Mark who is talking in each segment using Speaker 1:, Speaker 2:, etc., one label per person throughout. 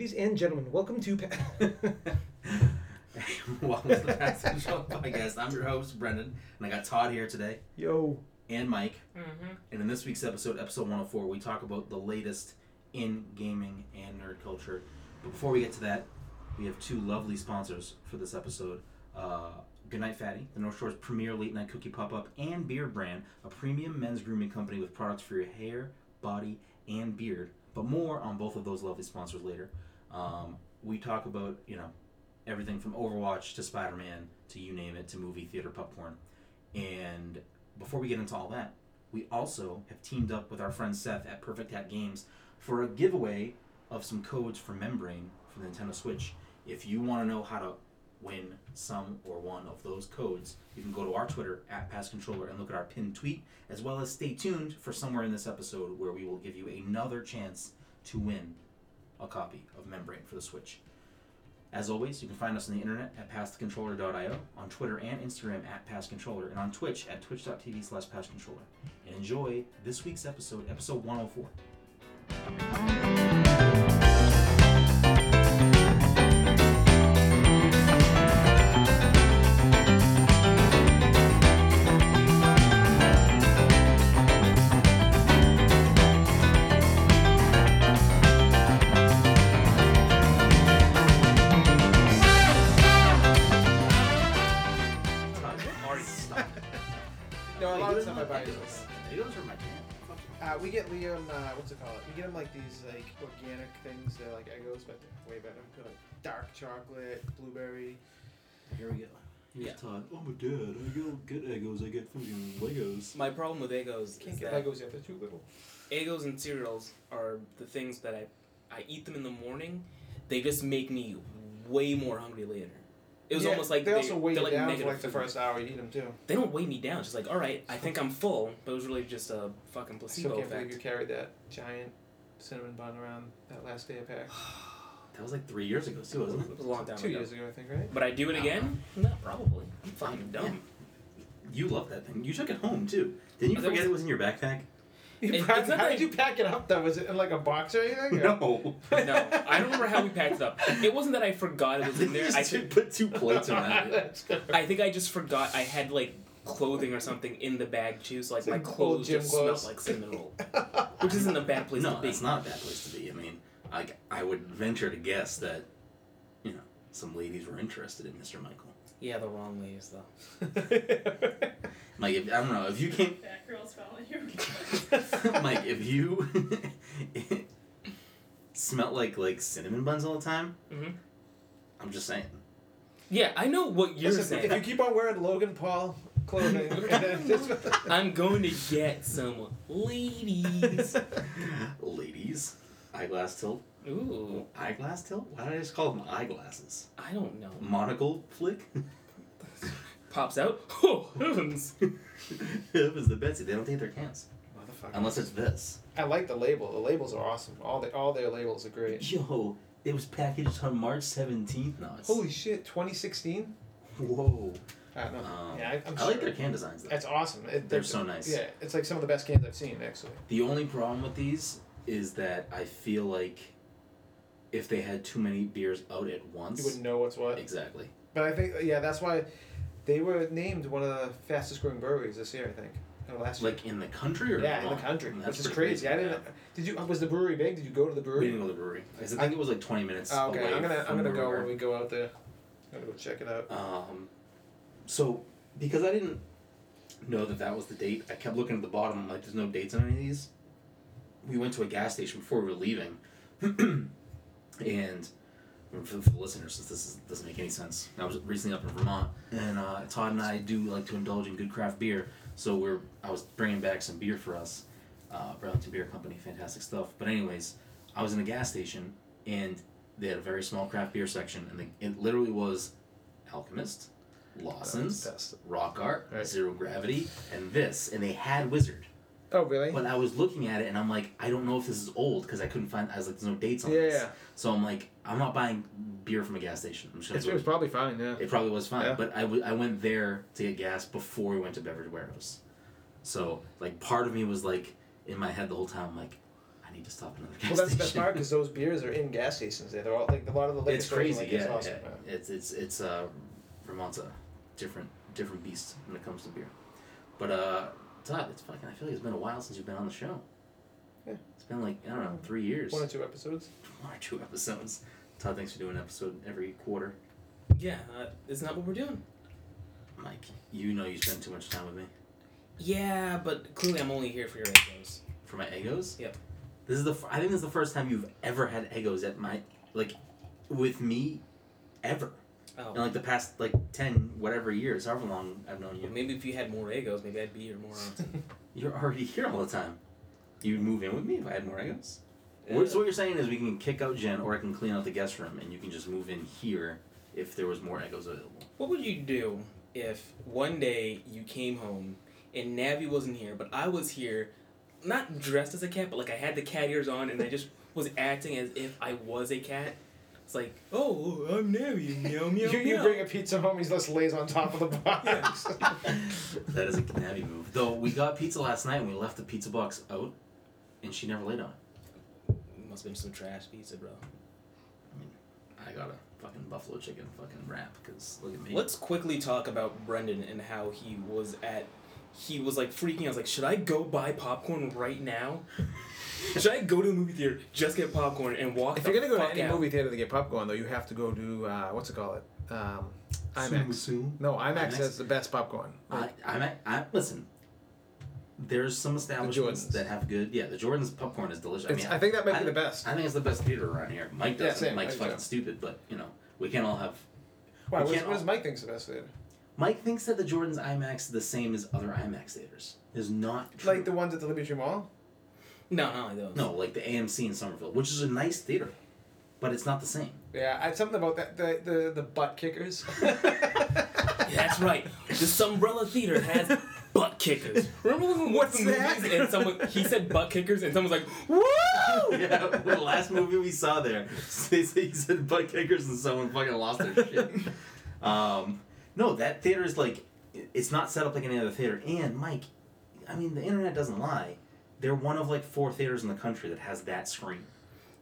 Speaker 1: Ladies and gentlemen, welcome to. Pa-
Speaker 2: Welcome to the Passage Show podcast. I'm your host Brendan, and I got Todd here today
Speaker 1: Yo.
Speaker 2: and Mike.
Speaker 3: Mm-hmm.
Speaker 2: And in this week's episode, episode 104, we talk about the latest in gaming and nerd culture. But before we get to that, we have two lovely sponsors for this episode. Uh, Goodnight Fatty, the North Shore's premier late night cookie pop up and beard brand, a premium men's grooming company with products for your hair, body, and beard. But more on both of those lovely sponsors later. Um, we talk about, you know, everything from Overwatch to Spider Man to you name it to movie theater popcorn. And before we get into all that, we also have teamed up with our friend Seth at Perfect Hat Games for a giveaway of some codes for Membrane for the Nintendo Switch. If you want to know how to win some or one of those codes, you can go to our Twitter at Pass Controller and look at our pinned tweet, as well as stay tuned for somewhere in this episode where we will give you another chance to win a copy of Membrane for the Switch. As always, you can find us on the internet at passthecontroller.io, on Twitter and Instagram at passcontroller, and on Twitch at twitch.tv slash passcontroller. And enjoy this week's episode, episode 104. Todd, I'm already stuck.
Speaker 1: No, a lot of
Speaker 2: Wait,
Speaker 1: time I buy
Speaker 2: those-
Speaker 1: those.
Speaker 2: those are my jam.
Speaker 3: Uh, we get Liam. Uh, what's it called? We get him like these like organic things. They're like egos, but they're way better. They're, like dark chocolate, blueberry.
Speaker 2: Here we go. Here's
Speaker 4: Yeah.
Speaker 2: Todd.
Speaker 5: I'm a dad. I don't get Legos. I get fucking Legos.
Speaker 4: My problem with Egos
Speaker 3: Can't
Speaker 4: is
Speaker 3: get
Speaker 4: that
Speaker 3: Legos yet. They're too little.
Speaker 4: Egos and cereals are the things that I, I eat them in the morning. They just make me way more hungry later. It was
Speaker 3: Yeah,
Speaker 4: almost like
Speaker 3: they
Speaker 4: they
Speaker 3: also weigh
Speaker 4: they're
Speaker 3: you
Speaker 4: like
Speaker 3: down for
Speaker 4: negative
Speaker 3: like the
Speaker 4: food.
Speaker 3: first hour. You eat them too.
Speaker 4: They don't weigh me down. It's just like, all right, I think I'm full, but it was really just a fucking
Speaker 3: I still
Speaker 4: placebo
Speaker 3: can't believe you
Speaker 4: effect.
Speaker 3: carried that giant cinnamon bun around that last day of pack.
Speaker 2: That was like three years ago, too, wasn't
Speaker 4: It
Speaker 2: it?
Speaker 4: was a long time
Speaker 3: Two
Speaker 4: ago.
Speaker 3: years ago, I think, right?
Speaker 4: But I do it
Speaker 2: I
Speaker 4: again? No, probably. I'm fucking dumb.
Speaker 2: You love that thing. You took it home, too. Didn't you
Speaker 4: Oh, that
Speaker 2: forget
Speaker 4: was-
Speaker 2: it was in your backpack?
Speaker 3: You
Speaker 4: It-
Speaker 3: packed-
Speaker 4: it's not
Speaker 3: how
Speaker 4: that-
Speaker 3: did you pack it up though? Was it in like a box or anything? or-
Speaker 2: No.
Speaker 4: no, I don't remember how we packed it up. It wasn't that I forgot it was in there. I
Speaker 2: I
Speaker 4: think,
Speaker 2: should put two plates on it.
Speaker 3: That's good.
Speaker 4: I think I just forgot I had like clothing or something in the bag too, so like my
Speaker 3: Some old
Speaker 4: clothes
Speaker 3: gym
Speaker 4: just
Speaker 3: clothes.
Speaker 4: smelled like cinnamon roll. Which isn't a bad place
Speaker 2: no,
Speaker 4: to be.
Speaker 2: it's not a bad place to be. I mean, I, I would venture to guess that, you know, some ladies were interested in Mr. Michael.
Speaker 4: Yeah, the wrong ways though.
Speaker 2: Like, if, I don't know, if you came,
Speaker 6: That girl's following you.
Speaker 2: Mike, if you smelt like like cinnamon buns all the time,
Speaker 4: Mhm.
Speaker 2: I'm just saying.
Speaker 4: Yeah, I know what you're
Speaker 3: Listen,
Speaker 4: saying.
Speaker 3: if you keep on wearing Logan Paul clothing, just-
Speaker 4: I'm going to get some ladies.
Speaker 2: Ladies, eyeglass tilt,
Speaker 4: Ooh,
Speaker 2: eyeglass tilt. Why did I just call them eyeglasses?
Speaker 4: I don't know.
Speaker 2: Monocle flick.
Speaker 4: Pops out. Oh heavens!
Speaker 2: it was the Betsy. They don't take their cans
Speaker 3: Motherfucker.
Speaker 2: unless it's this.
Speaker 3: I like the label. The labels are awesome. All the all their labels are great.
Speaker 2: Yo, it was packaged on March seventeenth. No, it's
Speaker 3: Holy shit, 2016?
Speaker 2: whoa.
Speaker 3: I don't know.
Speaker 2: Um,
Speaker 3: yeah, I, I'm
Speaker 2: I like
Speaker 3: sure.
Speaker 2: their can designs though.
Speaker 3: That's awesome. It,
Speaker 2: They're
Speaker 3: it-
Speaker 2: so nice.
Speaker 3: Yeah, it's like some of the best cans I've seen actually.
Speaker 2: The only problem with these is that I feel like if they had too many beers out at
Speaker 3: You
Speaker 2: once,
Speaker 3: wouldn't know what's what.
Speaker 2: exactly.
Speaker 3: But I think yeah, that's why they were named one of the fastest growing breweries this year. I think or last year.
Speaker 2: Like in the country or
Speaker 3: yeah, in
Speaker 2: Vermont?
Speaker 3: the country,
Speaker 2: I mean,
Speaker 3: which
Speaker 2: that's
Speaker 3: is
Speaker 2: pretty
Speaker 3: crazy. I didn't. Did you? Was the brewery big? Did you go to the
Speaker 2: Yeah. We
Speaker 3: brewery?
Speaker 2: didn't go to the brewery. 'cause I think it was like twenty minutes.
Speaker 3: Oh, okay,
Speaker 2: away
Speaker 3: I'm gonna I'm
Speaker 2: from
Speaker 3: gonna
Speaker 2: where
Speaker 3: go
Speaker 2: we
Speaker 3: when
Speaker 2: were.
Speaker 3: we go out there. I'm gonna go check it out.
Speaker 2: Um, so because I didn't know that that was the date, I kept looking at the bottom. I'm like, there's no dates on any of these. We went to a gas station before we were leaving, and for, for the listeners, since this is, doesn't make any sense, I was recently up in Vermont, and uh, Todd and I do like to indulge in good craft beer. So we're I was bringing back some beer for us, uh, Burlington Beer Company, fantastic stuff. But anyways, I was in a gas station and they had a very small craft beer section, and they, it literally was Alchemist, Lawson's,
Speaker 3: That's-
Speaker 2: Rock Art,
Speaker 3: Right.
Speaker 2: Zero Gravity, and this, and they had Wizard.
Speaker 3: Oh really?
Speaker 2: But I was looking at it and I'm like, I don't know if this is old because I couldn't find. I was like, there's no dates on
Speaker 3: Yeah,
Speaker 2: this.
Speaker 3: yeah.
Speaker 2: So I'm like, I'm not buying beer from a gas station. I'm just gonna
Speaker 3: It's,
Speaker 2: go-
Speaker 3: it was probably fine. Yeah.
Speaker 2: it probably was fine,
Speaker 3: Yeah.
Speaker 2: but I, w- I went there to get gas before we went to Beverage Warehouse. So, like, part of me was like, in my head the whole time, like, I I need to stop another gas
Speaker 7: Well, that's the
Speaker 2: station.
Speaker 7: best part because those beers are in gas stations. There, they're all like a lot of the liquor
Speaker 2: it's
Speaker 7: stores are
Speaker 2: crazy.
Speaker 7: Like,
Speaker 2: yeah,
Speaker 7: it's awesome.
Speaker 2: yeah. it's it's it's uh, Vermont's a different different beast when it comes to beer. But uh, Todd, it's fucking. I feel like it's been a while since you've been on the show.
Speaker 7: Yeah.
Speaker 2: It's been like I don't know, three years.
Speaker 7: One or two episodes.
Speaker 2: One or two episodes. Todd, thanks for doing an episode every quarter.
Speaker 4: Yeah, uh, isn't that what we're doing?
Speaker 2: Mike, you know you spend too much time with me.
Speaker 4: Yeah, but clearly I'm only here for your egos.
Speaker 2: For my egos.
Speaker 4: Yep.
Speaker 2: This is the. fir- I think this is the first time you've ever had egos at my like, with me, ever.
Speaker 4: Oh,
Speaker 2: In like the past like ten whatever years, however long I've known you.
Speaker 4: well, maybe if you had more egos, maybe I'd be here more often.
Speaker 2: You're already here all the time. You'd move in with me if I had more egos.
Speaker 4: Uh,
Speaker 2: What- So what you're saying is we can kick out Jen, or I can clean out the guest room, and you can just move in here if there was more egos available.
Speaker 4: What would you do if one day you came home and Navi wasn't here, but I was here, not dressed as a cat, but like I had the cat ears on and I just was acting as if I was a cat? It's like, oh, I'm Navi, meow
Speaker 7: You,
Speaker 4: meow
Speaker 7: you
Speaker 4: meow.
Speaker 7: bring a pizza home, he just lays on top of the box.
Speaker 2: that is a Navi move. Though we got pizza last night and we left the pizza box out, and she never laid on it.
Speaker 4: Must have been some trash pizza, bro.
Speaker 2: I got a fucking buffalo chicken fucking wrap because look at me.
Speaker 4: Let's quickly talk about Brendan and how he was at. He was like freaking. I was like, should I go buy popcorn right now? should I go to the movie theater, just get popcorn, and walk?
Speaker 7: if
Speaker 4: the
Speaker 7: you're gonna go to
Speaker 4: fuck
Speaker 7: any
Speaker 4: out?
Speaker 7: movie theater to get popcorn, though, you have to go to uh, what's it called? It um,
Speaker 5: Soon,
Speaker 7: IMAX.
Speaker 5: soon.
Speaker 7: No, IMAX
Speaker 2: IMAX?
Speaker 7: has the best popcorn.
Speaker 2: I, I'm at, I listen. There's some establishments
Speaker 7: Jordans.
Speaker 2: that have good. Yeah, the Jordan's popcorn is delicious. I
Speaker 7: It's-
Speaker 2: mean,
Speaker 7: I think that might be
Speaker 2: I-
Speaker 7: the best.
Speaker 2: I think it's the best theater around here. Mike
Speaker 7: Yeah,
Speaker 2: doesn't.
Speaker 7: same,
Speaker 2: Mike's
Speaker 7: I
Speaker 2: fucking
Speaker 7: do.
Speaker 2: stupid, but you know we can't all have.
Speaker 7: Why?
Speaker 2: we
Speaker 7: What,
Speaker 2: can't
Speaker 7: what does
Speaker 2: all-
Speaker 7: Mike think's the best theater?
Speaker 2: Mike thinks that the Jordan's IMAX is the same as other IMAX theaters. Is not true.
Speaker 7: Like the ones at the Liberty Mall.
Speaker 4: No, no, I don't.
Speaker 2: no, like the AMC in Somerville, which is a nice theater, but it's not the same.
Speaker 7: Yeah, I something about that the the, the butt kickers.
Speaker 4: That's right. The Umbrella Theater has butt kickers. Remember when we went to
Speaker 7: that?
Speaker 4: movies and someone he said butt kickers and someone was like, "Woo!"
Speaker 2: yeah, the last movie we saw there, they said he said butt kickers and someone fucking lost their shit. Um, no, that theater is like, i- it's not set up like any other theater. And Mike, I mean, the internet doesn't lie. They're one of like four theaters in the country that has that screen.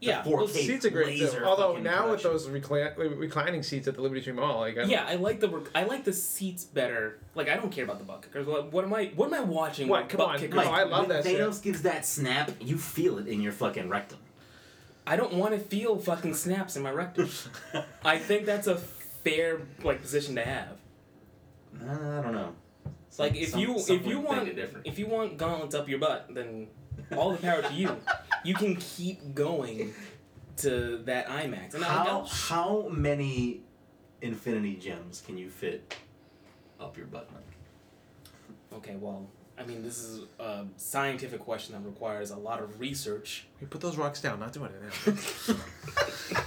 Speaker 4: Yeah.
Speaker 2: The 4K
Speaker 7: Those seats are great too.
Speaker 2: laser
Speaker 7: Although
Speaker 2: fucking
Speaker 7: now with
Speaker 2: production.
Speaker 7: those reclin- reclining seats at the Liberty Tree Mall, like I don't-
Speaker 4: Yeah, I like the rec- I like the seats better. Like I don't care about the butt kickers. What, what am I what am I watching?
Speaker 7: What?
Speaker 4: with
Speaker 7: Come
Speaker 4: butt
Speaker 7: on.
Speaker 4: kickers?
Speaker 7: No, I love
Speaker 2: when
Speaker 7: that shit.
Speaker 2: Thanos gives that snap, you feel it in your fucking rectum.
Speaker 4: I don't want to feel fucking snaps in my rectum. I think that's a fair like position to have.
Speaker 2: Uh, I don't know.
Speaker 4: It's like if
Speaker 2: Some-
Speaker 4: you
Speaker 2: some
Speaker 4: if you
Speaker 2: would
Speaker 4: want
Speaker 2: think it different.
Speaker 4: if you want gauntlets up your butt, then all the power to you. You can keep going to that IMAX. And I,
Speaker 2: how how many Infinity Gems can you fit up your butt, Mike?
Speaker 4: Okay, well, I mean, this is a scientific question that requires a lot of research.
Speaker 7: We put those rocks down. Not doing it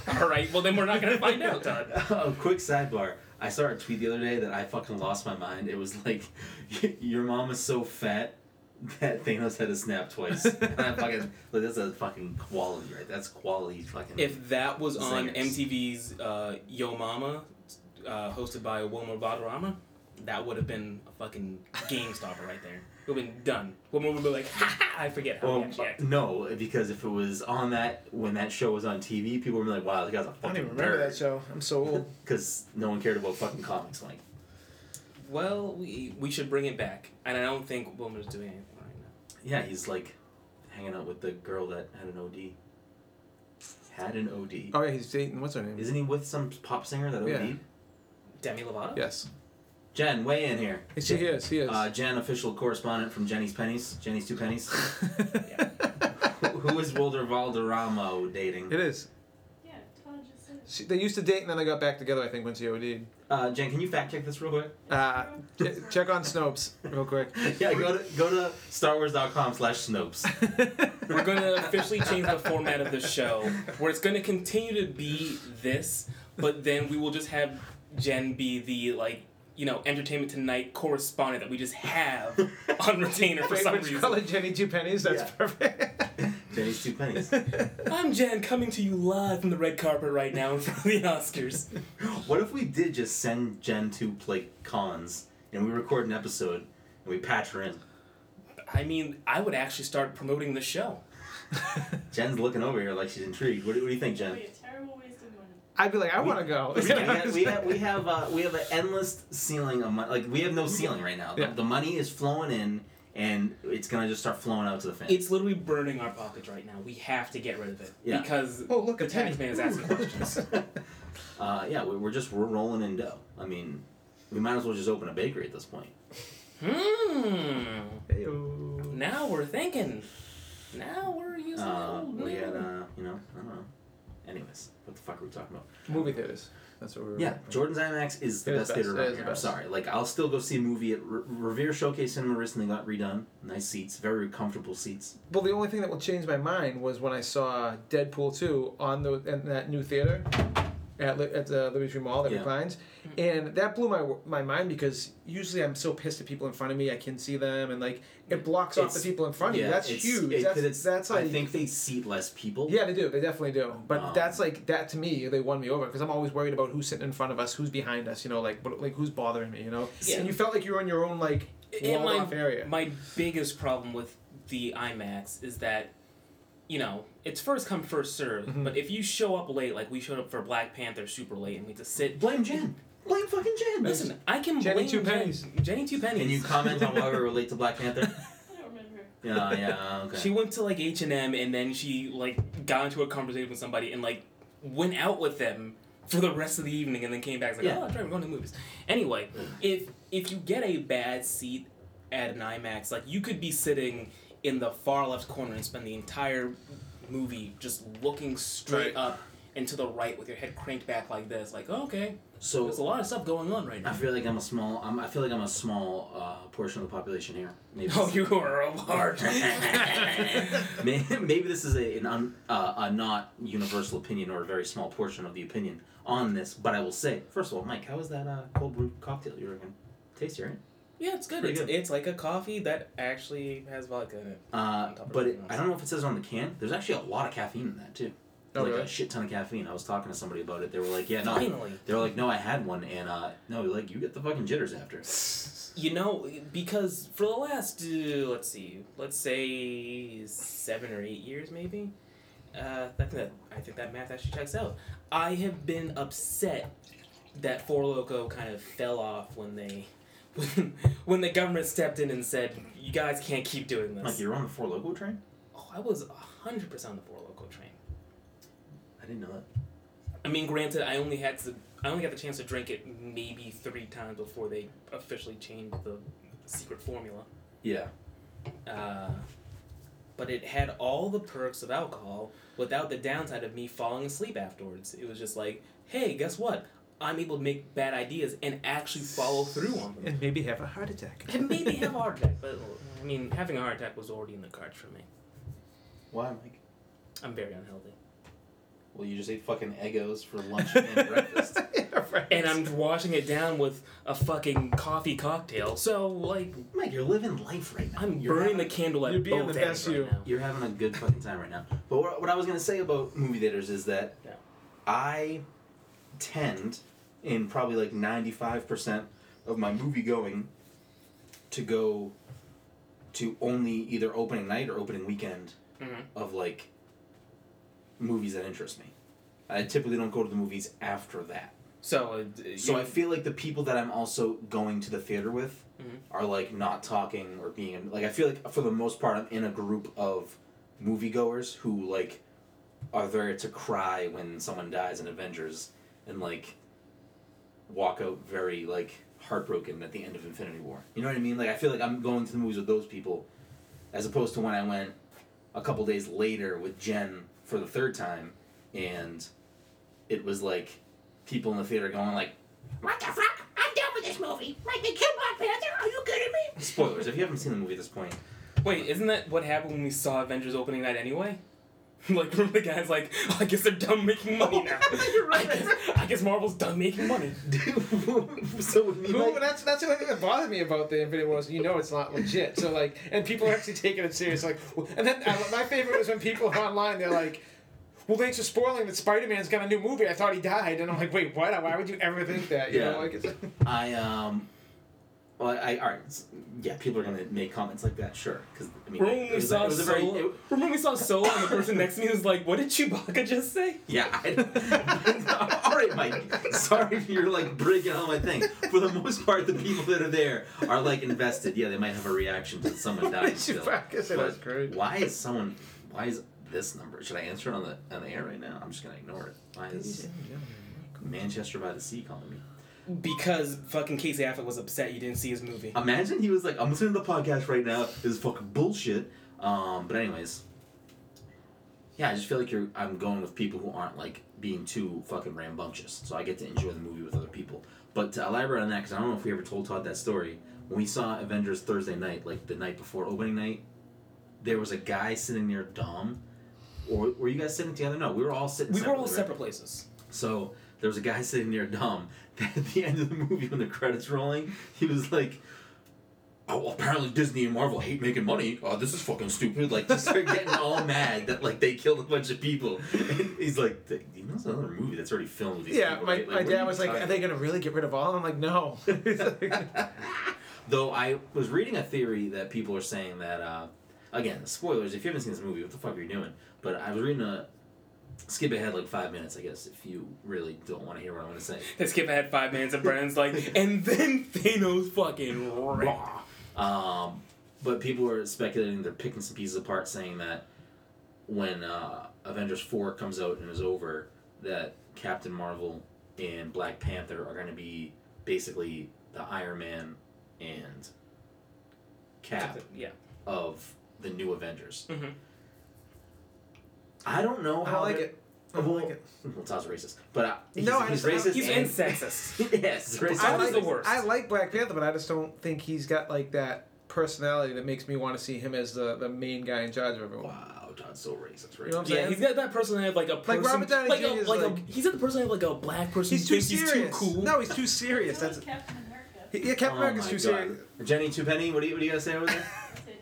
Speaker 7: now.
Speaker 4: All right, well, then we're not going to find out, Todd.
Speaker 2: A quick sidebar. I saw a tweet the other day that I fucking lost my mind. It was like, your mom is so fat that Thanos had to snap twice. and I fucking, like, that's a fucking quality, right? That's quality fucking.
Speaker 4: If that was on
Speaker 2: Zingers.
Speaker 4: MTV's uh, Yo Mama, uh, hosted by Wilmer Valderrama, that would have been a fucking game stopper right there. It would have been done. Wilmer would be like, ha ha, I forget
Speaker 7: Oh,
Speaker 4: how
Speaker 2: Well,
Speaker 4: he actually acted.
Speaker 2: no, because if it was on that when that show was on TV, people were like, "Wow, this guy's a
Speaker 7: I don't
Speaker 2: fucking
Speaker 7: even remember that show. I'm so old.
Speaker 2: Because no one cared about fucking comics, like.
Speaker 4: Well, we, we should bring it back. And I don't think Wilmer's doing anything right now.
Speaker 2: Yeah, he's like hanging out with the girl that had an OD. Had an OD.
Speaker 7: Oh yeah, he's dating. What's her name?
Speaker 2: Isn't he with some pop singer that OD?
Speaker 7: Yeah.
Speaker 4: Demi Lovato?
Speaker 7: yes,
Speaker 2: Jen, weigh in here.
Speaker 7: she is. He is.
Speaker 2: Uh, Jen, official correspondent from Jenny's Pennies, Jenny's Two Pennies. Who is Wilder Valderrama dating?
Speaker 7: it is.
Speaker 6: Yeah, Todd just said it.
Speaker 7: She, they used to date and then they got back together. I think once he OD'd.
Speaker 2: Uh, Jen, can you fact check this real quick?
Speaker 7: Uh, ch- check on Snopes real quick.
Speaker 2: yeah, go to go to starwars.com slash Snopes.
Speaker 4: We're going to officially change the format of the show where it's going to continue to be this, but then we will just have Jen be the, like, you know, Entertainment Tonight correspondent that we just have on retainer for
Speaker 7: Wait,
Speaker 4: some
Speaker 7: which
Speaker 4: reason.
Speaker 7: color Jenny Two Pennies? That's
Speaker 2: Yeah.
Speaker 7: perfect.
Speaker 2: Jenny's Two Pennies.
Speaker 4: I'm Jen coming to you live from the red carpet right now in front of the Oscars.
Speaker 2: What if we did just send Jen to play cons and we record an episode and we patch her in?
Speaker 4: I mean, I would actually start promoting the show.
Speaker 2: Jen's looking over here like she's intrigued. What do, what do you think, Jen?
Speaker 6: Be a terrible waste of money.
Speaker 3: I'd be like, I
Speaker 2: We-
Speaker 3: want to go.
Speaker 2: we have we have we have, uh, we have an endless ceiling of money. Like we have no ceiling right now. The,
Speaker 3: Yeah.
Speaker 2: the money is flowing in, and it's gonna just start flowing out to the fans.
Speaker 4: It's literally burning our pockets right now. We have to get rid of it
Speaker 2: Yeah.
Speaker 4: because
Speaker 7: Oh, look,
Speaker 4: the
Speaker 7: a
Speaker 4: tax man is asking questions.
Speaker 2: uh, yeah, we, we're just we're rolling in dough. I mean, we might as well just open a bakery at this point.
Speaker 4: Hmm.
Speaker 3: Heyo.
Speaker 4: Now we're thinking. Now we're using the
Speaker 2: Uh,
Speaker 3: oh,
Speaker 4: old
Speaker 2: we had,
Speaker 4: name.
Speaker 2: uh, you know, I don't know. Anyways, what the fuck are we talking about?
Speaker 3: Movie theaters. That's what we were.
Speaker 2: Yeah, Jordan's IMAX is the
Speaker 3: It
Speaker 2: best,
Speaker 3: is best.
Speaker 2: theater
Speaker 3: It
Speaker 2: around
Speaker 3: is
Speaker 2: here.
Speaker 3: the
Speaker 2: I'm
Speaker 3: best.
Speaker 2: sorry. Like, I'll still go see a movie at Re- Revere Showcase Cinema recently got redone. Nice seats, very comfortable seats.
Speaker 3: Well, the only thing that will change my mind was when I saw Deadpool two on the in that new theater at Li- at the Liberty Tree Mall that
Speaker 2: Yeah. Mm.
Speaker 3: reclines, and that blew my my mind because usually I'm so pissed at people in front of me I can see them and like it blocks off the
Speaker 2: It's-
Speaker 3: people in front of
Speaker 2: yeah,
Speaker 3: you. That's
Speaker 2: it's-
Speaker 3: huge.
Speaker 2: it- 'cause
Speaker 3: that's
Speaker 2: it's-
Speaker 3: that's like
Speaker 2: I think they seat less people.
Speaker 3: Yeah, they do. They definitely do. But
Speaker 2: Um,
Speaker 3: that's like that to me. They won me over because I'm always worried about who's sitting in front of us, who's behind us. You know, like what, like who's bothering me. You know,
Speaker 4: Yeah.
Speaker 3: and you felt like you were in your own like
Speaker 4: And
Speaker 3: walled
Speaker 4: my,
Speaker 3: off area.
Speaker 4: my biggest problem with the IMAX is that, you know, it's first come first serve.
Speaker 3: Mhm.
Speaker 4: But if you show up late, like we showed up for Black Panther super late, and we had to sit.
Speaker 2: Blame Jen. Blame fucking Jen.
Speaker 4: Listen, I can
Speaker 3: Jenny
Speaker 4: blame
Speaker 3: Two
Speaker 4: Jen-
Speaker 3: Pennies.
Speaker 4: Jenny Two Pennies.
Speaker 2: Can you comment on why we relate to Black Panther?
Speaker 6: I don't remember.
Speaker 2: Yeah, yeah, okay.
Speaker 4: She went to like H and M, and then she like got into a conversation with somebody, and like went out with them for the rest of the evening, and then came back and was like,
Speaker 2: Yeah.
Speaker 4: "Oh, that's right, we're going to the movies." Anyway, if if you get a bad seat at an IMAX, like you could be sitting in the far left corner and spend the entire movie just looking straight
Speaker 3: Right.
Speaker 4: up and to the right with your head cranked back like this, like oh, okay,
Speaker 2: so
Speaker 4: there's a lot of stuff going on
Speaker 2: I
Speaker 4: right now.
Speaker 2: feel like I'm a small. I'm, I feel like I'm a small uh, portion of the population here. Maybe
Speaker 4: Oh, you are a large.
Speaker 2: May- Maybe this is a, an un, uh, a not universal opinion or a very small portion of the opinion on this, but I will say, first of all, Mike, how is that uh, cold brew cocktail you reckon? Tasty, right?
Speaker 4: Yeah, it's good.
Speaker 2: Pretty
Speaker 4: It's,
Speaker 2: good.
Speaker 4: it's like a coffee that actually has vodka in it.
Speaker 2: Uh,
Speaker 4: On top of
Speaker 2: but it,
Speaker 4: everything else.
Speaker 2: I don't know if it says on the can. There's actually a lot of caffeine in that too.
Speaker 3: Oh,
Speaker 2: like
Speaker 3: really?
Speaker 2: a shit ton of caffeine. I was talking to somebody about it. They were like, "Yeah, no."
Speaker 4: Finally.
Speaker 2: They were like, "No, I had one," and uh, no, like you get the fucking jitters after.
Speaker 4: You know, because for the last, uh, let's see, let's say seven or eight years maybe, uh, that, that, I think that math actually checks out. I have been upset that Four Loco kind of fell off when they. When, when the government stepped in and said, "You guys can't keep doing
Speaker 2: Like
Speaker 4: this,"
Speaker 2: you're on the four logo train.
Speaker 4: oh, I was hundred percent on the four local train.
Speaker 2: I didn't know that.
Speaker 4: I mean, granted, I only had to, I only got the chance to drink it maybe three times before they officially changed the secret formula.
Speaker 2: Yeah.
Speaker 4: Uh, but it had all the perks of alcohol without the downside of me falling asleep afterwards. It was just like, hey, guess what? I'm able to make bad ideas and actually follow through on them.
Speaker 3: and maybe have a heart attack.
Speaker 4: It made me have a heart attack, but I mean, having a heart attack was already in the cards for me.
Speaker 2: Why, Mike?
Speaker 4: I'm very unhealthy,
Speaker 2: Well, you just ate fucking egos for lunch and breakfast.
Speaker 3: Yeah, right.
Speaker 4: and I'm washing it down with a fucking coffee cocktail. So like,
Speaker 2: Mike, you're living life right now.
Speaker 4: I'm
Speaker 2: You're
Speaker 4: burning the
Speaker 2: having-
Speaker 4: candle at
Speaker 3: You're being
Speaker 4: both
Speaker 3: the
Speaker 4: ends
Speaker 3: best
Speaker 4: right
Speaker 3: you.
Speaker 4: now.
Speaker 2: You're having a good fucking time right now. But what, what I was gonna say about movie theaters is that
Speaker 4: Yeah.
Speaker 2: I tend, in probably like ninety five percent of my movie going, to go to only either opening night or opening weekend
Speaker 4: Mhm.
Speaker 2: of like movies that interest me. I typically don't go to the movies after that.
Speaker 4: So, uh,
Speaker 2: So
Speaker 4: you-
Speaker 2: I feel like the people that I'm also going to the theater with
Speaker 4: Mhm.
Speaker 2: are like not talking or being like I feel like for the most part I'm in a group of moviegoers who like are there to cry when someone dies in Avengers and like walk out very like heartbroken at the end of Infinity War. You know what I mean? Like I feel like I'm going to the movies with those people as opposed to when I went a couple days later with Jen for the third time and it was like people in the theater going like what the fuck? I'm done with this movie. Like they killed Black Panther. Are you kidding me? Spoilers. If you haven't seen the movie at this point,
Speaker 4: Wait, isn't that what happened when we saw Avengers opening night anyway? like, remember the guy's like, "Oh, I guess they're done making money now.
Speaker 3: You're
Speaker 4: I,
Speaker 3: right.
Speaker 4: guess, I guess Marvel's done making money.
Speaker 2: so with me,
Speaker 3: Who,
Speaker 2: like,
Speaker 3: that's that's the only thing that bothered me about the Infinity Wars. You know, it's not legit. So like, and people are actually taking it serious. Like, and then I, my favorite was when people online they're like, "Well, thanks for spoiling that Spider Man's got a new movie. I thought he died." And I'm like, "Wait, what? Why would you ever think that?" You
Speaker 2: Yeah.
Speaker 3: know, like it's
Speaker 2: I um, Well, I, all right, s- yeah, people are gonna make comments like that, sure, because I mean,
Speaker 4: Remember when
Speaker 2: it
Speaker 4: we
Speaker 2: was, a-
Speaker 4: saw
Speaker 2: it was a very,
Speaker 4: Solo?
Speaker 2: it-
Speaker 4: Remember when we saw Solo and the person next to me was like, "What did Chewbacca just say?"
Speaker 2: yeah. I, all right, Mike. Sorry if you're like breaking all my things. For the most part, the people that are there are like invested. Yeah, they might have a reaction to someone dying. still.
Speaker 3: Chewbacca said
Speaker 2: But
Speaker 3: that's great.
Speaker 2: Why is someone? Why is this number? Should I answer it on the on the air right now? I'm just gonna ignore it. Why is Manchester by the Sea calling me?
Speaker 4: Because fucking Casey Affleck was upset you didn't see his movie.
Speaker 2: Imagine he was like, I'm listening to the podcast right now. This is fucking bullshit. Um, but anyways, yeah, I just feel like you're. I'm going with people who aren't like being too fucking rambunctious, so I get to enjoy the movie with other people. But to elaborate on that, because I don't know if we ever told Todd that story when we saw Avengers Thursday night, like the night before opening night, there was a guy sitting near Dom. Or were you guys sitting together? No, we were all sitting.
Speaker 4: We were all
Speaker 2: separately, right?
Speaker 4: separate places.
Speaker 2: So there was a guy sitting near Dom that at the end of the movie when the credits rolling, he was like, Oh, well, apparently Disney and Marvel hate making money. Oh, this is fucking stupid. Like, just they're getting all mad that, like, they killed a bunch of people. And he's like, "Th- you know, it's another movie that's already filmed with these
Speaker 3: Yeah,
Speaker 2: people,
Speaker 3: my,
Speaker 2: right?
Speaker 3: my
Speaker 2: what are
Speaker 3: dad
Speaker 2: you
Speaker 3: was like,
Speaker 2: talking
Speaker 3: are they going to really get rid of all? I'm like, no. It's like-
Speaker 2: Though I was reading a theory that people are saying that, uh, again, spoilers, if you haven't seen this movie, what the fuck are you doing? But I was reading a. Skip ahead like five minutes, I guess, if you really don't want to hear what I'm going to say.
Speaker 4: Let's skip ahead five minutes of Brandon's like, and then Thanos fucking ripped.
Speaker 2: Um, but people were speculating, they're picking some pieces apart, saying that when uh, Avengers 4 comes out and is over, that Captain Marvel and Black Panther are going to be basically the Iron Man and Cap
Speaker 4: Yeah.
Speaker 2: of the new Avengers.
Speaker 4: Mhm.
Speaker 2: I don't know
Speaker 3: Mm-hmm. I
Speaker 2: how
Speaker 3: don't like
Speaker 2: they're-
Speaker 3: it. I don't like it.
Speaker 2: Well, Todd's racist, but uh, he's,
Speaker 3: No, I
Speaker 2: he's
Speaker 3: just- I
Speaker 2: racist.
Speaker 3: don't-
Speaker 4: He's
Speaker 2: and,
Speaker 4: and sexist.
Speaker 2: yes, racist.
Speaker 4: I
Speaker 3: I
Speaker 4: was
Speaker 3: like,
Speaker 4: the worst.
Speaker 3: I like Black Panther, but I just don't think he's got like that personality that makes me want to see him as the, the main guy in charge of everyone.
Speaker 2: Wow, Todd's so racist. Right?
Speaker 3: You know what I'm
Speaker 4: Yeah,
Speaker 3: saying?
Speaker 4: he's got that personality of like a person,
Speaker 3: Robert Downey
Speaker 4: like, a,
Speaker 3: Jr. is
Speaker 4: like,
Speaker 3: like-
Speaker 4: a, he's got the personality of like a black person.
Speaker 3: he's
Speaker 4: who
Speaker 3: too
Speaker 4: thinks
Speaker 3: serious.
Speaker 4: He's too cool.
Speaker 3: No, he's too serious.
Speaker 6: So
Speaker 3: That's
Speaker 6: is Captain America.
Speaker 3: yeah, Captain
Speaker 2: Oh
Speaker 3: America's
Speaker 2: my
Speaker 3: too
Speaker 2: God.
Speaker 3: serious.
Speaker 2: Jenny Twopenny, what do you what do you guys say over there?
Speaker 6: That's it.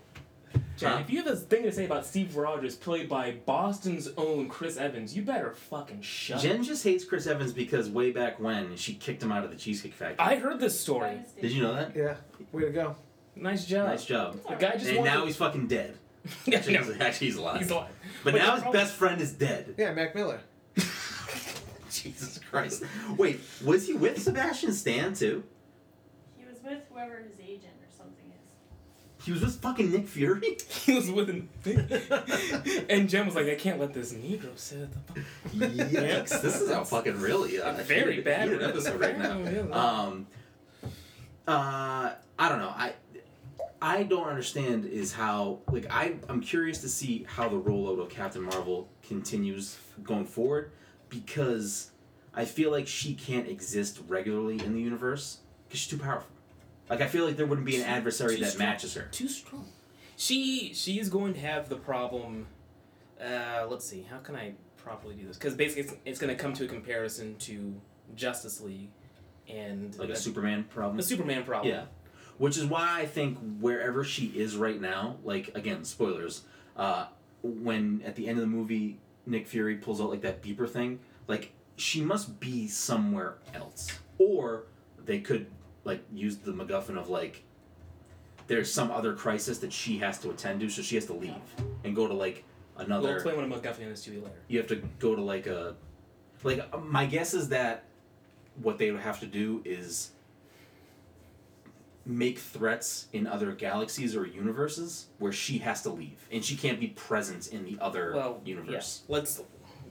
Speaker 4: Jen,
Speaker 2: Huh?
Speaker 4: if you have a thing to say about Steve Rogers, played by Boston's own Chris Evans, you better fucking shut. up.
Speaker 2: Jen just hates Chris Evans because way back when she kicked him out of the Cheesecake Factory.
Speaker 4: I heard this
Speaker 6: By
Speaker 4: story.
Speaker 6: mistake.
Speaker 2: Did you know that?
Speaker 3: Yeah, way to go.
Speaker 4: Nice job.
Speaker 2: Nice job.
Speaker 6: It's
Speaker 4: The
Speaker 6: alright.
Speaker 4: guy just
Speaker 2: And
Speaker 4: wanted.
Speaker 2: now he's fucking dead.
Speaker 4: yeah,
Speaker 2: Actually,
Speaker 4: no,
Speaker 2: he's, actually, he's alive.
Speaker 4: he's alive.
Speaker 2: But,
Speaker 4: But
Speaker 2: now
Speaker 4: the
Speaker 2: his
Speaker 4: problem-
Speaker 2: best friend is dead.
Speaker 3: Yeah, Mac Miller.
Speaker 2: Jesus Christ. Wait, was he with Sebastian Stan too?
Speaker 6: He was with whoever his agent or something is.
Speaker 2: He was with fucking Nick Fury?
Speaker 4: He was with an. and Jen was like, I can't let this Negro sit at the.
Speaker 2: Yikes. this is a fucking really uh,
Speaker 4: Very
Speaker 2: heated-
Speaker 4: bad
Speaker 2: heated
Speaker 4: rhythm.
Speaker 2: episode right now.
Speaker 4: Yeah, yeah.
Speaker 2: Um, uh, I don't know. I I don't understand is how like I I'm curious to see how the rollout of Captain Marvel continues going forward because I feel like she can't exist regularly in the universe because she's too powerful. Like I feel like there wouldn't be an adversary
Speaker 4: too
Speaker 2: that
Speaker 4: strong.
Speaker 2: matches her.
Speaker 4: too strong. She she's going to have the problem. Uh, let's see, how can I properly do this? Because basically, it's, it's going to come to a comparison to Justice League and
Speaker 2: Like
Speaker 4: the,
Speaker 2: a Superman problem.
Speaker 4: the Superman problem.
Speaker 2: Yeah. Which is why I think wherever she is right now, like again, spoilers, uh, when at the end of the movie Nick Fury pulls out like that beeper thing, like she must be somewhere else. Or they could like use the MacGuffin of like there's some other crisis that she has to attend to, so she has to leave and go to like another
Speaker 4: We'll explain what a MacGuffin is to you later.
Speaker 2: you have to go to like a like uh, my guess is that what they would have to do is make threats in other galaxies or universes where she has to leave and she can't be present in the other
Speaker 4: Well,
Speaker 2: universe
Speaker 4: yeah. Let's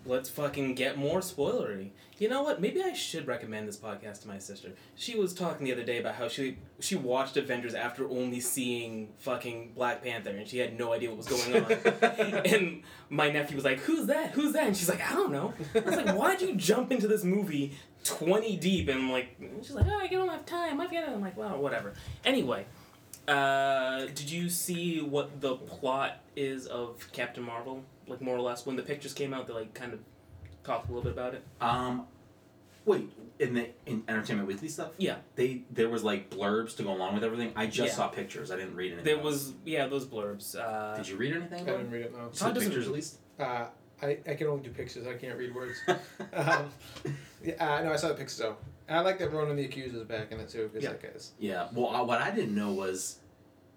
Speaker 4: let's fucking get more spoilery. You know what? Maybe I should recommend this podcast to my sister. She was talking the other day about how she she watched Avengers after only seeing fucking Black Panther and she had no idea what was going on. and my nephew was like, "Who's that? Who's that?" And she's like, "I don't know." I was like, "Why'd you jump into this movie twenty deep?" And I'm like, she's like, "Oh, I don't have time. I've got it." I'm like, "Well, whatever." Anyway, uh, did you see what the plot is of Captain Marvel? Like more or less, when the pictures came out, they like kind of talked a little bit about it.
Speaker 2: um wait in the in entertainment weekly stuff
Speaker 4: Yeah.
Speaker 2: they there was like blurbs to go along with everything i just
Speaker 4: Yeah.
Speaker 2: saw pictures i didn't read anything
Speaker 4: There
Speaker 2: else.
Speaker 4: was yeah those blurbs. Uh,
Speaker 2: uh, did you read anything
Speaker 3: I
Speaker 2: about
Speaker 3: didn't
Speaker 2: it?
Speaker 3: read it now.
Speaker 2: Saw
Speaker 4: Todd doesn't
Speaker 2: pictures at
Speaker 4: read.
Speaker 2: least
Speaker 3: Uh, I, I can only do pictures. I can't read words. um, yeah, uh, no, I saw the pictures though. I like that Ronan the Accuser's back in it too, because
Speaker 7: Yeah.
Speaker 3: that guy's.
Speaker 2: Yeah. Well, I, what I didn't know was,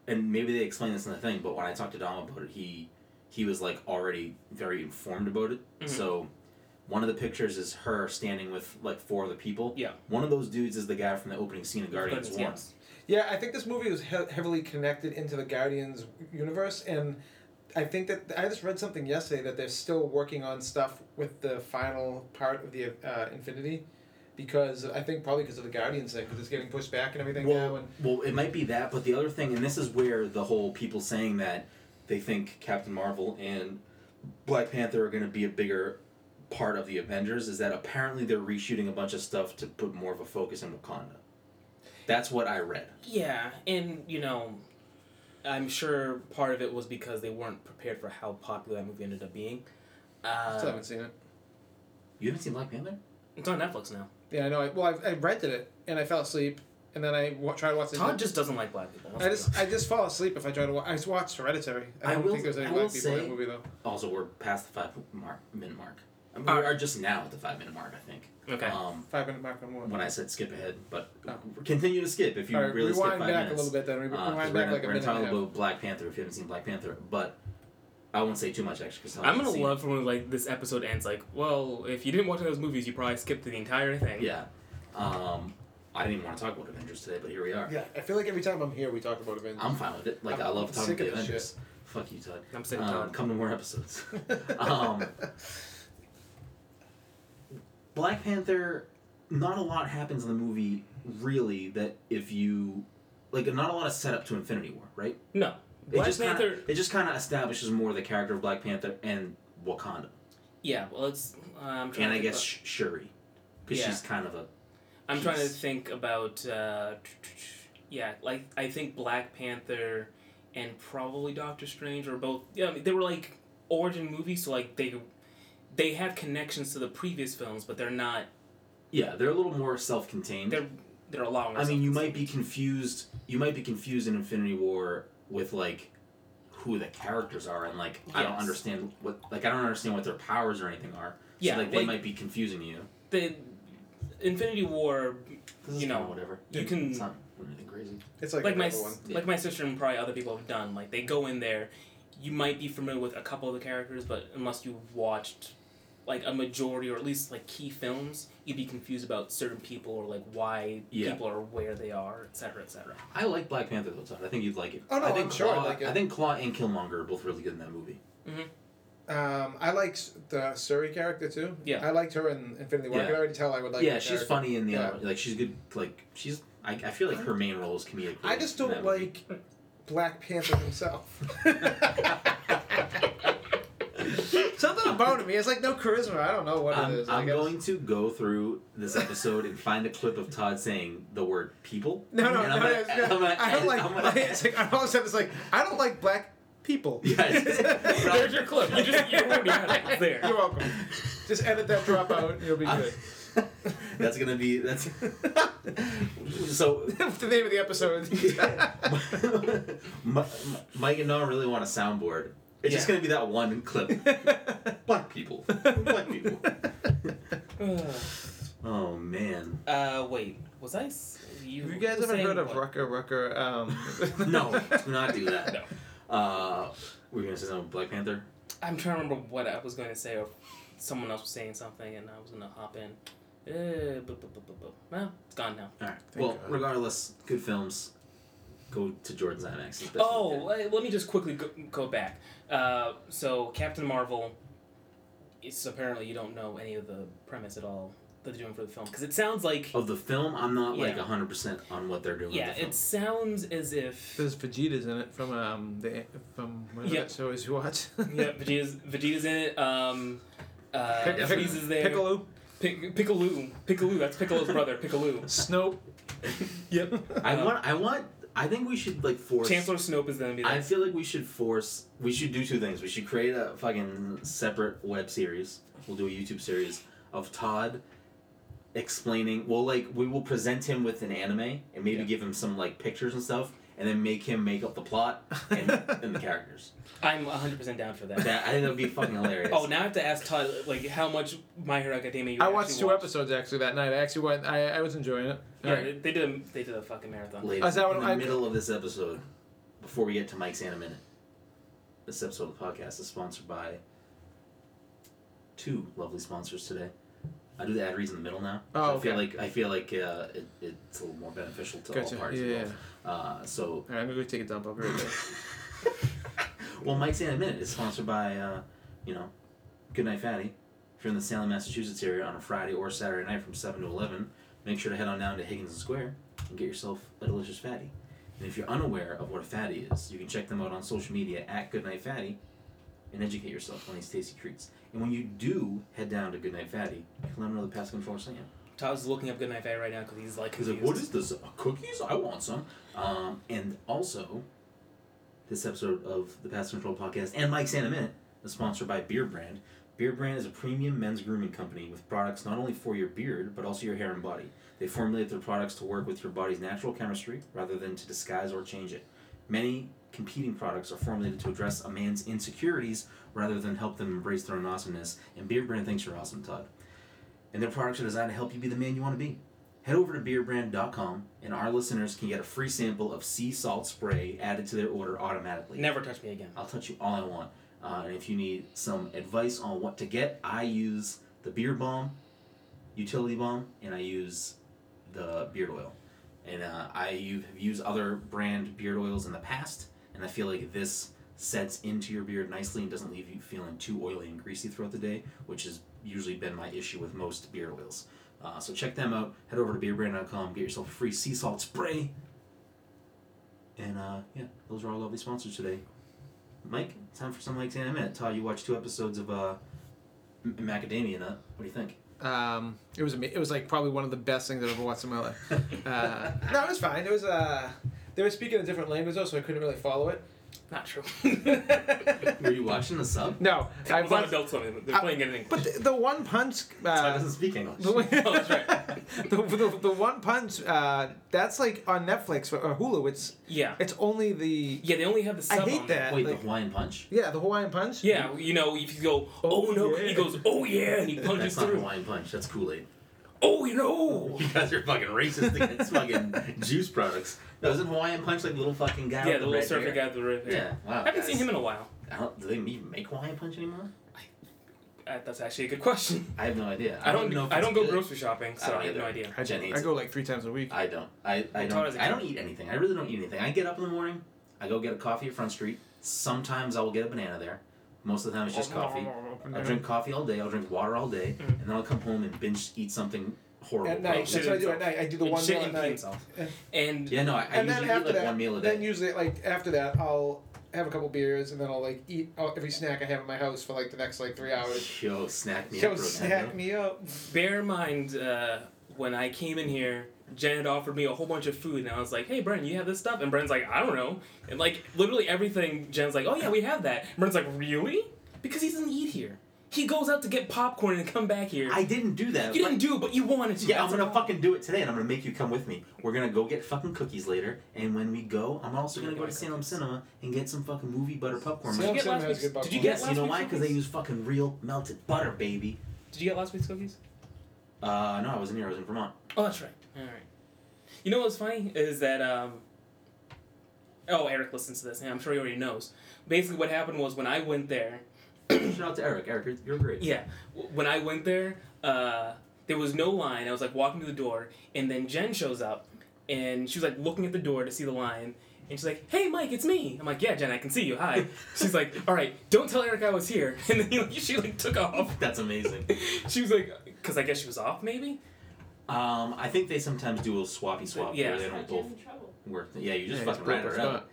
Speaker 2: and maybe they explained this in the thing, but when I talked to Dom about it, he he was like already very informed about it.
Speaker 4: Mhm.
Speaker 2: So one of the pictures is her standing with like four other people.
Speaker 4: Yeah.
Speaker 2: One of those dudes is the guy from the opening scene of Guardians
Speaker 4: Guardians,
Speaker 2: One.
Speaker 4: yes.
Speaker 3: Yeah, I think this movie was he- heavily connected into the Guardians universe, and I think that I just read something yesterday that they're still working on stuff with the final part of the uh, Infinity, because I think probably because of the Guardians thing, because it's getting pushed back and everything now. And
Speaker 2: Well, it might be that, but the other thing, and this is where the whole people saying that they think Captain Marvel and Black Panther are going to be a bigger part of the Avengers is that apparently they're reshooting a bunch of stuff to put more of a focus in Wakanda. That's what I read.
Speaker 4: Yeah, and you know, I'm sure part of it was because they weren't prepared for how popular that movie ended up being.
Speaker 3: I
Speaker 4: Uh,
Speaker 3: still haven't seen it.
Speaker 2: You haven't seen Black Panther?
Speaker 4: it's on Netflix now.
Speaker 3: Yeah, I know. I, well, I, I rented it and I fell asleep, and then I wa- tried to watch it.
Speaker 4: Todd just doesn't like black people.
Speaker 3: I just I just fall asleep if I try to watch. I just watched Hereditary. I
Speaker 2: I
Speaker 3: don't
Speaker 2: will-
Speaker 3: think there's any
Speaker 2: I
Speaker 3: black
Speaker 2: will
Speaker 3: people in that
Speaker 2: say-
Speaker 3: movie though.
Speaker 2: Also, we're past the five mark, minute mark. I mean,
Speaker 4: Uh,
Speaker 2: we are just now at the five minute mark, I think.
Speaker 4: okay.
Speaker 2: Um,
Speaker 3: Five minute mark on one.
Speaker 2: when I said skip ahead, but
Speaker 3: Oh.
Speaker 2: continue to skip if you
Speaker 3: All right,
Speaker 2: really skip
Speaker 3: rewind
Speaker 2: five
Speaker 3: back
Speaker 2: minutes.
Speaker 3: a little bit then. Re-
Speaker 2: Uh, 'cause
Speaker 3: rewind
Speaker 2: we're
Speaker 3: back
Speaker 2: gonna,
Speaker 3: like a
Speaker 2: we're gonna
Speaker 3: minute.
Speaker 2: talk
Speaker 3: and a half.
Speaker 2: about Black Panther if you haven't seen Black Panther, but I won't say too much actually. Cause
Speaker 4: I'm gonna
Speaker 2: I've seen
Speaker 4: love when like this episode ends like, well, if you didn't watch those movies, you probably skipped the entire
Speaker 2: it.
Speaker 4: thing.
Speaker 2: Yeah, um, I didn't even want to talk about Avengers today, but here we are.
Speaker 3: Yeah, I feel like every time I'm here, we talk about Avengers.
Speaker 2: I'm fine with it. Like i
Speaker 3: I'm
Speaker 2: love talking
Speaker 3: sick
Speaker 2: about
Speaker 3: of this
Speaker 2: Avengers. Fuck you, Todd.
Speaker 4: I'm sick of
Speaker 2: Um,
Speaker 4: Todd.
Speaker 2: come to more episodes. um, Black Panther, not a lot happens in the movie really. That if you like, not a lot of setup to Infinity War, right?
Speaker 4: No, Black
Speaker 2: it just
Speaker 4: Panther.
Speaker 2: Kinda, it just kind of establishes more of the character of Black Panther and Wakanda.
Speaker 4: Yeah, well, it's uh, I'm trying.
Speaker 2: and
Speaker 4: to
Speaker 2: I
Speaker 4: think
Speaker 2: guess Sh- Shuri, because
Speaker 4: Yeah.
Speaker 2: she's kind of a
Speaker 4: about- I'm trying to
Speaker 2: Peace.
Speaker 4: think about. Uh, tr- tr- tr- yeah, like I think Black Panther, and probably Doctor Strange or both. Yeah, I mean, they were like origin movies, so like they, they have connections to the previous films, but they're not.
Speaker 2: yeah. They're a little more self-contained.
Speaker 4: They're they're allowing.
Speaker 2: I mean, you might be confused. You might be confused in Infinity War with like who the characters are, and like I don't
Speaker 4: Yes.
Speaker 2: understand what like I don't understand what their powers or anything are. So,
Speaker 4: Yeah,
Speaker 2: like they
Speaker 4: like-
Speaker 2: might be confusing you.
Speaker 4: the Infinity War.
Speaker 2: This is
Speaker 4: You know,
Speaker 2: kinda whatever.
Speaker 4: you
Speaker 2: It's
Speaker 4: can-
Speaker 2: not anything crazy.
Speaker 3: It's like,
Speaker 4: like my
Speaker 3: another
Speaker 4: s-
Speaker 3: one.
Speaker 2: Yeah.
Speaker 4: like my sister and probably other people have done. Like they go in there, you might be familiar with a couple of the characters, but unless you watched like a majority or at least like key films, you'd be confused about certain people or like why
Speaker 2: Yeah.
Speaker 4: people are where they are, et cetera, et cetera.
Speaker 2: I like Black Panther though, Todd. I think you'd like it.
Speaker 3: Oh, no,
Speaker 2: I think
Speaker 3: I'm
Speaker 2: Claw,
Speaker 3: sure I'd like it.
Speaker 2: I think Claw and Killmonger are both really good in that movie.
Speaker 3: Um, I like s- the Suri character too.
Speaker 4: Yeah.
Speaker 3: I liked her in Infinity War. I
Speaker 2: Yeah.
Speaker 3: could already tell I would like.
Speaker 2: yeah,
Speaker 3: her
Speaker 2: she's
Speaker 3: character.
Speaker 2: funny in the
Speaker 3: Yeah.
Speaker 2: other. Like she's good. Like she's. I, I feel like her main role is comedic.
Speaker 3: I just
Speaker 2: in that
Speaker 3: don't
Speaker 2: movie.
Speaker 3: like Black Panther himself. Something about him. He has like no charisma. I don't know what
Speaker 2: I'm,
Speaker 3: it is. I
Speaker 2: I'm
Speaker 3: guess.
Speaker 2: going to go through this episode and find a clip of Todd saying the word people.
Speaker 3: No, no,
Speaker 2: and
Speaker 3: no,
Speaker 2: I'm gonna-
Speaker 3: no, no.
Speaker 2: I'm gonna-
Speaker 3: I don't like.
Speaker 2: I'm gonna-
Speaker 3: like, it's like I all of a sudden it's like I don't like black people.
Speaker 2: Yes. Right.
Speaker 4: There's your clip. You just you already had it. It's there.
Speaker 3: You're welcome. Just edit that drop out. You'll be
Speaker 2: I'm-
Speaker 3: good.
Speaker 2: that's gonna be that's so.
Speaker 3: the name of the episode.
Speaker 2: Mi- Mi- Mike and Noah really want a soundboard. It's just
Speaker 4: Yeah.
Speaker 2: gonna be that one clip. Black people. Black people. Oh man.
Speaker 4: Uh, wait, was I? s- You,
Speaker 3: If you guys
Speaker 4: were
Speaker 3: haven't
Speaker 4: saying
Speaker 3: heard of
Speaker 4: what?
Speaker 3: Rucker Rucker, um,
Speaker 2: No, do not do that.
Speaker 4: No.
Speaker 2: Uh, we were gonna say something about Black Panther.
Speaker 4: I'm trying to remember what I was going to say, or someone else was saying something, and I was going to hop in. Uh, bu- bu- bu- bu- bu- Well, it's gone now.
Speaker 2: All right.
Speaker 3: Thank
Speaker 2: well,
Speaker 3: God.
Speaker 2: regardless, good films. Go to Jordan's IMAX. It's best
Speaker 4: Oh,
Speaker 2: weekend.
Speaker 4: let, let me just quickly go, go back. Uh, so Captain Marvel, it's apparently you don't know any of the premise at all that they're doing for the film because it sounds like
Speaker 2: of the film, I'm not like
Speaker 4: Yeah.
Speaker 2: like 100 percent on what they're doing.
Speaker 4: yeah,
Speaker 2: with the film.
Speaker 4: it sounds as if
Speaker 3: there's Vegeta's in it from um the from whatever
Speaker 4: Yeah.
Speaker 3: that show is you watch.
Speaker 4: yeah, Vegeta's Vegeta's in it. Um, uh,
Speaker 3: Pic-
Speaker 2: Pic-
Speaker 4: Freeze is there.
Speaker 3: Piccolo,
Speaker 4: Pic- Piccolo, Piccolo, that's Piccolo's brother. Piccolo.
Speaker 3: Snow.
Speaker 4: Yep.
Speaker 2: I
Speaker 4: Uh,
Speaker 2: want. I want. I think we should like force.
Speaker 4: Chancellor Snope is gonna be
Speaker 2: I
Speaker 4: there.
Speaker 2: feel like we should force. We should do two things. We should create a fucking separate web series. We'll do a YouTube series of Todd explaining. Well, like we will present him with an anime and maybe
Speaker 4: Yeah.
Speaker 2: give him some like pictures and stuff, and then make him make up the plot and, and the characters.
Speaker 4: I'm 100% down for that.
Speaker 2: That I think that'd be fucking hilarious.
Speaker 4: oh, now I have to ask Todd like how much My Hero Academia. You
Speaker 1: I
Speaker 4: actually
Speaker 1: watched two
Speaker 4: watched.
Speaker 1: episodes actually that night. I actually went. I, I was enjoying it.
Speaker 4: Yeah,
Speaker 1: Alright.
Speaker 4: they- they did. A, they did a fucking marathon.
Speaker 2: Later,
Speaker 1: Is that what
Speaker 2: in the
Speaker 1: I-
Speaker 2: middle of this episode, before we get to Mike's in a minute, this episode of the podcast is sponsored by two lovely sponsors today. I do the ad reads in the middle now.
Speaker 1: Oh,
Speaker 2: I
Speaker 1: okay.
Speaker 2: feel like I feel like uh, it, it's a little more beneficial to
Speaker 1: Gotcha.
Speaker 2: all parties
Speaker 1: Yeah, yeah,
Speaker 2: involved. Uh, so,
Speaker 1: All right, I'm gonna go take a dump. I'll be right back.
Speaker 2: well, Mike's in a minute is sponsored by, uh, you know, Goodnight Fatty. If you're in the Salem, Massachusetts area on a Friday or Saturday night from seven to eleven, make sure to head on down to Higgins Square and get yourself a delicious fatty. And if you're unaware of what a fatty is, you can check them out on social media at Goodnight Fatty and educate yourself on these tasty treats. And when you do head down to Goodnight Fatty, you can let them know the past control Sam.
Speaker 4: Todd's looking up Goodnight Fat right now because he's like
Speaker 2: He's
Speaker 4: confused.
Speaker 2: like, what is this? Uh, Cookies? I want some. Um, and also, this episode of the Past Control Podcast and Mike's in a Minute is sponsored by Beer Brand. Beer Brand is a premium men's grooming company with products not only for your beard, but also your hair and body. They formulate their products to work with your body's natural chemistry rather than to disguise or change it. Many competing products are formulated to address a man's insecurities rather than help them embrace their own awesomeness, and Beer Brand thinks you're awesome, Todd. And their products are designed to help you be the man you want to be. Head over to beerbrand.com and our listeners can get a free sample of sea salt spray added to their order automatically.
Speaker 4: Never touch me again.
Speaker 2: I'll touch you all I want. Uh, and if you need some advice on what to get, I use the beer bomb, utility bomb, and I use the beard oil. And uh, I u- have used other brand beard oils in the past, and I feel like this sets into your beard nicely and doesn't leave you feeling too oily and greasy throughout the day, which has usually been my issue with most beard oils. Uh, so check them out. Head over to beerbrand.com, get yourself a free sea salt spray. And uh, yeah, those are our lovely sponsors today. Mike, time for some Mike's in a minute. Todd, you watched two episodes of uh, M- Macadamia Nut. What do you think?
Speaker 1: Um, it was ama- it was like probably one of the best things I've ever watched in my life. Uh,
Speaker 3: No, it was fine. It was uh, they were speaking a different language though, so I couldn't really follow it.
Speaker 4: Not true.
Speaker 2: Were you watching the sub?
Speaker 1: no, I
Speaker 4: I
Speaker 1: watched,
Speaker 4: adult swimming. They're
Speaker 1: I-
Speaker 4: playing anything.
Speaker 1: but the, the one punch.
Speaker 2: Todd
Speaker 1: Uh,
Speaker 2: doesn't speak English.
Speaker 1: the, way-
Speaker 4: Oh, that's right.
Speaker 1: the, the, the one punch. Uh, that's like on Netflix or, or Hulu. It's
Speaker 4: yeah.
Speaker 1: it's only the
Speaker 4: Yeah, they only have the
Speaker 1: I
Speaker 4: sub
Speaker 1: hate
Speaker 4: on there.
Speaker 1: that.
Speaker 2: Wait, the
Speaker 1: like-
Speaker 2: Hawaiian Punch?
Speaker 1: yeah, the Hawaiian punch.
Speaker 4: Yeah, you know, if you go, oh,
Speaker 1: Oh,
Speaker 4: no,
Speaker 1: yeah.
Speaker 4: he goes, oh yeah, and he punches
Speaker 2: That's not
Speaker 4: through.
Speaker 2: Hawaiian Punch. That's Kool Aid.
Speaker 4: Oh, you know.
Speaker 2: You guys are fucking racist against fucking juice products. No, isn't Hawaiian Punch like little fucking guy?
Speaker 4: Yeah,
Speaker 2: with
Speaker 4: the little
Speaker 2: red
Speaker 4: surfer
Speaker 2: hair?
Speaker 4: guy with the red hair.
Speaker 2: Yeah, wow.
Speaker 4: I haven't
Speaker 2: guys.
Speaker 4: seen him in a while.
Speaker 2: I don't, do they even make Hawaiian Punch anymore?
Speaker 4: Uh, that's actually a good question.
Speaker 2: I have no idea.
Speaker 4: I don't.
Speaker 2: know. If
Speaker 4: I
Speaker 2: it's
Speaker 4: don't go
Speaker 2: good.
Speaker 4: grocery shopping,
Speaker 2: I
Speaker 4: so
Speaker 2: don't
Speaker 4: I have no
Speaker 2: either.
Speaker 4: idea.
Speaker 1: I,
Speaker 2: Jen hates
Speaker 1: I
Speaker 2: it.
Speaker 1: go like three times a week.
Speaker 2: I don't. I, I
Speaker 4: Well, Todd is
Speaker 2: don't.
Speaker 4: a
Speaker 2: I don't
Speaker 4: kid.
Speaker 2: eat anything. I really don't eat anything. I get up in the morning. I go get a coffee at Front Street. Sometimes I will get a banana there. Most of the time it's just coffee. I'll drink coffee all day. I'll drink water all day,
Speaker 4: Mhm.
Speaker 2: and then I'll come home and binge eat something horrible.
Speaker 3: At night,
Speaker 4: shit
Speaker 3: that's what I do
Speaker 4: himself.
Speaker 3: at night. I do the
Speaker 4: and
Speaker 3: one
Speaker 4: shit
Speaker 3: meal at
Speaker 4: and pee
Speaker 3: night,
Speaker 4: himself. And
Speaker 2: Yeah, no, I, I
Speaker 3: and
Speaker 2: usually
Speaker 3: then
Speaker 2: eat
Speaker 3: after
Speaker 2: like
Speaker 3: that,
Speaker 2: one meal a
Speaker 3: then
Speaker 2: day.
Speaker 3: usually like after that, I'll have a couple beers and then I'll like eat all, every snack I have in my house for like the next like three hours.
Speaker 2: Yo, snack me
Speaker 3: Yo,
Speaker 2: up, bro.
Speaker 3: snack me up.
Speaker 4: bear in mind, uh, when I came in here, Jen had offered me a whole bunch of food, and I was like, "Hey, Bren, you have this stuff?" And Bren's like, "I don't know." And like literally everything, Jen's like, "Oh yeah, we have that." And Bren's like, "Really?" Because he doesn't eat here. He goes out to get popcorn and come back here.
Speaker 2: I didn't do that.
Speaker 4: you
Speaker 2: but-
Speaker 4: didn't do it, but you wanted to.
Speaker 2: Yeah, I'm
Speaker 4: That's
Speaker 2: gonna
Speaker 4: all.
Speaker 2: fucking do it today, and I'm gonna make you come with me. We're gonna go get fucking cookies later, and when we go, I'm also gonna go to Salem Cinema and get some fucking movie butter popcorn.
Speaker 4: Did you
Speaker 3: Salem
Speaker 4: get
Speaker 3: Cinema
Speaker 4: last
Speaker 3: has
Speaker 4: week's-
Speaker 3: good
Speaker 4: Did you
Speaker 3: popcorn.
Speaker 4: get
Speaker 2: Yes,
Speaker 4: last
Speaker 2: you know
Speaker 4: week's
Speaker 2: why? Because they
Speaker 4: cookies?
Speaker 2: use fucking real melted butter, baby.
Speaker 4: Did you get last week's cookies?
Speaker 2: Uh, no, I wasn't here. I was in Vermont.
Speaker 4: Oh, that's right. All right. You know what's funny is that um. Oh, Eric listens to this, and I'm sure he already knows. Basically, what happened was when I went there,
Speaker 2: Shout out to Eric. Eric, you're, you're great.
Speaker 4: Yeah, w- when I went there, uh, there was no line. I was like walking to the door, and then Jen shows up, and she was like looking at the door to see the line, and she's like, "Hey, Mike, it's me." I'm like, "Yeah, Jen, I can see you. Hi." she's like, "All right, don't tell Eric I was here," and then like, she like took off.
Speaker 2: That's amazing.
Speaker 4: She was like, "Cause I guess she was off, maybe."
Speaker 2: Um, I think they sometimes do a swappy swap
Speaker 4: Yeah.
Speaker 2: where they
Speaker 6: I
Speaker 2: don't
Speaker 6: get
Speaker 2: both
Speaker 6: in trouble.
Speaker 2: work. Yeah, you
Speaker 1: Yeah,
Speaker 2: just
Speaker 1: it's
Speaker 2: fucking
Speaker 1: broke
Speaker 2: ride
Speaker 1: or
Speaker 2: her
Speaker 1: not.
Speaker 2: out.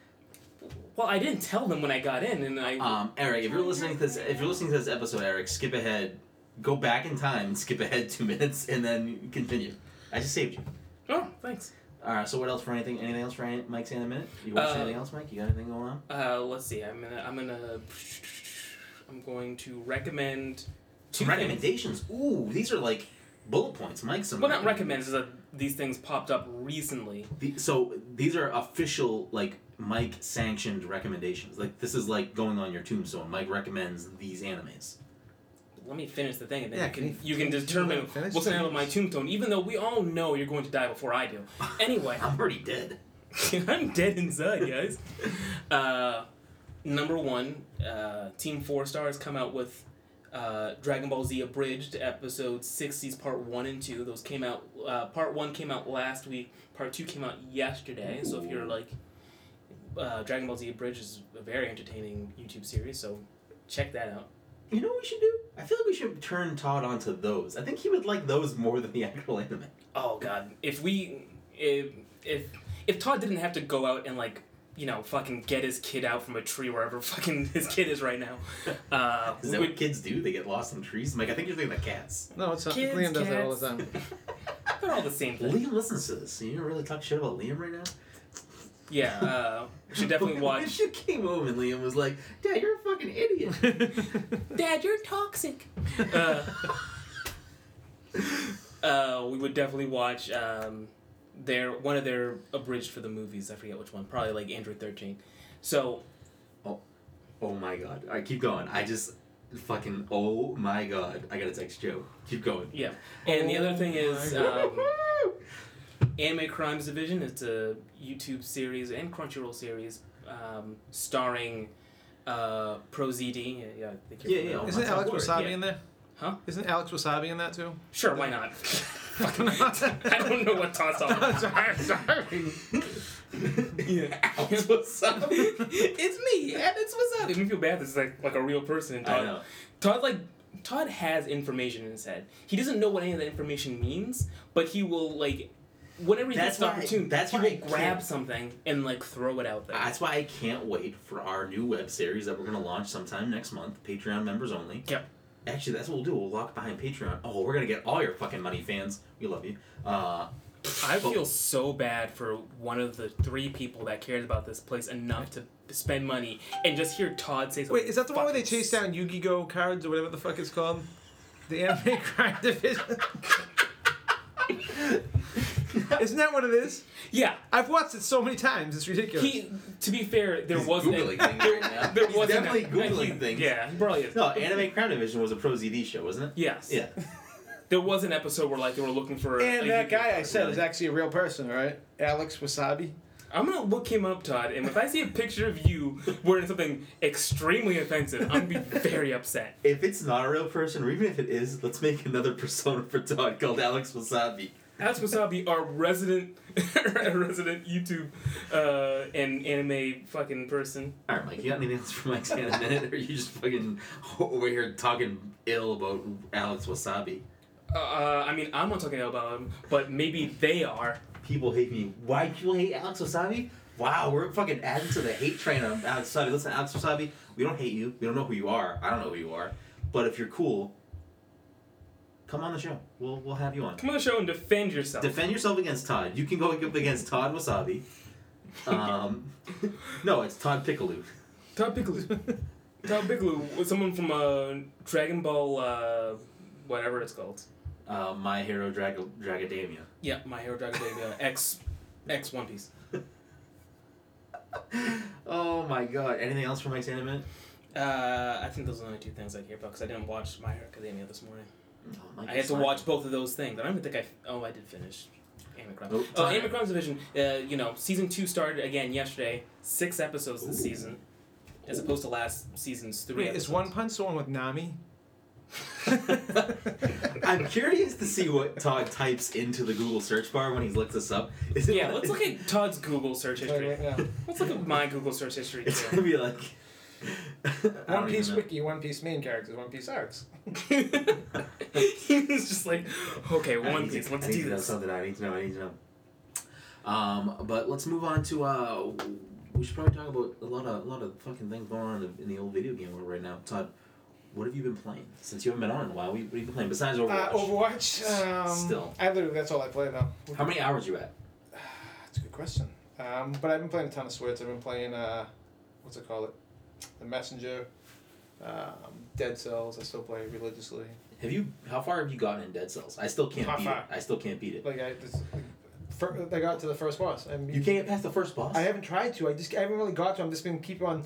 Speaker 4: Well, I didn't tell them when I got in, and I.
Speaker 2: Um, Eric, if you're listening to this, if you're listening to this episode, Eric, skip ahead, go back in time, and skip ahead two minutes, and then continue. I just saved you.
Speaker 4: oh, thanks.
Speaker 2: All right. So what else for anything? Anything else for any, Mike's in a minute? You want to
Speaker 4: Uh,
Speaker 2: say anything else, Mike? You got anything going on?
Speaker 4: Uh, let's see. I'm gonna. I'm gonna. I'm going to recommend. Two
Speaker 2: Some recommendations. Ooh, these are like bullet points. Mike's some.
Speaker 4: Well, not recommended. Is that these things popped up recently.
Speaker 2: The, so these are official, like Mike sanctioned recommendations. Like this is like going on your tombstone. Mike recommends these animes.
Speaker 4: Let me finish the thing, and then
Speaker 1: Yeah,
Speaker 4: you
Speaker 1: can
Speaker 4: can
Speaker 1: you
Speaker 4: you can
Speaker 1: finish-
Speaker 4: determine
Speaker 1: finish
Speaker 4: what's going on with my
Speaker 1: things?
Speaker 4: tombstone. Even though we all know you're going to die before I do. Anyway,
Speaker 2: I'm already dead.
Speaker 4: I'm dead inside, guys. Uh, number one, uh, Team Four Stars come out with uh, Dragon Ball Z Abridged episode 60s part one and two. Those came out. Uh, part one came out last week. Part two came out yesterday. So if you're like, uh, Dragon Ball Z Abridged is a very entertaining YouTube series. So check that out.
Speaker 2: You know what we should do? I feel like we should turn Todd onto those. I think he would like those more than the actual anime.
Speaker 4: Oh God! If we, if if if Todd didn't have to go out and like you know fucking get his kid out from a tree wherever fucking his kid is right now, uh,
Speaker 2: Is
Speaker 4: we
Speaker 2: that
Speaker 4: would-
Speaker 2: what kids do? They get lost in trees. Mike, I think you're thinking of cats.
Speaker 1: No, it's not.
Speaker 4: Kids,
Speaker 1: Liam does that all
Speaker 4: cats.
Speaker 1: the time.
Speaker 4: they're all the same thing.
Speaker 2: Liam listens to this. You don't really talk shit about Liam right now.
Speaker 4: Yeah, uh, we should definitely
Speaker 2: What
Speaker 4: watch.
Speaker 2: If you came home and Liam was like, "Dad, you're a fucking idiot."
Speaker 4: Dad, you're toxic. Uh, uh, we would definitely watch um, their one of their abridged for the movies. I forget which one. Probably like Android Thirteen. So
Speaker 2: oh my god! All right, keep going. I just fucking oh my god! I gotta text Joe. Keep going.
Speaker 4: yeah, and the other thing is.
Speaker 1: Oh my
Speaker 4: Um, Anime Crimes Division. It's a YouTube series and Crunchyroll series um, starring uh, ProZD. Yeah, yeah, I think you're
Speaker 2: Yeah,
Speaker 4: familiar
Speaker 2: yeah.
Speaker 4: with
Speaker 1: Isn't
Speaker 4: that.
Speaker 1: Alex
Speaker 2: word,
Speaker 1: Wasabi
Speaker 4: yeah.
Speaker 1: in there?
Speaker 4: Huh?
Speaker 1: Isn't Alex Wasabi in that too?
Speaker 4: Sure, why not? I don't know what Todd's on.
Speaker 1: I'm
Speaker 4: Yeah.
Speaker 2: Alex Wasabi.
Speaker 4: it's me, and it's what's up. It made me feel bad. This is like like a real person. And
Speaker 2: I
Speaker 4: Todd,
Speaker 2: know.
Speaker 4: Todd like Todd has information in his head. He doesn't know what any of that information means, but he will like whenever he
Speaker 2: That's
Speaker 4: gets the
Speaker 2: why-
Speaker 4: opportunity,
Speaker 2: that's
Speaker 4: he
Speaker 2: why
Speaker 4: will
Speaker 2: I can't-
Speaker 4: grab something and like throw it out there.
Speaker 2: That's why I can't wait for our new web series that we're gonna launch sometime next month. Patreon members only.
Speaker 4: Yep.
Speaker 2: Actually, that's what we'll do. We'll lock behind Patreon. Oh, we're gonna get all your fucking money, fans. We love you. Uh,
Speaker 4: I feel so bad for one of the three people that cares about this place enough to spend money and just hear Todd say something.
Speaker 1: Wait, is that the one where they
Speaker 4: fucking
Speaker 1: chase down Yu-Gi-Oh cards or whatever the fuck it's called? The anime crime division. Isn't that what it is?
Speaker 4: Yeah,
Speaker 1: I've watched it so many times. It's ridiculous.
Speaker 4: he. To be fair, there
Speaker 2: He's
Speaker 4: was
Speaker 2: googling things right now.
Speaker 4: There
Speaker 2: He's
Speaker 4: was
Speaker 2: definitely googling things.
Speaker 4: Yeah, he probably is.
Speaker 2: no, Anime Crown Division was a pro ZD show, wasn't it?
Speaker 4: Yes.
Speaker 2: Yeah.
Speaker 4: There was an episode where like they were looking for. a
Speaker 3: And that
Speaker 4: Yu-Gi-Oh
Speaker 3: guy I
Speaker 4: card.
Speaker 3: said
Speaker 2: really.
Speaker 3: is actually a real person, all right? Alex Wasabi.
Speaker 4: I'm gonna look him up, Todd, and if I see a picture of you wearing something extremely offensive, I'm gonna be very upset.
Speaker 2: If it's not a real person, or even if it is, let's make another persona for Todd called Alex Wasabi.
Speaker 4: Alex Wasabi, our resident, our resident YouTube uh, and anime fucking person.
Speaker 2: All right, Mike, you got anything else for Mike's hand in a minute, or you just fucking over here talking ill about Alex Wasabi?
Speaker 4: Uh, I mean, I'm not talking about them, but maybe they are.
Speaker 2: People hate me. Why do people hate Alex Wasabi? Wow, we're fucking adding to the hate train on Alex Wasabi. Listen, Alex Wasabi, we don't hate you. We don't know who you are. I don't know who you are. But if you're cool, come on the show. We'll we'll have you on.
Speaker 4: Come on the show and defend yourself.
Speaker 2: Defend yourself against Todd. You can go up against Todd Wasabi. Um, no, it's Todd Piccolo.
Speaker 4: Todd Piccolo. Todd Piccolo was someone from uh, Dragon Ball, uh, whatever it's called.
Speaker 2: Uh, My Hero Drag- Dragadamia.
Speaker 4: Yeah, My Hero Dragon Baby, uh, X, X One Piece.
Speaker 2: Oh my god. Anything else for Mike's anime?
Speaker 4: Uh, I think those are the only two things I care about because I didn't watch My Hero Academia this morning.
Speaker 2: No, Oh, Mike
Speaker 4: I had
Speaker 2: is
Speaker 4: to
Speaker 2: fine.
Speaker 4: watch both of those things, and I don't even think I. Oh, I did finish. Anacron.
Speaker 2: Nope.
Speaker 4: Oh, Anacron's Division. Uh, you know, season two started again yesterday. Six episodes this
Speaker 2: Ooh.
Speaker 4: season, as opposed to last season's three.
Speaker 1: Wait,
Speaker 4: episodes.
Speaker 1: is One Punch the one with Nami?
Speaker 2: I'm curious to see what Todd types into the Google search bar when he looks this up. Is it
Speaker 4: Yeah,
Speaker 2: like-
Speaker 4: let's look at Todd's Google search history.
Speaker 3: Right now.
Speaker 4: Let's look at my Google search history
Speaker 2: It's
Speaker 4: too.
Speaker 2: gonna be like. I don't
Speaker 3: One Piece
Speaker 2: even know.
Speaker 3: Wiki, One Piece main characters, One Piece arcs.
Speaker 4: he was just like, okay,
Speaker 2: I
Speaker 4: One
Speaker 2: need to-
Speaker 4: Piece, let's
Speaker 2: I need
Speaker 4: do
Speaker 2: to know
Speaker 4: this.
Speaker 2: Something I need to know. I need to know. Um, but let's move on to uh, we should probably talk about a lot of a lot of fucking things going on in the, in the old video game world right now. Todd, what have you been playing since you haven't been on in a while? What have you been playing besides Overwatch?
Speaker 3: Uh, Overwatch. Um,
Speaker 2: Still.
Speaker 3: I literally that's all I play now.
Speaker 2: How many hours you at?
Speaker 3: That's a good question. Um, but I've been playing a ton of Switch. I've been playing uh, what's it called? It, the Messenger, um, Dead Cells. I still play religiously.
Speaker 2: Have you? How far have you gotten in Dead Cells? I still can't
Speaker 7: How
Speaker 2: beat
Speaker 7: far?
Speaker 2: it. I still can't beat it.
Speaker 3: Like I this, like, fir- I got to the first boss. I mean,
Speaker 2: You can't get past the first boss.
Speaker 3: I haven't tried to. I just I haven't really got to. I'm just gonna keep on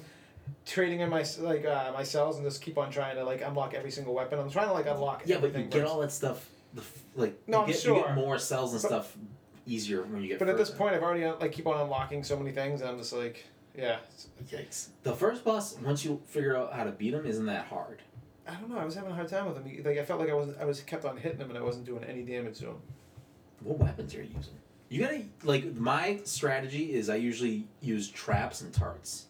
Speaker 3: trading in my like uh, my cells and just keep on trying to like unlock every single weapon. I'm trying to like unlock.
Speaker 2: yeah, but you
Speaker 3: everything
Speaker 2: get
Speaker 3: first.
Speaker 2: all that stuff. The f- like
Speaker 3: No,
Speaker 2: you
Speaker 3: I'm
Speaker 2: get, you
Speaker 3: sure.
Speaker 2: get more cells and
Speaker 3: But-
Speaker 2: stuff easier when you get.
Speaker 3: But at this
Speaker 2: further.
Speaker 3: point, I've already uh, like keep on unlocking so many things, and I'm just like, yeah. it's-
Speaker 2: Yikes. The first boss, once you figure out how to beat him, isn't that hard.
Speaker 3: I don't know. I was having a hard time with him. Like I felt like I was I was kept on hitting him and I wasn't doing any damage to him.
Speaker 2: What weapons are you using? You gotta like my strategy is I usually use traps and tarts.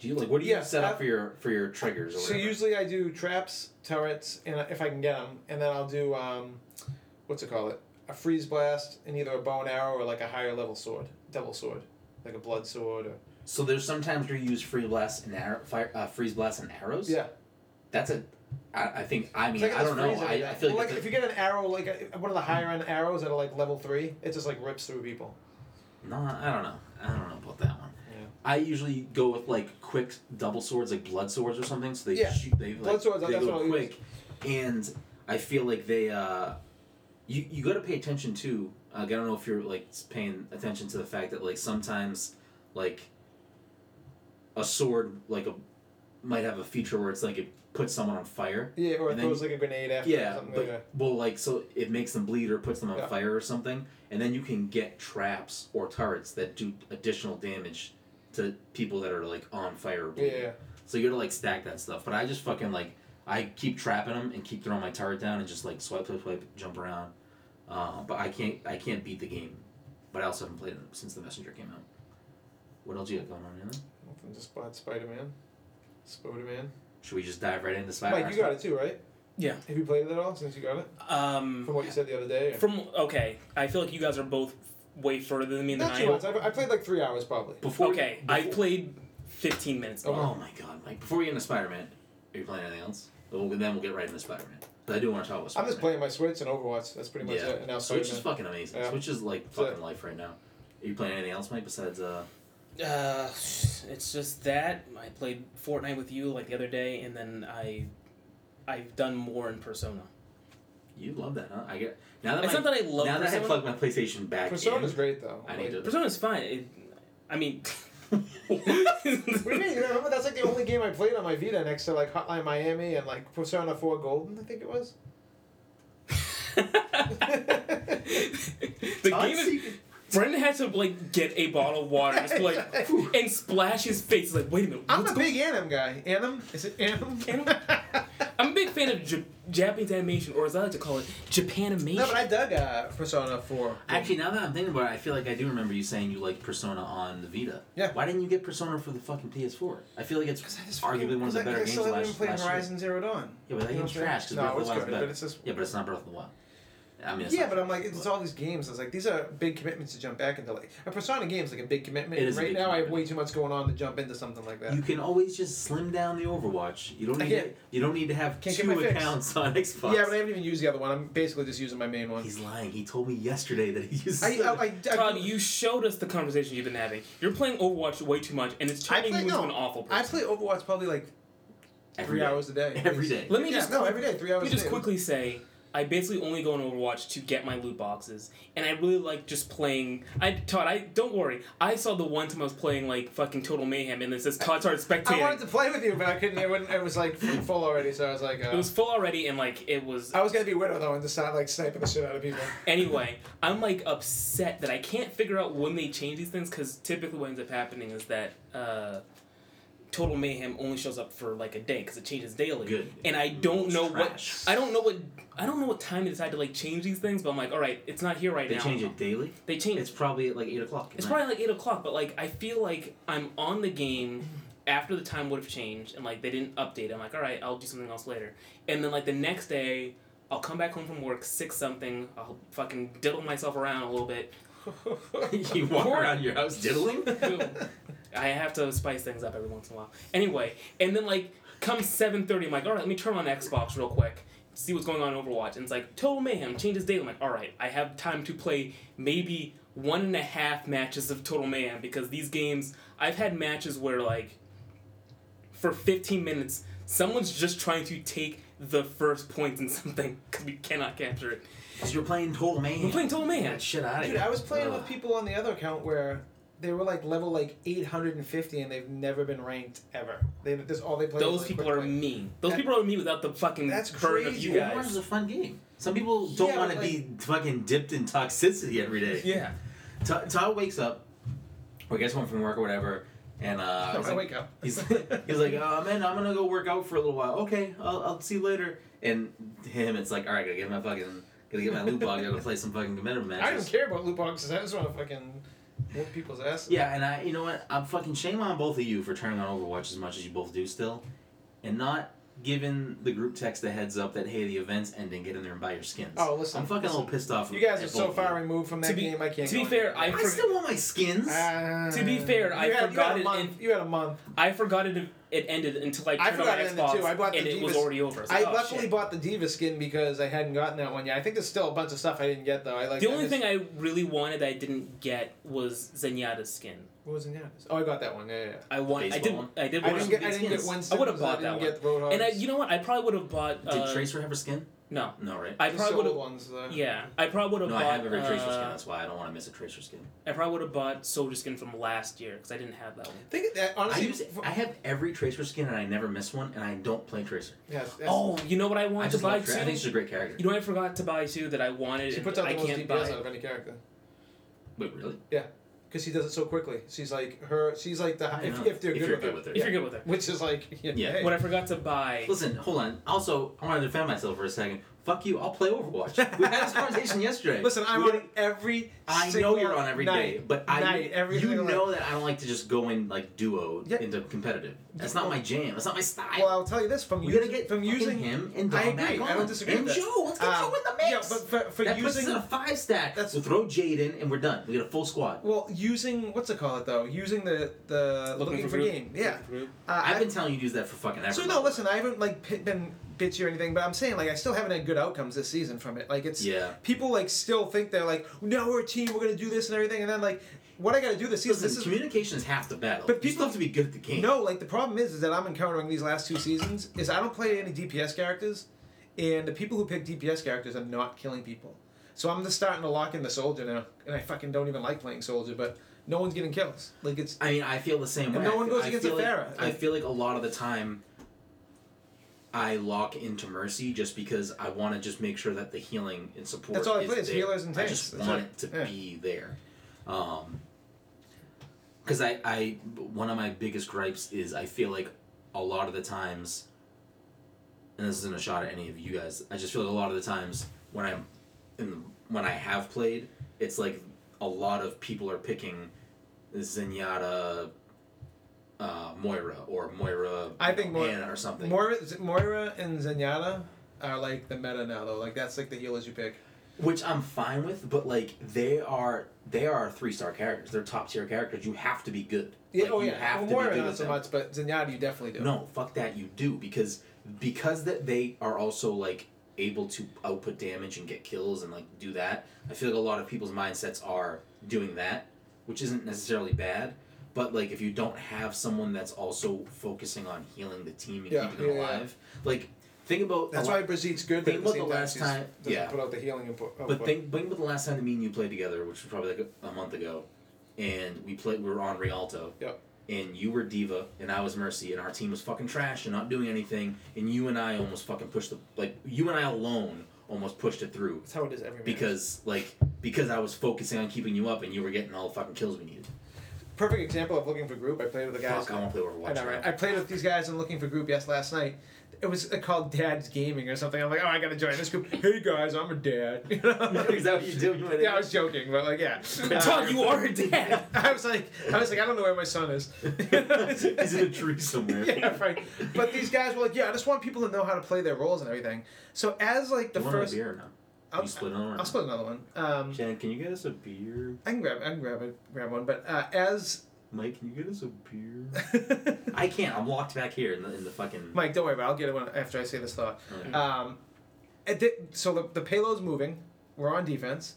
Speaker 2: Do you like what do you
Speaker 3: Yeah,
Speaker 2: set up
Speaker 3: I-
Speaker 2: for your for your triggers or
Speaker 3: So
Speaker 2: whatever?
Speaker 3: usually I do traps, turrets, and if I can get them, and then I'll do um, what's it called? It a freeze blast and either a bow and arrow or like a higher level sword, devil sword, like a blood sword or
Speaker 2: so there's sometimes where you use free blast and arrow, fire, uh, freeze blast and arrows.
Speaker 3: yeah.
Speaker 2: that's a. I, I think I mean
Speaker 3: It's like
Speaker 2: I don't
Speaker 3: those
Speaker 2: know
Speaker 3: freeze
Speaker 2: I,
Speaker 3: everything.
Speaker 2: I feel
Speaker 3: Well,
Speaker 2: like,
Speaker 3: like
Speaker 2: that's
Speaker 3: if you get an arrow like a, one of the higher end arrows that are like level three, it just like rips through people.
Speaker 2: a- no I don't know I don't know about that one.
Speaker 3: Yeah.
Speaker 2: I usually go with like quick double swords like blood swords or something so they
Speaker 3: Yeah.
Speaker 2: shoot they like
Speaker 3: Blood swords,
Speaker 2: they
Speaker 3: that's
Speaker 2: go
Speaker 3: what I'll
Speaker 2: quick and I feel like they uh you you got to pay attention to. Like, I don't know if you're like paying attention to the fact that like sometimes like a sword like a might have a feature where it's like it puts someone on fire.
Speaker 3: Yeah, or it
Speaker 2: And then
Speaker 3: throws like a grenade after or
Speaker 2: Yeah,
Speaker 3: something
Speaker 2: but
Speaker 3: like that.
Speaker 2: well, like so it makes them bleed or puts them on
Speaker 3: Yeah.
Speaker 2: fire or something, and then you can get traps or turrets that do additional damage to people that are like on fire. Or
Speaker 3: Yeah,
Speaker 2: bleeding.
Speaker 3: yeah.
Speaker 2: So you gotta like stack that stuff. But I just fucking like I keep trapping them and keep throwing my turret down and just like swipe, swipe, swipe, jump around. Uh, but I can't I can't beat the game. But I also haven't played it since the messenger came out. What else you got going on? Anything?
Speaker 3: Nothing, just bought Spider Man. Spider Man.
Speaker 2: Should we just dive right into Spider?
Speaker 3: Mike, you got it too, right?
Speaker 4: Yeah.
Speaker 3: Have you played it at all since you got it?
Speaker 4: Um,
Speaker 3: From what you said the other day? or-
Speaker 4: from okay, I feel like you guys are both way further than me than
Speaker 3: Not
Speaker 4: I
Speaker 3: too
Speaker 4: am.
Speaker 3: much. I, I played like three hours probably.
Speaker 2: Before
Speaker 4: Okay, I played fifteen minutes.
Speaker 2: Oh my god, Mike! Before we get into Spider Man, are you playing anything else? Well, then we'll get right into Spider Man. I do want to talk about.
Speaker 3: I'm
Speaker 2: Spider-Man.
Speaker 3: just playing my Switch and Overwatch. That's pretty much
Speaker 2: Yeah.
Speaker 3: it. And now
Speaker 2: Switch is
Speaker 3: Spider-Man.
Speaker 2: fucking amazing.
Speaker 3: Yeah.
Speaker 2: Switch is like
Speaker 3: So-
Speaker 2: fucking life right now. Are you playing anything else, Mike? Besides uh,
Speaker 4: Uh, it's just that I played Fortnite with you like the other day, and then I, I've done more in Persona.
Speaker 2: you love that, huh? I get now that
Speaker 4: it's
Speaker 2: my,
Speaker 4: not that I love
Speaker 2: now that I
Speaker 4: Persona.
Speaker 2: have plugged my PlayStation back
Speaker 3: Persona's
Speaker 2: in,
Speaker 3: great though.
Speaker 2: I need
Speaker 3: Like-
Speaker 2: to.
Speaker 4: Persona's fine. It, I mean,
Speaker 3: What do you mean? You remember that's like the only game I played on my Vita next to like Hotline Miami and like Persona 4 Golden, I think it was.
Speaker 4: the
Speaker 2: Todd
Speaker 4: game is.
Speaker 2: Seager-
Speaker 4: Brendan had to like get a bottle of water and just be like and splash his face. Like, wait a minute,
Speaker 3: I'm
Speaker 4: what's
Speaker 3: a
Speaker 4: going?
Speaker 3: big Anim guy. Anim? Is it Anim?
Speaker 4: Anim? I'm a big fan of J- Japanese animation, or as I like to call it, Japanimation.
Speaker 3: no, but I dug uh, Persona 4.
Speaker 2: Actually, now that I'm thinking about it, I feel like I do remember you saying you liked Persona on the Vita.
Speaker 3: Yeah.
Speaker 2: Why didn't you get Persona for the fucking PS4? I feel like it's arguably one of the better
Speaker 3: I
Speaker 2: games
Speaker 3: still haven't
Speaker 2: last,
Speaker 3: even played
Speaker 2: last year.
Speaker 3: Horizon Zero Dawn.
Speaker 2: Yeah, but that
Speaker 3: You know
Speaker 2: game's
Speaker 3: what I'm saying?
Speaker 2: trash because
Speaker 3: No,
Speaker 2: Breath of
Speaker 3: it's
Speaker 2: the Wild's
Speaker 3: good,
Speaker 2: better.
Speaker 3: but it's just-
Speaker 2: Yeah, but it's not Breath of the Wild. I mean, it's
Speaker 3: Yeah,
Speaker 2: not-
Speaker 3: but I'm like, it's all these games. I was like, these are big commitments to jump back into. Like a Persona game's like a big commitment.
Speaker 2: It is a
Speaker 3: right
Speaker 2: big
Speaker 3: now, I have
Speaker 2: commitment.
Speaker 3: way too much going on to jump into something like that.
Speaker 2: You can always just slim down the Overwatch. You don't
Speaker 3: I
Speaker 2: need
Speaker 3: can't-
Speaker 2: to, you don't need to have
Speaker 3: Can't get
Speaker 2: two
Speaker 3: my fix.
Speaker 2: accounts on Xbox.
Speaker 3: yeah, but I haven't even used the other one. I'm basically just using my main one.
Speaker 2: he's lying. He told me yesterday that he used.
Speaker 3: I, I, I, I,
Speaker 4: Todd, you showed us the conversation you've been having. You're playing Overwatch way too much, and it's
Speaker 3: I
Speaker 4: turning
Speaker 3: play-
Speaker 4: you into
Speaker 3: no,
Speaker 4: an awful
Speaker 3: I
Speaker 4: person.
Speaker 3: play Overwatch probably like
Speaker 2: Every
Speaker 3: three
Speaker 2: day.
Speaker 3: hours a day. at
Speaker 2: Every
Speaker 3: least.
Speaker 2: day.
Speaker 4: Let me
Speaker 3: yeah,
Speaker 4: just
Speaker 3: no, every day, three hours.
Speaker 4: Let me
Speaker 3: a
Speaker 4: just
Speaker 3: day.
Speaker 4: quickly say, I basically only go on Overwatch to get my loot boxes, and I really like just playing. I Todd, I don't worry. I saw the one time I was playing like fucking Total Mayhem, and it says Todd started
Speaker 3: I
Speaker 4: spectating.
Speaker 3: wanted to play with you, but I couldn't. I wouldn't. It was like full already, so I was like, uh,
Speaker 4: It was full already, and like it was.
Speaker 3: I was gonna be widow though and just start like sniping the shit out of people.
Speaker 4: Anyway, I'm like upset that I can't figure out when they change these things because typically what ends up happening is that uh, Total Mayhem only shows up for like a day because it changes daily.
Speaker 2: Good.
Speaker 4: And I don't know
Speaker 2: Trash.
Speaker 4: what I don't know what I don't know what time they decide to like change these things, but I'm like, all right, it's not here right
Speaker 2: They
Speaker 4: now.
Speaker 2: change it daily.
Speaker 4: They change.
Speaker 2: It's probably at like eight o'clock. at
Speaker 4: It's
Speaker 2: night.
Speaker 4: probably like eight o'clock, but like I feel like I'm on the game after the time would have changed, and like they didn't update. I'm like, all right, I'll do something else later. And then like the next day, I'll come back home from work six something. I'll fucking diddle myself around a little bit.
Speaker 2: you walk around your house diddling.
Speaker 4: I have to spice things up every once in a while. Anyway, and then like come seven thirty, I'm like, all right, let me turn on Xbox real quick. See what's going on in Overwatch, and it's like total mayhem changes daily. I'm like, all right, I have time to play maybe one and a half matches of total mayhem because these games I've had matches where like for 15 minutes someone's just trying to take the first points in something because we cannot capture it.
Speaker 2: Because you're playing Total Man.
Speaker 4: We're playing Total
Speaker 2: Get
Speaker 4: Man.
Speaker 2: that shit out of
Speaker 3: Dude,
Speaker 2: here.
Speaker 3: I was playing
Speaker 2: Ugh.
Speaker 3: with people on the other account where they were like level like 850 and they've never been ranked ever. They that's all they play. is,
Speaker 4: Those
Speaker 3: like,
Speaker 4: people
Speaker 3: quick
Speaker 4: are
Speaker 3: play.
Speaker 4: mean. Those
Speaker 3: That-
Speaker 4: people are mean without the fucking
Speaker 3: That's
Speaker 4: burden of you
Speaker 3: crazy.
Speaker 2: Warhammer's
Speaker 4: guys.
Speaker 2: a fun game. Some people don't
Speaker 3: Yeah,
Speaker 2: want to
Speaker 3: but
Speaker 2: be fucking dipped in toxicity every day.
Speaker 4: Yeah.
Speaker 2: Todd Todd wakes up, or gets home from work or whatever, and uh,
Speaker 3: No,
Speaker 2: he's,
Speaker 3: I
Speaker 2: like,
Speaker 3: wake up.
Speaker 2: he's, he's like, oh man, I'm gonna go work out for a little while. Okay, I'll, I'll see you later. And to him, it's like, all right, gotta get my fucking, gotta get my loot box, gotta play some fucking competitive
Speaker 3: I don't
Speaker 2: matches.
Speaker 3: care about loot boxes. I just want to fucking whoop people's asses.
Speaker 2: Yeah, and I, you know what? I'm fucking shame on both of you for turning on Overwatch as much as you both do still, and not giving the group text a heads up that hey, the event's ending. Get in there and buy your skins.
Speaker 3: Oh, listen,
Speaker 2: I'm fucking a little
Speaker 3: listen.
Speaker 2: pissed off.
Speaker 3: You guys
Speaker 2: at
Speaker 3: are so
Speaker 2: both of
Speaker 3: far removed from that
Speaker 4: To be-
Speaker 3: game. I can't.
Speaker 4: to be
Speaker 3: go
Speaker 4: fair, I
Speaker 3: anywhere.
Speaker 2: you. I still want my skins.
Speaker 3: Ah.
Speaker 4: To be fair, I
Speaker 3: you had,
Speaker 4: forgot
Speaker 3: you had a
Speaker 4: it
Speaker 3: month.
Speaker 4: in-
Speaker 3: you had a month.
Speaker 4: I forgot it. It ended until I
Speaker 3: I
Speaker 4: turned on
Speaker 3: forgot
Speaker 4: my
Speaker 3: it ended
Speaker 4: Xbox
Speaker 3: too. I bought the
Speaker 4: and it was
Speaker 3: Divas-
Speaker 4: already over. was
Speaker 3: I
Speaker 4: like, oh,
Speaker 3: luckily
Speaker 4: shit.
Speaker 3: bought the Diva skin because I hadn't gotten that one yet. I think there's still a bunch of stuff I didn't get though. I like.
Speaker 4: the
Speaker 3: I
Speaker 4: only
Speaker 3: just-
Speaker 4: thing I really wanted that I didn't get was Zenyatta's skin.
Speaker 3: What was in there? Oh, I got that one. Yeah, yeah. yeah.
Speaker 4: I want. I
Speaker 2: Baseball
Speaker 4: did.
Speaker 2: one?
Speaker 4: I did.
Speaker 3: I
Speaker 4: want
Speaker 3: didn't
Speaker 4: some
Speaker 3: get. I
Speaker 4: good
Speaker 3: didn't get
Speaker 4: skins.
Speaker 3: one.
Speaker 4: I would have
Speaker 3: because
Speaker 4: bought that
Speaker 3: didn't
Speaker 4: one.
Speaker 3: Get Roadhogs.
Speaker 4: And I, you know what? I probably would have bought.
Speaker 2: Did
Speaker 4: uh,
Speaker 2: Tracer have her skin?
Speaker 4: No,
Speaker 2: No, right?
Speaker 4: I
Speaker 3: Just
Speaker 4: probably would
Speaker 3: old
Speaker 4: have.
Speaker 3: ones. Though.
Speaker 4: Yeah, I probably would have
Speaker 2: no,
Speaker 4: bought.
Speaker 2: I have every Tracer skin.
Speaker 4: uh,
Speaker 2: That's why I don't want to miss a Tracer skin.
Speaker 4: I probably would have bought Soldier skin from last year because I didn't have that one.
Speaker 3: Think of that
Speaker 2: I
Speaker 3: honestly.
Speaker 2: use. I have every Tracer skin and I never miss one. And I don't play Tracer.
Speaker 3: yeah, that's-
Speaker 4: Oh, you know what I
Speaker 2: I
Speaker 4: wanted to
Speaker 2: just
Speaker 4: buy
Speaker 2: love. Tra- I think she's
Speaker 4: too.
Speaker 2: a great character.
Speaker 4: You know what I forgot to buy too that I wanted.
Speaker 3: she
Speaker 4: and
Speaker 3: puts out
Speaker 4: I
Speaker 3: the most
Speaker 4: can't
Speaker 3: DPS
Speaker 4: buy.
Speaker 3: out of any character
Speaker 2: Wait, really?
Speaker 3: because she does it so quickly. She's like her. She's like the
Speaker 2: I
Speaker 3: if,
Speaker 2: know.
Speaker 3: if they're
Speaker 2: you're
Speaker 3: good with
Speaker 2: good
Speaker 3: her,
Speaker 2: with her.
Speaker 4: If you're good with it.
Speaker 3: which is like yeah.
Speaker 2: Yeah.
Speaker 3: hey.
Speaker 4: What I forgot to buy.
Speaker 2: Listen, hold on. Also, I want to defend myself for a second. Fuck you. I'll play Overwatch. We had this conversation yesterday.
Speaker 1: Listen, I'm
Speaker 2: We-
Speaker 1: on every.
Speaker 2: I know
Speaker 1: single
Speaker 2: you're on every day,
Speaker 1: night.
Speaker 2: but I
Speaker 1: night, every
Speaker 2: you
Speaker 1: single
Speaker 2: know that I don't like to just go in like duo
Speaker 1: Yeah.
Speaker 2: into competitive. That's not my jam. That's not my style.
Speaker 1: Well, I'll tell you this from
Speaker 2: we
Speaker 1: us-
Speaker 2: gotta get
Speaker 1: from
Speaker 2: fucking
Speaker 1: using
Speaker 2: him and Dom
Speaker 1: I agree.
Speaker 2: back on.
Speaker 1: I don't disagree
Speaker 2: And
Speaker 1: with that.
Speaker 2: Joe, let's get
Speaker 1: Um,
Speaker 2: Joe in the
Speaker 1: Yeah,
Speaker 2: mix.
Speaker 1: but for, for
Speaker 2: that puts us
Speaker 1: using
Speaker 2: at a five stack.
Speaker 1: That's-
Speaker 2: That's we'll throw Jade in, and we're done. We get a full squad.
Speaker 1: well, using what's it call it though? Using the the looking, for,
Speaker 4: group-
Speaker 1: game. Yeah,
Speaker 4: looking for group.
Speaker 1: uh,
Speaker 2: I've been telling you to do that for fucking ever.
Speaker 1: So no, listen, I haven't like p- been bitchy or anything, but I'm saying like I still haven't had good outcomes this season from it. Like it's
Speaker 2: Yeah.
Speaker 1: people like still think they're like, no, we're a team, we're gonna do this and everything, and then like what I gotta do this season,
Speaker 2: Listen,
Speaker 1: this is
Speaker 2: communication is half the battle.
Speaker 1: But
Speaker 2: you
Speaker 1: people-
Speaker 2: still have to be good at the game.
Speaker 1: no, like the problem is, is that I'm encountering these last two seasons is I don't play any DPS characters, and the people who pick DPS characters are not killing people. So I'm just starting to lock in the soldier now, and I fucking don't even like playing soldier, but no one's getting kills. Like it's
Speaker 2: I mean, I feel the same
Speaker 1: And
Speaker 2: way.
Speaker 1: no
Speaker 2: I
Speaker 1: one
Speaker 2: feel-
Speaker 1: goes
Speaker 2: I
Speaker 1: against
Speaker 2: feel like-
Speaker 1: Athera.
Speaker 2: I
Speaker 1: Like-
Speaker 2: feel like a lot of the time, I lock into Mercy just because I want to just make sure that the healing and support.
Speaker 1: That's all I
Speaker 2: is
Speaker 1: play is
Speaker 2: there.
Speaker 1: healers and
Speaker 2: I
Speaker 1: tanks.
Speaker 2: just
Speaker 1: That's
Speaker 2: want
Speaker 1: it.
Speaker 2: it to
Speaker 1: Yeah.
Speaker 2: be there. Um, because I, I, one of my biggest gripes is I feel like a lot of the times, and this isn't a shot at any of you guys. I just feel like a lot of the times when I'm, in the, when I have played, it's like a lot of people are picking Zenyatta, uh, Moira or Moira.
Speaker 1: I think Mo-
Speaker 2: Hannah or something.
Speaker 1: Moira, Moira and Zenyatta are like the meta now though. Like that's like the healers you pick.
Speaker 2: which I'm fine with, but like they are they are three star characters. They're top tier characters. You have to be good.
Speaker 1: Yeah,
Speaker 2: Like,
Speaker 1: oh
Speaker 2: you
Speaker 1: yeah.
Speaker 2: Have
Speaker 1: well,
Speaker 2: to
Speaker 1: Moira
Speaker 2: be good
Speaker 1: not
Speaker 2: at
Speaker 1: so
Speaker 2: them.
Speaker 1: much, but Zenyatta you definitely do.
Speaker 2: No, fuck that. You do because because that they are also like able to output damage and get kills and like do that. I feel like a lot of people's mindsets are doing that, which isn't necessarily bad. But like if you don't have someone that's also focusing on healing the team and
Speaker 3: Yeah,
Speaker 2: keeping them
Speaker 3: yeah, yeah.
Speaker 2: alive, like think about
Speaker 3: That's
Speaker 2: a
Speaker 3: why
Speaker 2: lot-
Speaker 3: Brzezinski's good.
Speaker 2: Think
Speaker 3: but at
Speaker 2: about
Speaker 3: the same
Speaker 2: the
Speaker 3: time,
Speaker 2: last
Speaker 3: she's-
Speaker 2: time-
Speaker 3: doesn't
Speaker 2: yeah.
Speaker 3: Put out the healing input.
Speaker 1: Oh,
Speaker 2: But think, think about the last time that me and you played together, which was probably like a, a month ago, and we played. We were on Rialto.
Speaker 3: Yep.
Speaker 2: And you were Diva, and I was Mercy, and our team was fucking trash and not doing anything. And you and I almost fucking pushed the like you and I alone almost pushed it through
Speaker 3: that's how it is every match.
Speaker 2: because like because I was focusing on keeping you up, and you were getting all the fucking kills we needed.
Speaker 3: perfect example of looking for group. I played with a guy.
Speaker 2: Fuck, I want to play Overwatch.
Speaker 1: I know,
Speaker 2: now.
Speaker 1: right? I played with these guys and looking for group yes last night. It was uh, called Dad's Gaming or something. I'm like, oh, I gotta join this group. Hey guys, I'm a dad. You know?
Speaker 2: Is that what you do? You went in?
Speaker 1: yeah, I was joking, but like, yeah.
Speaker 4: Todd, you are a dad.
Speaker 1: I was like, I was like, I don't know where my son is.
Speaker 2: He's in a tree somewhere.
Speaker 1: yeah, right. But these guys were like, yeah, I just want people to know how to play their roles and everything. So as like the
Speaker 2: you want a
Speaker 1: first,
Speaker 2: beer now?
Speaker 1: I'll,
Speaker 2: you split it on.
Speaker 1: I'll split another one. Um,
Speaker 5: Jan, can you get us a beer?
Speaker 1: I can grab, I can grab it, grab one. But uh, as
Speaker 5: Mike, can you get us a beer?
Speaker 2: I can't. I'm locked back here in the, in the fucking. uh,
Speaker 1: Mike, don't worry about it. I'll get it when, after I say this thought.
Speaker 2: Okay.
Speaker 1: Um, at the- so the, the payload's moving. We're on defense.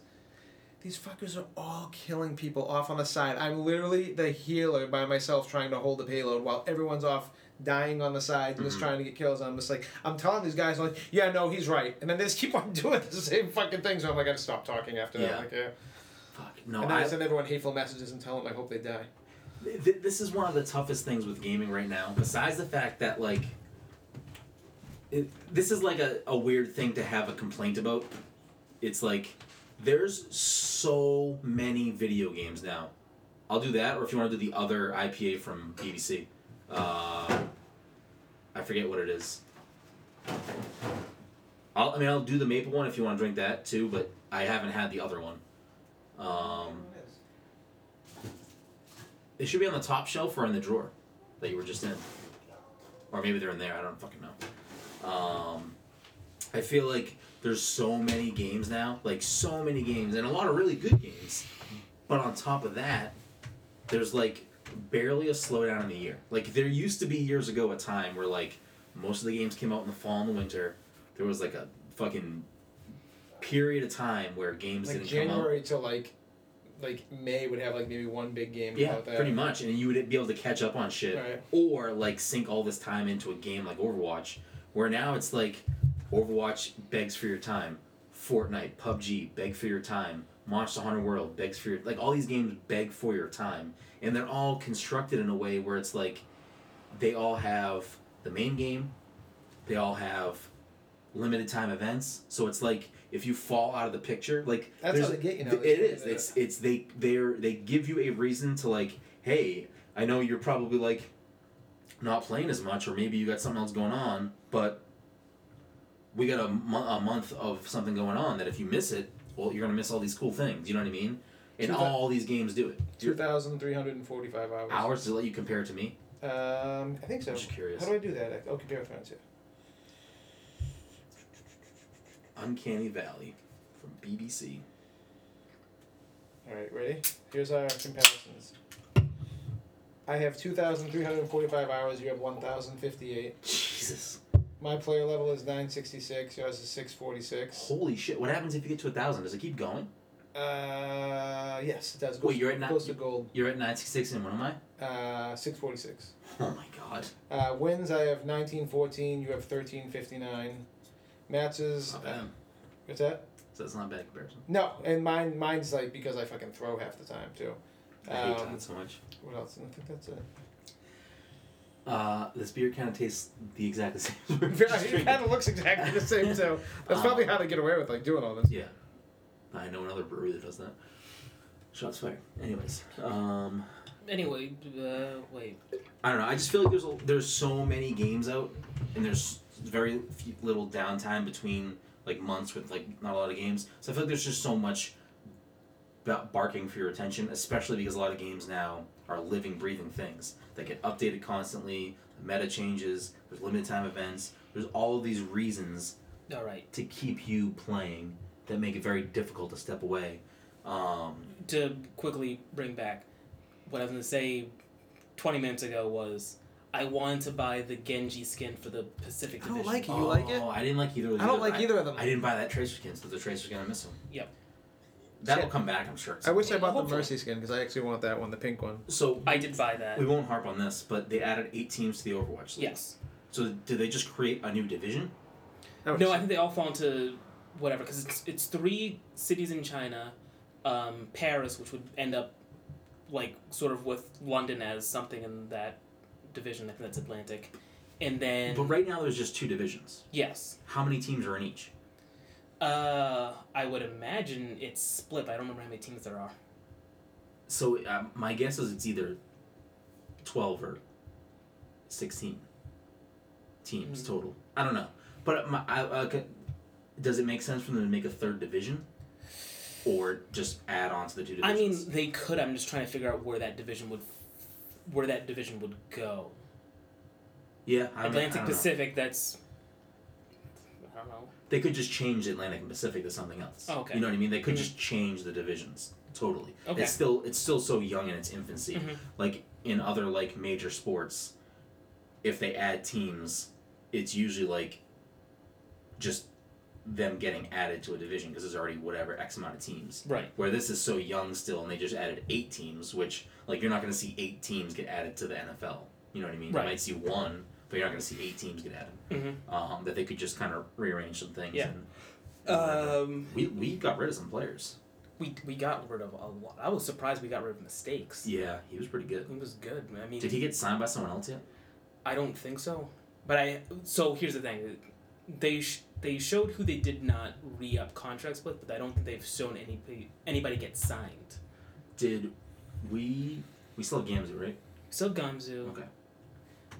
Speaker 1: These fuckers are all killing people off on the side. I'm literally the healer by myself trying to hold the payload while everyone's off
Speaker 3: dying on the side and just
Speaker 2: Mhm.
Speaker 3: trying to get kills. And I'm just like, I'm telling these guys, like, yeah, no, he's right. And then they just keep on doing the same fucking thing. So I'm like, I gotta stop talking after that.
Speaker 2: Yeah.
Speaker 3: Like, yeah.
Speaker 2: Fuck. No,
Speaker 3: and then I,
Speaker 2: I,
Speaker 3: send everyone hateful messages and tell them I hope they die.
Speaker 2: th- th- this is one of the toughest things with gaming right now. Besides the fact that like, it, this is like a, a weird thing to have a complaint about. It's like there's so many video games now. I'll do that, or if you want to do the other IPA from BBC, uh, I forget what it is. I'll, I mean, I'll do the maple one if you want to drink that too, but I haven't had the other one. Um, they should be on the top shelf or in the drawer that you were just in. Or maybe they're in there, I don't fucking know. Um, I feel like there's so many games now, like so many games, and a lot of really good games. But on top of that, there's like barely a slowdown in the year. Like there used to be years ago a time where like most of the games came out in the fall and the winter. There was like a fucking period of time where games
Speaker 3: Like
Speaker 2: didn't come out.
Speaker 3: January to like, like May would have like maybe one big game.
Speaker 2: Yeah,
Speaker 3: about that.
Speaker 2: pretty much, and you would be able to catch up on shit,
Speaker 3: Right.
Speaker 2: or like sink all this time into a game like Overwatch, where now it's like Overwatch begs for your time, Fortnite, PUBG beg for your time, Monster Hunter World begs for your like all these games beg for your time, and they're all constructed in a way where it's like they all have the main game, they all have limited time events, so it's like if you fall out of the picture, like
Speaker 3: That's
Speaker 2: there's
Speaker 3: how they get you now.
Speaker 2: Th-
Speaker 3: They
Speaker 2: it
Speaker 3: just-
Speaker 2: is. It's it's they they're they give you a reason to like, hey, I know you're probably like not playing as much, or maybe you got something else going on, but we got a, mo- a month of something going on that if you miss it, well, you're gonna miss all these cool things. You know what I mean? And
Speaker 3: Two thou-
Speaker 2: all these games do it.
Speaker 3: two thousand three hundred and forty-five hours.
Speaker 2: Hours to let you compare it to me.
Speaker 3: Um, I think so.
Speaker 2: I'm just curious.
Speaker 3: How do I do that? I- Oh, compare with friends. Yeah.
Speaker 2: Uncanny Valley from BBC.
Speaker 3: All right, ready? Here's our comparisons. I have 2,345 hours. You have 1,058.
Speaker 2: Jesus,
Speaker 3: My player level is 966. Yours is 646.
Speaker 2: holy shit! What happens if you get to a thousand? Does it keep going?
Speaker 3: Uh, yes, it does. Goes,
Speaker 2: Wait, you're at nine.
Speaker 3: goes to gold.
Speaker 2: You're at nine six six, and what am I?
Speaker 3: Uh, 646.
Speaker 2: Oh my god.
Speaker 3: Uh, wins. I have 1914. You have 1359. Matches.
Speaker 2: Not
Speaker 3: Uh,
Speaker 2: bad.
Speaker 3: what's that?
Speaker 2: So that's not a bad comparison.
Speaker 3: No, and mine. Mine's like because I fucking throw half the time too.
Speaker 2: I hate
Speaker 3: Um,
Speaker 2: that so much.
Speaker 3: what else? I think that's it.
Speaker 2: Uh, this beer kind of tastes the exact the same. as we're just
Speaker 3: it
Speaker 2: drinking.
Speaker 3: kind of looks exactly the same too. That's probably how they get away with like doing all this.
Speaker 2: yeah, I know another brewery that does that. Shots fired. Anyways, um,
Speaker 4: Anyway, uh, wait.
Speaker 2: I don't know. I just feel like there's a, there's so many games out, and there's very few, little downtime between like months with like not a lot of games. So I feel like there's just so much ba- barking for your attention, especially because a lot of games now are living, breathing things that get updated constantly. The meta changes. There's limited time events. There's all of these reasons
Speaker 4: All right.
Speaker 2: to keep you playing that make it very difficult to step away. Um,
Speaker 4: to quickly bring back what I was gonna say twenty minutes ago was I wanted to buy the Genji skin for the Pacific
Speaker 3: I don't
Speaker 4: Division.
Speaker 3: like it. You like
Speaker 2: oh, I didn't like either of those.
Speaker 3: I don't like either of them.
Speaker 2: I didn't buy that tracer skin, so the tracer's gonna miss him.
Speaker 4: Yep.
Speaker 2: That'll
Speaker 3: Yeah.
Speaker 2: come back, I'm sure.
Speaker 3: I wish I bought the
Speaker 4: Hopefully.
Speaker 3: Mercy skin because I actually want that one, the pink one.
Speaker 2: So
Speaker 4: I did buy that.
Speaker 2: we won't harp on this, but they added eight teams to the Overwatch League.
Speaker 4: Yes.
Speaker 2: So did they just create a new division?
Speaker 3: That would
Speaker 4: No, I
Speaker 3: just-
Speaker 4: think they all fall into whatever because it's it's three cities in China, um, Paris, which would end up like sort of with London as something in that division. I think that's Atlantic, and then
Speaker 2: But right now there's just two divisions.
Speaker 4: yes,
Speaker 2: How many teams are in each?
Speaker 4: uh, I would imagine it's split. But I don't remember how many teams there are.
Speaker 2: So uh, my guess is it's either twelve or sixteen teams
Speaker 4: Mhm.
Speaker 2: total. I don't know, but my, I, I could- does it make sense for them to make a third division, or just add on to the two
Speaker 4: I
Speaker 2: divisions?
Speaker 4: mean, they could. I'm just trying to figure out where that division would, where that division would go.
Speaker 2: yeah, I mean, I
Speaker 4: Atlantic
Speaker 2: don't know.
Speaker 4: Pacific. That's. I don't know.
Speaker 2: They could just change Atlantic and Pacific to something else.
Speaker 4: Oh, okay.
Speaker 2: You know what I mean? They could
Speaker 4: Mhm.
Speaker 2: just change the divisions totally.
Speaker 4: Okay.
Speaker 2: It's still it's still so young in its infancy.
Speaker 4: Mhm.
Speaker 2: Like in other like major sports, if they add teams, it's usually like just them getting added to a division because there's already whatever X amount of teams.
Speaker 4: Right.
Speaker 2: Where this is so young still, and they just added eight teams, which like you're not going to see eight teams get added to the NFL. You know what I mean?
Speaker 4: Right.
Speaker 2: You might see one, but you're not going to see eight teams get added.
Speaker 4: Mm-hmm.
Speaker 2: Um, that they could just kind of rearrange some things.
Speaker 4: Yeah.
Speaker 2: And, Uh,
Speaker 4: Um,
Speaker 2: we we got rid of some players.
Speaker 4: we we got rid of a lot. I was surprised we got rid of mistakes.
Speaker 2: Yeah, he was pretty good.
Speaker 4: He was good. man. I mean,
Speaker 2: Did he get signed by someone else yet?
Speaker 4: I don't think so. But I so here's the thing, they sh- they showed who they did not re up contracts with, but I don't think they've shown anybody anybody get signed.
Speaker 2: Did we? We still have Gamzu, right?
Speaker 4: Still Gamzu.
Speaker 2: Okay.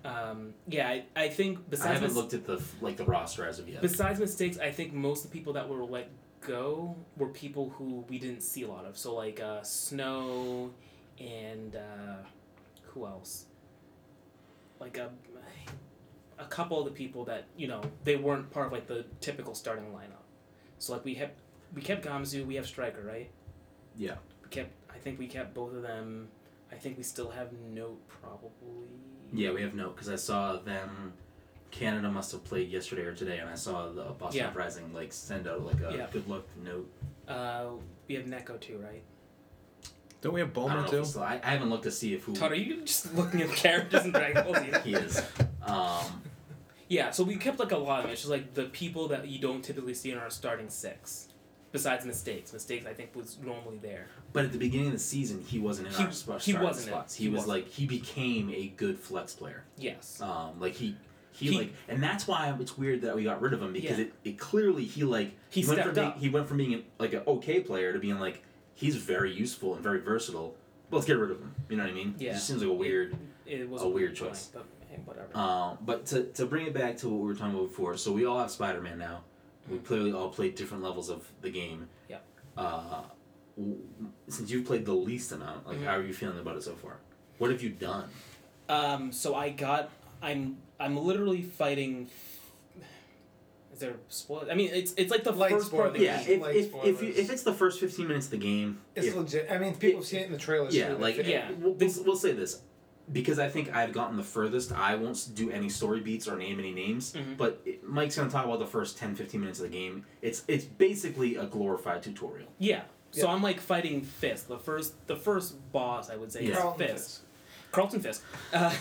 Speaker 4: Um, yeah, I, I think
Speaker 2: I
Speaker 4: besides
Speaker 2: haven't
Speaker 4: mis-
Speaker 2: looked at the like the roster as of yet.
Speaker 4: besides mistakes, I think most of the people that were let go were people who we didn't see a lot of. So like uh, Snow and uh, who else? Like a a couple of the people that you know they weren't part of like the typical starting lineup. So like we have we kept Gamzu, we have Striker, right?
Speaker 2: Yeah.
Speaker 4: We kept I think we kept both of them. I think we still have Note probably.
Speaker 2: Yeah, we have no because I saw them. Canada must have played yesterday or today, and I saw the Boston
Speaker 4: Yeah.
Speaker 2: Rising like send out like a
Speaker 4: Yeah.
Speaker 2: good luck note.
Speaker 4: Uh, we have Neko too, right?
Speaker 1: Don't we have
Speaker 2: I don't
Speaker 1: Bowman
Speaker 2: know
Speaker 1: too?
Speaker 2: If he's still, I, I haven't looked to see if who
Speaker 4: Todd, are you just looking at the characters in Dragon Ball Z?
Speaker 2: he is. Um,
Speaker 4: Yeah, so we kept like a lot of it. It's just like the people that you don't typically see in our starting six. Besides mistakes, mistakes I think was normally there.
Speaker 2: but at the beginning of the season, he wasn't in
Speaker 4: He-
Speaker 2: our sp-
Speaker 4: he
Speaker 2: starting
Speaker 4: wasn't in.
Speaker 2: spots. He,
Speaker 4: He
Speaker 2: was
Speaker 4: wasn't.
Speaker 2: like he became a good flex player.
Speaker 4: Yes.
Speaker 2: Um, like he, he,
Speaker 4: He-
Speaker 2: like, and that's why it's weird that we got rid of him because
Speaker 4: Yeah.
Speaker 2: it, it clearly he like
Speaker 4: He
Speaker 2: went
Speaker 4: stepped
Speaker 2: from
Speaker 4: up.
Speaker 2: Being, he went from being like an okay player to being like he's very useful and very versatile. But let's get rid of him. You know what I mean?
Speaker 4: Yeah.
Speaker 2: It just seems like a weird.
Speaker 4: It was
Speaker 2: a weird
Speaker 4: point,
Speaker 2: choice.
Speaker 4: but hey, whatever.
Speaker 2: Um, but to, to bring it back to what we were talking about before, so we all have Spider Man now. We clearly all played different levels of the game.
Speaker 4: Yep.
Speaker 2: Uh, w- since you've played the least amount, like
Speaker 4: Mhm.
Speaker 2: how are you feeling about it so far? What have you done?
Speaker 4: Um, so I got I'm I'm literally fighting is there spoil I mean it's it's like the
Speaker 3: Light
Speaker 4: first part of the
Speaker 3: spoilers.
Speaker 4: game.
Speaker 2: if,
Speaker 3: like
Speaker 2: if, if, you,
Speaker 3: spoilers.
Speaker 2: if it's the first fifteen minutes of the game,
Speaker 3: It's
Speaker 2: if-
Speaker 3: legit. I mean, people have seen it in the trailers.
Speaker 2: yeah,
Speaker 3: too.
Speaker 2: like eh,
Speaker 3: They-
Speaker 4: Yeah.
Speaker 2: We'll, we'll, we'll say this because I think I've gotten the furthest. I won't s- do any story beats or name any names,
Speaker 3: Mm-hmm.
Speaker 4: Mhm.
Speaker 2: but it- Mike's gonna talk about the first 10, 15 minutes of the game. It's it's basically a glorified tutorial.
Speaker 4: Yeah. So I'm like fighting Fisk, the first the first boss I would say
Speaker 2: Yeah.
Speaker 4: is
Speaker 3: Carlton
Speaker 4: Fisk. Carlton Fisk. Uh,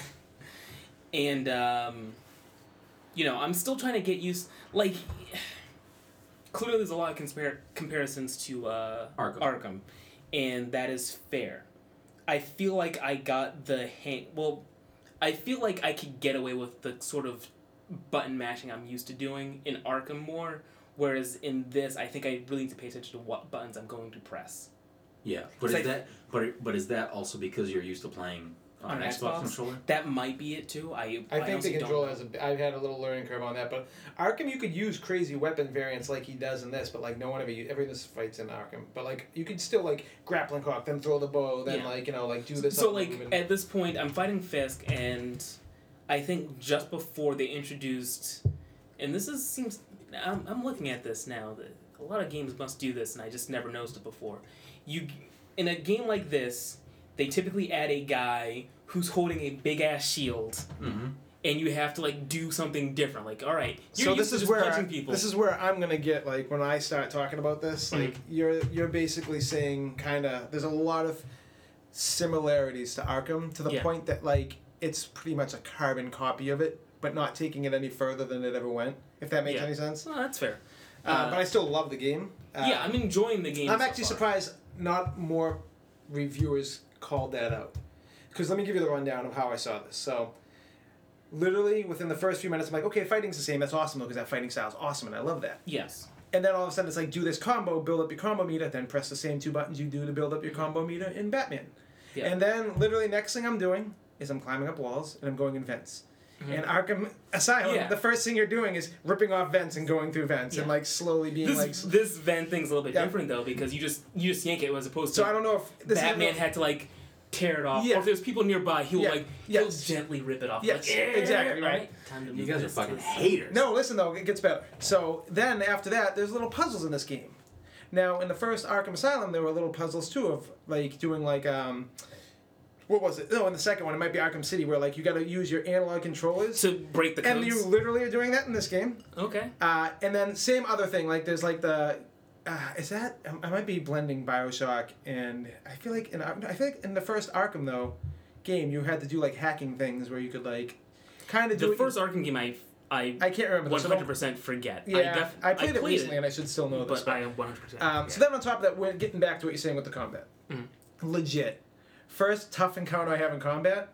Speaker 4: and um, you know, I'm still trying to get used. Like, clearly, there's a lot of conspira- comparisons to uh,
Speaker 2: Arkham.
Speaker 4: Arkham, and that is fair. I feel like I got the hang. Well, I feel like I could get away with the sort of button mashing I'm used to doing in Arkham more. Whereas in this, I think I really need to pay attention to what buttons I'm going to press.
Speaker 2: Yeah, but
Speaker 4: It's
Speaker 2: is
Speaker 4: like-
Speaker 2: that but but is that also because you're used to playing on,
Speaker 4: On
Speaker 2: an Xbox,
Speaker 4: Xbox?
Speaker 2: controller?
Speaker 4: That might be it too. I
Speaker 3: I think the
Speaker 4: honestly don't
Speaker 3: controller
Speaker 4: know.
Speaker 3: has a. I've had a little learning curve on that, but Arkham you could use crazy weapon variants like he does in this, but like no one ever u- everyone just fights in Arkham. But like you could still like grappling hook, then throw the bow, then
Speaker 4: Yeah.
Speaker 3: like you know like do this.
Speaker 4: So
Speaker 3: other
Speaker 4: like
Speaker 3: move and-
Speaker 4: at this point, I'm fighting Fisk, and I think just before they introduced, and this is seems I'm, I'm looking at this now. That a lot of games must do this, and I just never noticed it before. You in a game like this, they typically add a guy who's holding a big ass shield,
Speaker 2: Mm-hmm.
Speaker 4: and you have to like do something different. Like all right, you're
Speaker 3: so
Speaker 4: used
Speaker 3: this
Speaker 4: to
Speaker 3: is
Speaker 4: just
Speaker 3: where
Speaker 4: punching
Speaker 3: I-
Speaker 4: people. Mm.
Speaker 3: this is where I'm gonna get like when I start talking about this, like you're you're basically saying kind of there's a lot of similarities to Arkham to the
Speaker 4: Yeah.
Speaker 3: point that like it's pretty much a carbon copy of it, but not taking it any further than it ever went. If that makes
Speaker 4: Yeah.
Speaker 3: any sense.
Speaker 4: Well, that's fair.
Speaker 3: Uh, but I still love the game. Uh,
Speaker 4: yeah, I'm enjoying the game.
Speaker 3: I'm
Speaker 4: so
Speaker 3: actually
Speaker 4: far.
Speaker 3: surprised not more reviewers called that out. Because let me give you the rundown of how I saw this. So, literally within the first few minutes, I'm like, okay, fighting's the same. That's awesome because that fighting style's awesome, and I love that.
Speaker 4: Yes.
Speaker 3: And then all of a sudden, it's like, do this combo, build up your combo meter, then press the same two buttons you do to build up your combo meter in Batman.
Speaker 4: Yeah.
Speaker 3: And then, literally, next thing I'm doing is I'm climbing up walls and I'm going in vents. And Arkham Asylum,
Speaker 4: Mm-hmm. Yeah.
Speaker 3: the first thing you're doing is ripping off vents and going through vents and
Speaker 4: Yeah.
Speaker 3: like slowly being
Speaker 4: This
Speaker 3: like. s-
Speaker 4: this vent thing's a little bit
Speaker 3: Yeah.
Speaker 4: different though because you just you just yank it as opposed to
Speaker 3: So I don't know if this
Speaker 4: Batman
Speaker 3: is
Speaker 4: had to like tear it off. Or
Speaker 3: Yeah.
Speaker 4: if there's people nearby, he'll
Speaker 3: Yeah.
Speaker 4: like
Speaker 3: Yes.
Speaker 4: he'll gently rip it off.
Speaker 3: Yes,
Speaker 4: Like, "Yeah,
Speaker 3: exactly,
Speaker 4: right.
Speaker 3: right.
Speaker 4: Time to
Speaker 2: You
Speaker 4: move
Speaker 2: guys are
Speaker 4: this
Speaker 2: fucking
Speaker 4: to-
Speaker 2: haters.
Speaker 3: No, listen though, it gets better. So then after that, there's little puzzles in this game. Now in the first Arkham Asylum, there were little puzzles too of like doing like um, what was it? No, in the second one, it might be Arkham City, where like you got to use your analog controllers.
Speaker 4: to break the
Speaker 3: and
Speaker 4: codes.
Speaker 3: you literally are doing that in this game.
Speaker 4: okay.
Speaker 3: Uh, and then same other thing, like there's like the, uh, is that I might be blending Bioshock and I feel like in Ar- I feel like in the first Arkham though, game, you had to do like hacking things where you could like kind of do
Speaker 4: The
Speaker 3: it. you-
Speaker 4: first Arkham game I I
Speaker 3: I can't remember. the-
Speaker 4: one
Speaker 3: so don't-
Speaker 4: hundred percent forget.
Speaker 3: Yeah,
Speaker 4: I, def-
Speaker 3: played, it recently, and I should still know this.
Speaker 4: but I one hundred percent.
Speaker 3: Um, So then, on top of that, we're getting back to what you're saying with the combat.
Speaker 4: Mhm.
Speaker 3: Legit, first tough encounter I have in combat,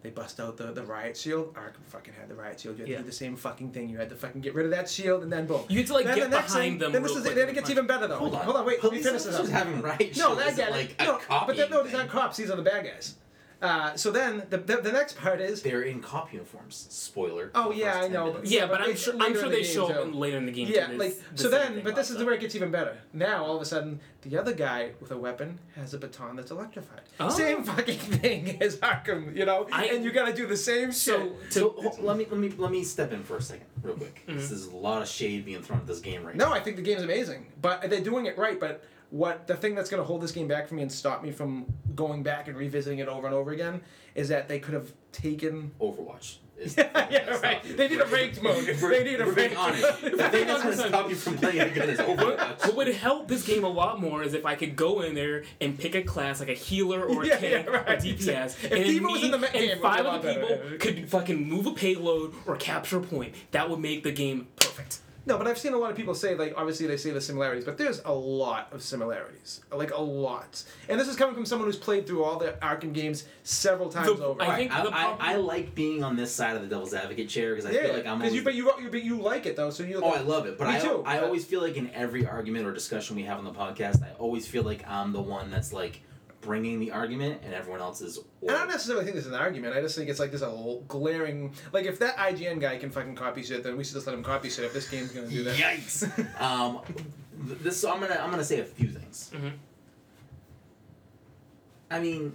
Speaker 3: they bust out the, the riot shield. Arkham fucking had the riot shield. You had
Speaker 4: Yeah.
Speaker 3: to do the same fucking thing. You had to fucking get rid of that shield, and then boom.
Speaker 4: you had to like
Speaker 3: then
Speaker 4: get
Speaker 3: the next
Speaker 4: behind
Speaker 3: thing,
Speaker 4: them.
Speaker 3: Then this
Speaker 4: real
Speaker 3: is
Speaker 4: quick
Speaker 3: then it
Speaker 4: and
Speaker 3: gets
Speaker 4: punch.
Speaker 3: even better though.
Speaker 2: Hold on,
Speaker 3: hold on, wait. Let me
Speaker 2: Police
Speaker 3: finish this
Speaker 2: officers
Speaker 3: up.
Speaker 2: having riot
Speaker 3: No,
Speaker 2: shields
Speaker 3: that
Speaker 2: isn't
Speaker 3: guy.
Speaker 2: like a
Speaker 3: no, but
Speaker 2: copying
Speaker 3: that, no, these aren't
Speaker 2: thing.
Speaker 3: cops. These are the bad guys. Uh, so then the, the the next part is.
Speaker 2: They're in cop uniforms. Spoiler.
Speaker 3: Oh,
Speaker 2: for the
Speaker 3: yeah,
Speaker 2: first
Speaker 3: I
Speaker 2: 10
Speaker 3: know,
Speaker 2: minutes.
Speaker 4: Yeah,
Speaker 3: Yeah,
Speaker 4: but
Speaker 3: but
Speaker 4: I'm
Speaker 3: it's
Speaker 4: sure I'm
Speaker 3: later
Speaker 4: sure
Speaker 3: in the
Speaker 4: they
Speaker 3: game,
Speaker 4: show
Speaker 3: so-
Speaker 4: up in- later in the game.
Speaker 3: Yeah,
Speaker 4: and
Speaker 3: like
Speaker 4: it's the
Speaker 3: so.
Speaker 4: same
Speaker 3: Then,
Speaker 4: thing
Speaker 3: but this
Speaker 4: pops
Speaker 3: is
Speaker 4: up.
Speaker 3: where it gets even better. Now, all of a sudden, the other guy with a weapon has a baton that's electrified.
Speaker 4: Oh.
Speaker 3: Same fucking thing as Arkham, you know.
Speaker 4: I-
Speaker 3: and you gotta do the same
Speaker 4: so
Speaker 3: shit.
Speaker 4: to
Speaker 2: So ho- let me let me let me step in for a second, real quick.
Speaker 4: Mm-hmm.
Speaker 2: This is a lot of shade being thrown at this game right now.
Speaker 3: No, I think the game's amazing, but they're doing it right. But what the thing that's gonna hold this game back from me and stop me from going back and revisiting it over and over again is that they could have taken.
Speaker 2: Overwatch. Is
Speaker 3: yeah, right. They need a ranked mode.
Speaker 2: If we're-
Speaker 3: They need a
Speaker 2: if we're being
Speaker 3: ranked
Speaker 2: honest,
Speaker 3: mode.
Speaker 2: if the thing that's going to stop you from playing again is Overwatch.
Speaker 4: what would help this game a lot more is if I could go in there and pick a class like a healer or a
Speaker 3: Yeah,
Speaker 4: tank
Speaker 3: yeah, right.
Speaker 4: or DPS,
Speaker 3: If
Speaker 4: and
Speaker 3: Diva
Speaker 4: me
Speaker 3: was in the meta game, it
Speaker 4: and
Speaker 3: would
Speaker 4: five
Speaker 3: be a
Speaker 4: other
Speaker 3: lot better.
Speaker 4: people could fucking move a payload or capture a point. That would make the game perfect.
Speaker 3: No, but I've seen a lot of people say like obviously they say the similarities, but there's a lot of similarities, like a lot. And this is coming from someone who's played through all the Arkham games several times
Speaker 4: The-
Speaker 3: over.
Speaker 4: I think
Speaker 2: I,
Speaker 4: the
Speaker 2: I,
Speaker 4: problem-
Speaker 2: I like being on this side of the devil's advocate chair because I
Speaker 3: yeah,
Speaker 2: feel like I'm
Speaker 3: because
Speaker 2: always.
Speaker 3: you but you, you but you like it though, so you.
Speaker 2: oh, I love it, but
Speaker 3: Me
Speaker 2: I
Speaker 3: too.
Speaker 2: I always feel like in every argument or discussion we have on the podcast, I always feel like I'm the one that's like bringing the argument, and everyone else is.
Speaker 3: I don't necessarily think this is an argument. I just think it's like there's a l- glaring like if that IGN guy can fucking copy shit, then we should just let him copy shit. If this game's gonna do that,
Speaker 2: Yikes! um, th- this so I'm gonna I'm gonna say a few things.
Speaker 3: Mm-hmm.
Speaker 4: Mhm.
Speaker 2: I mean,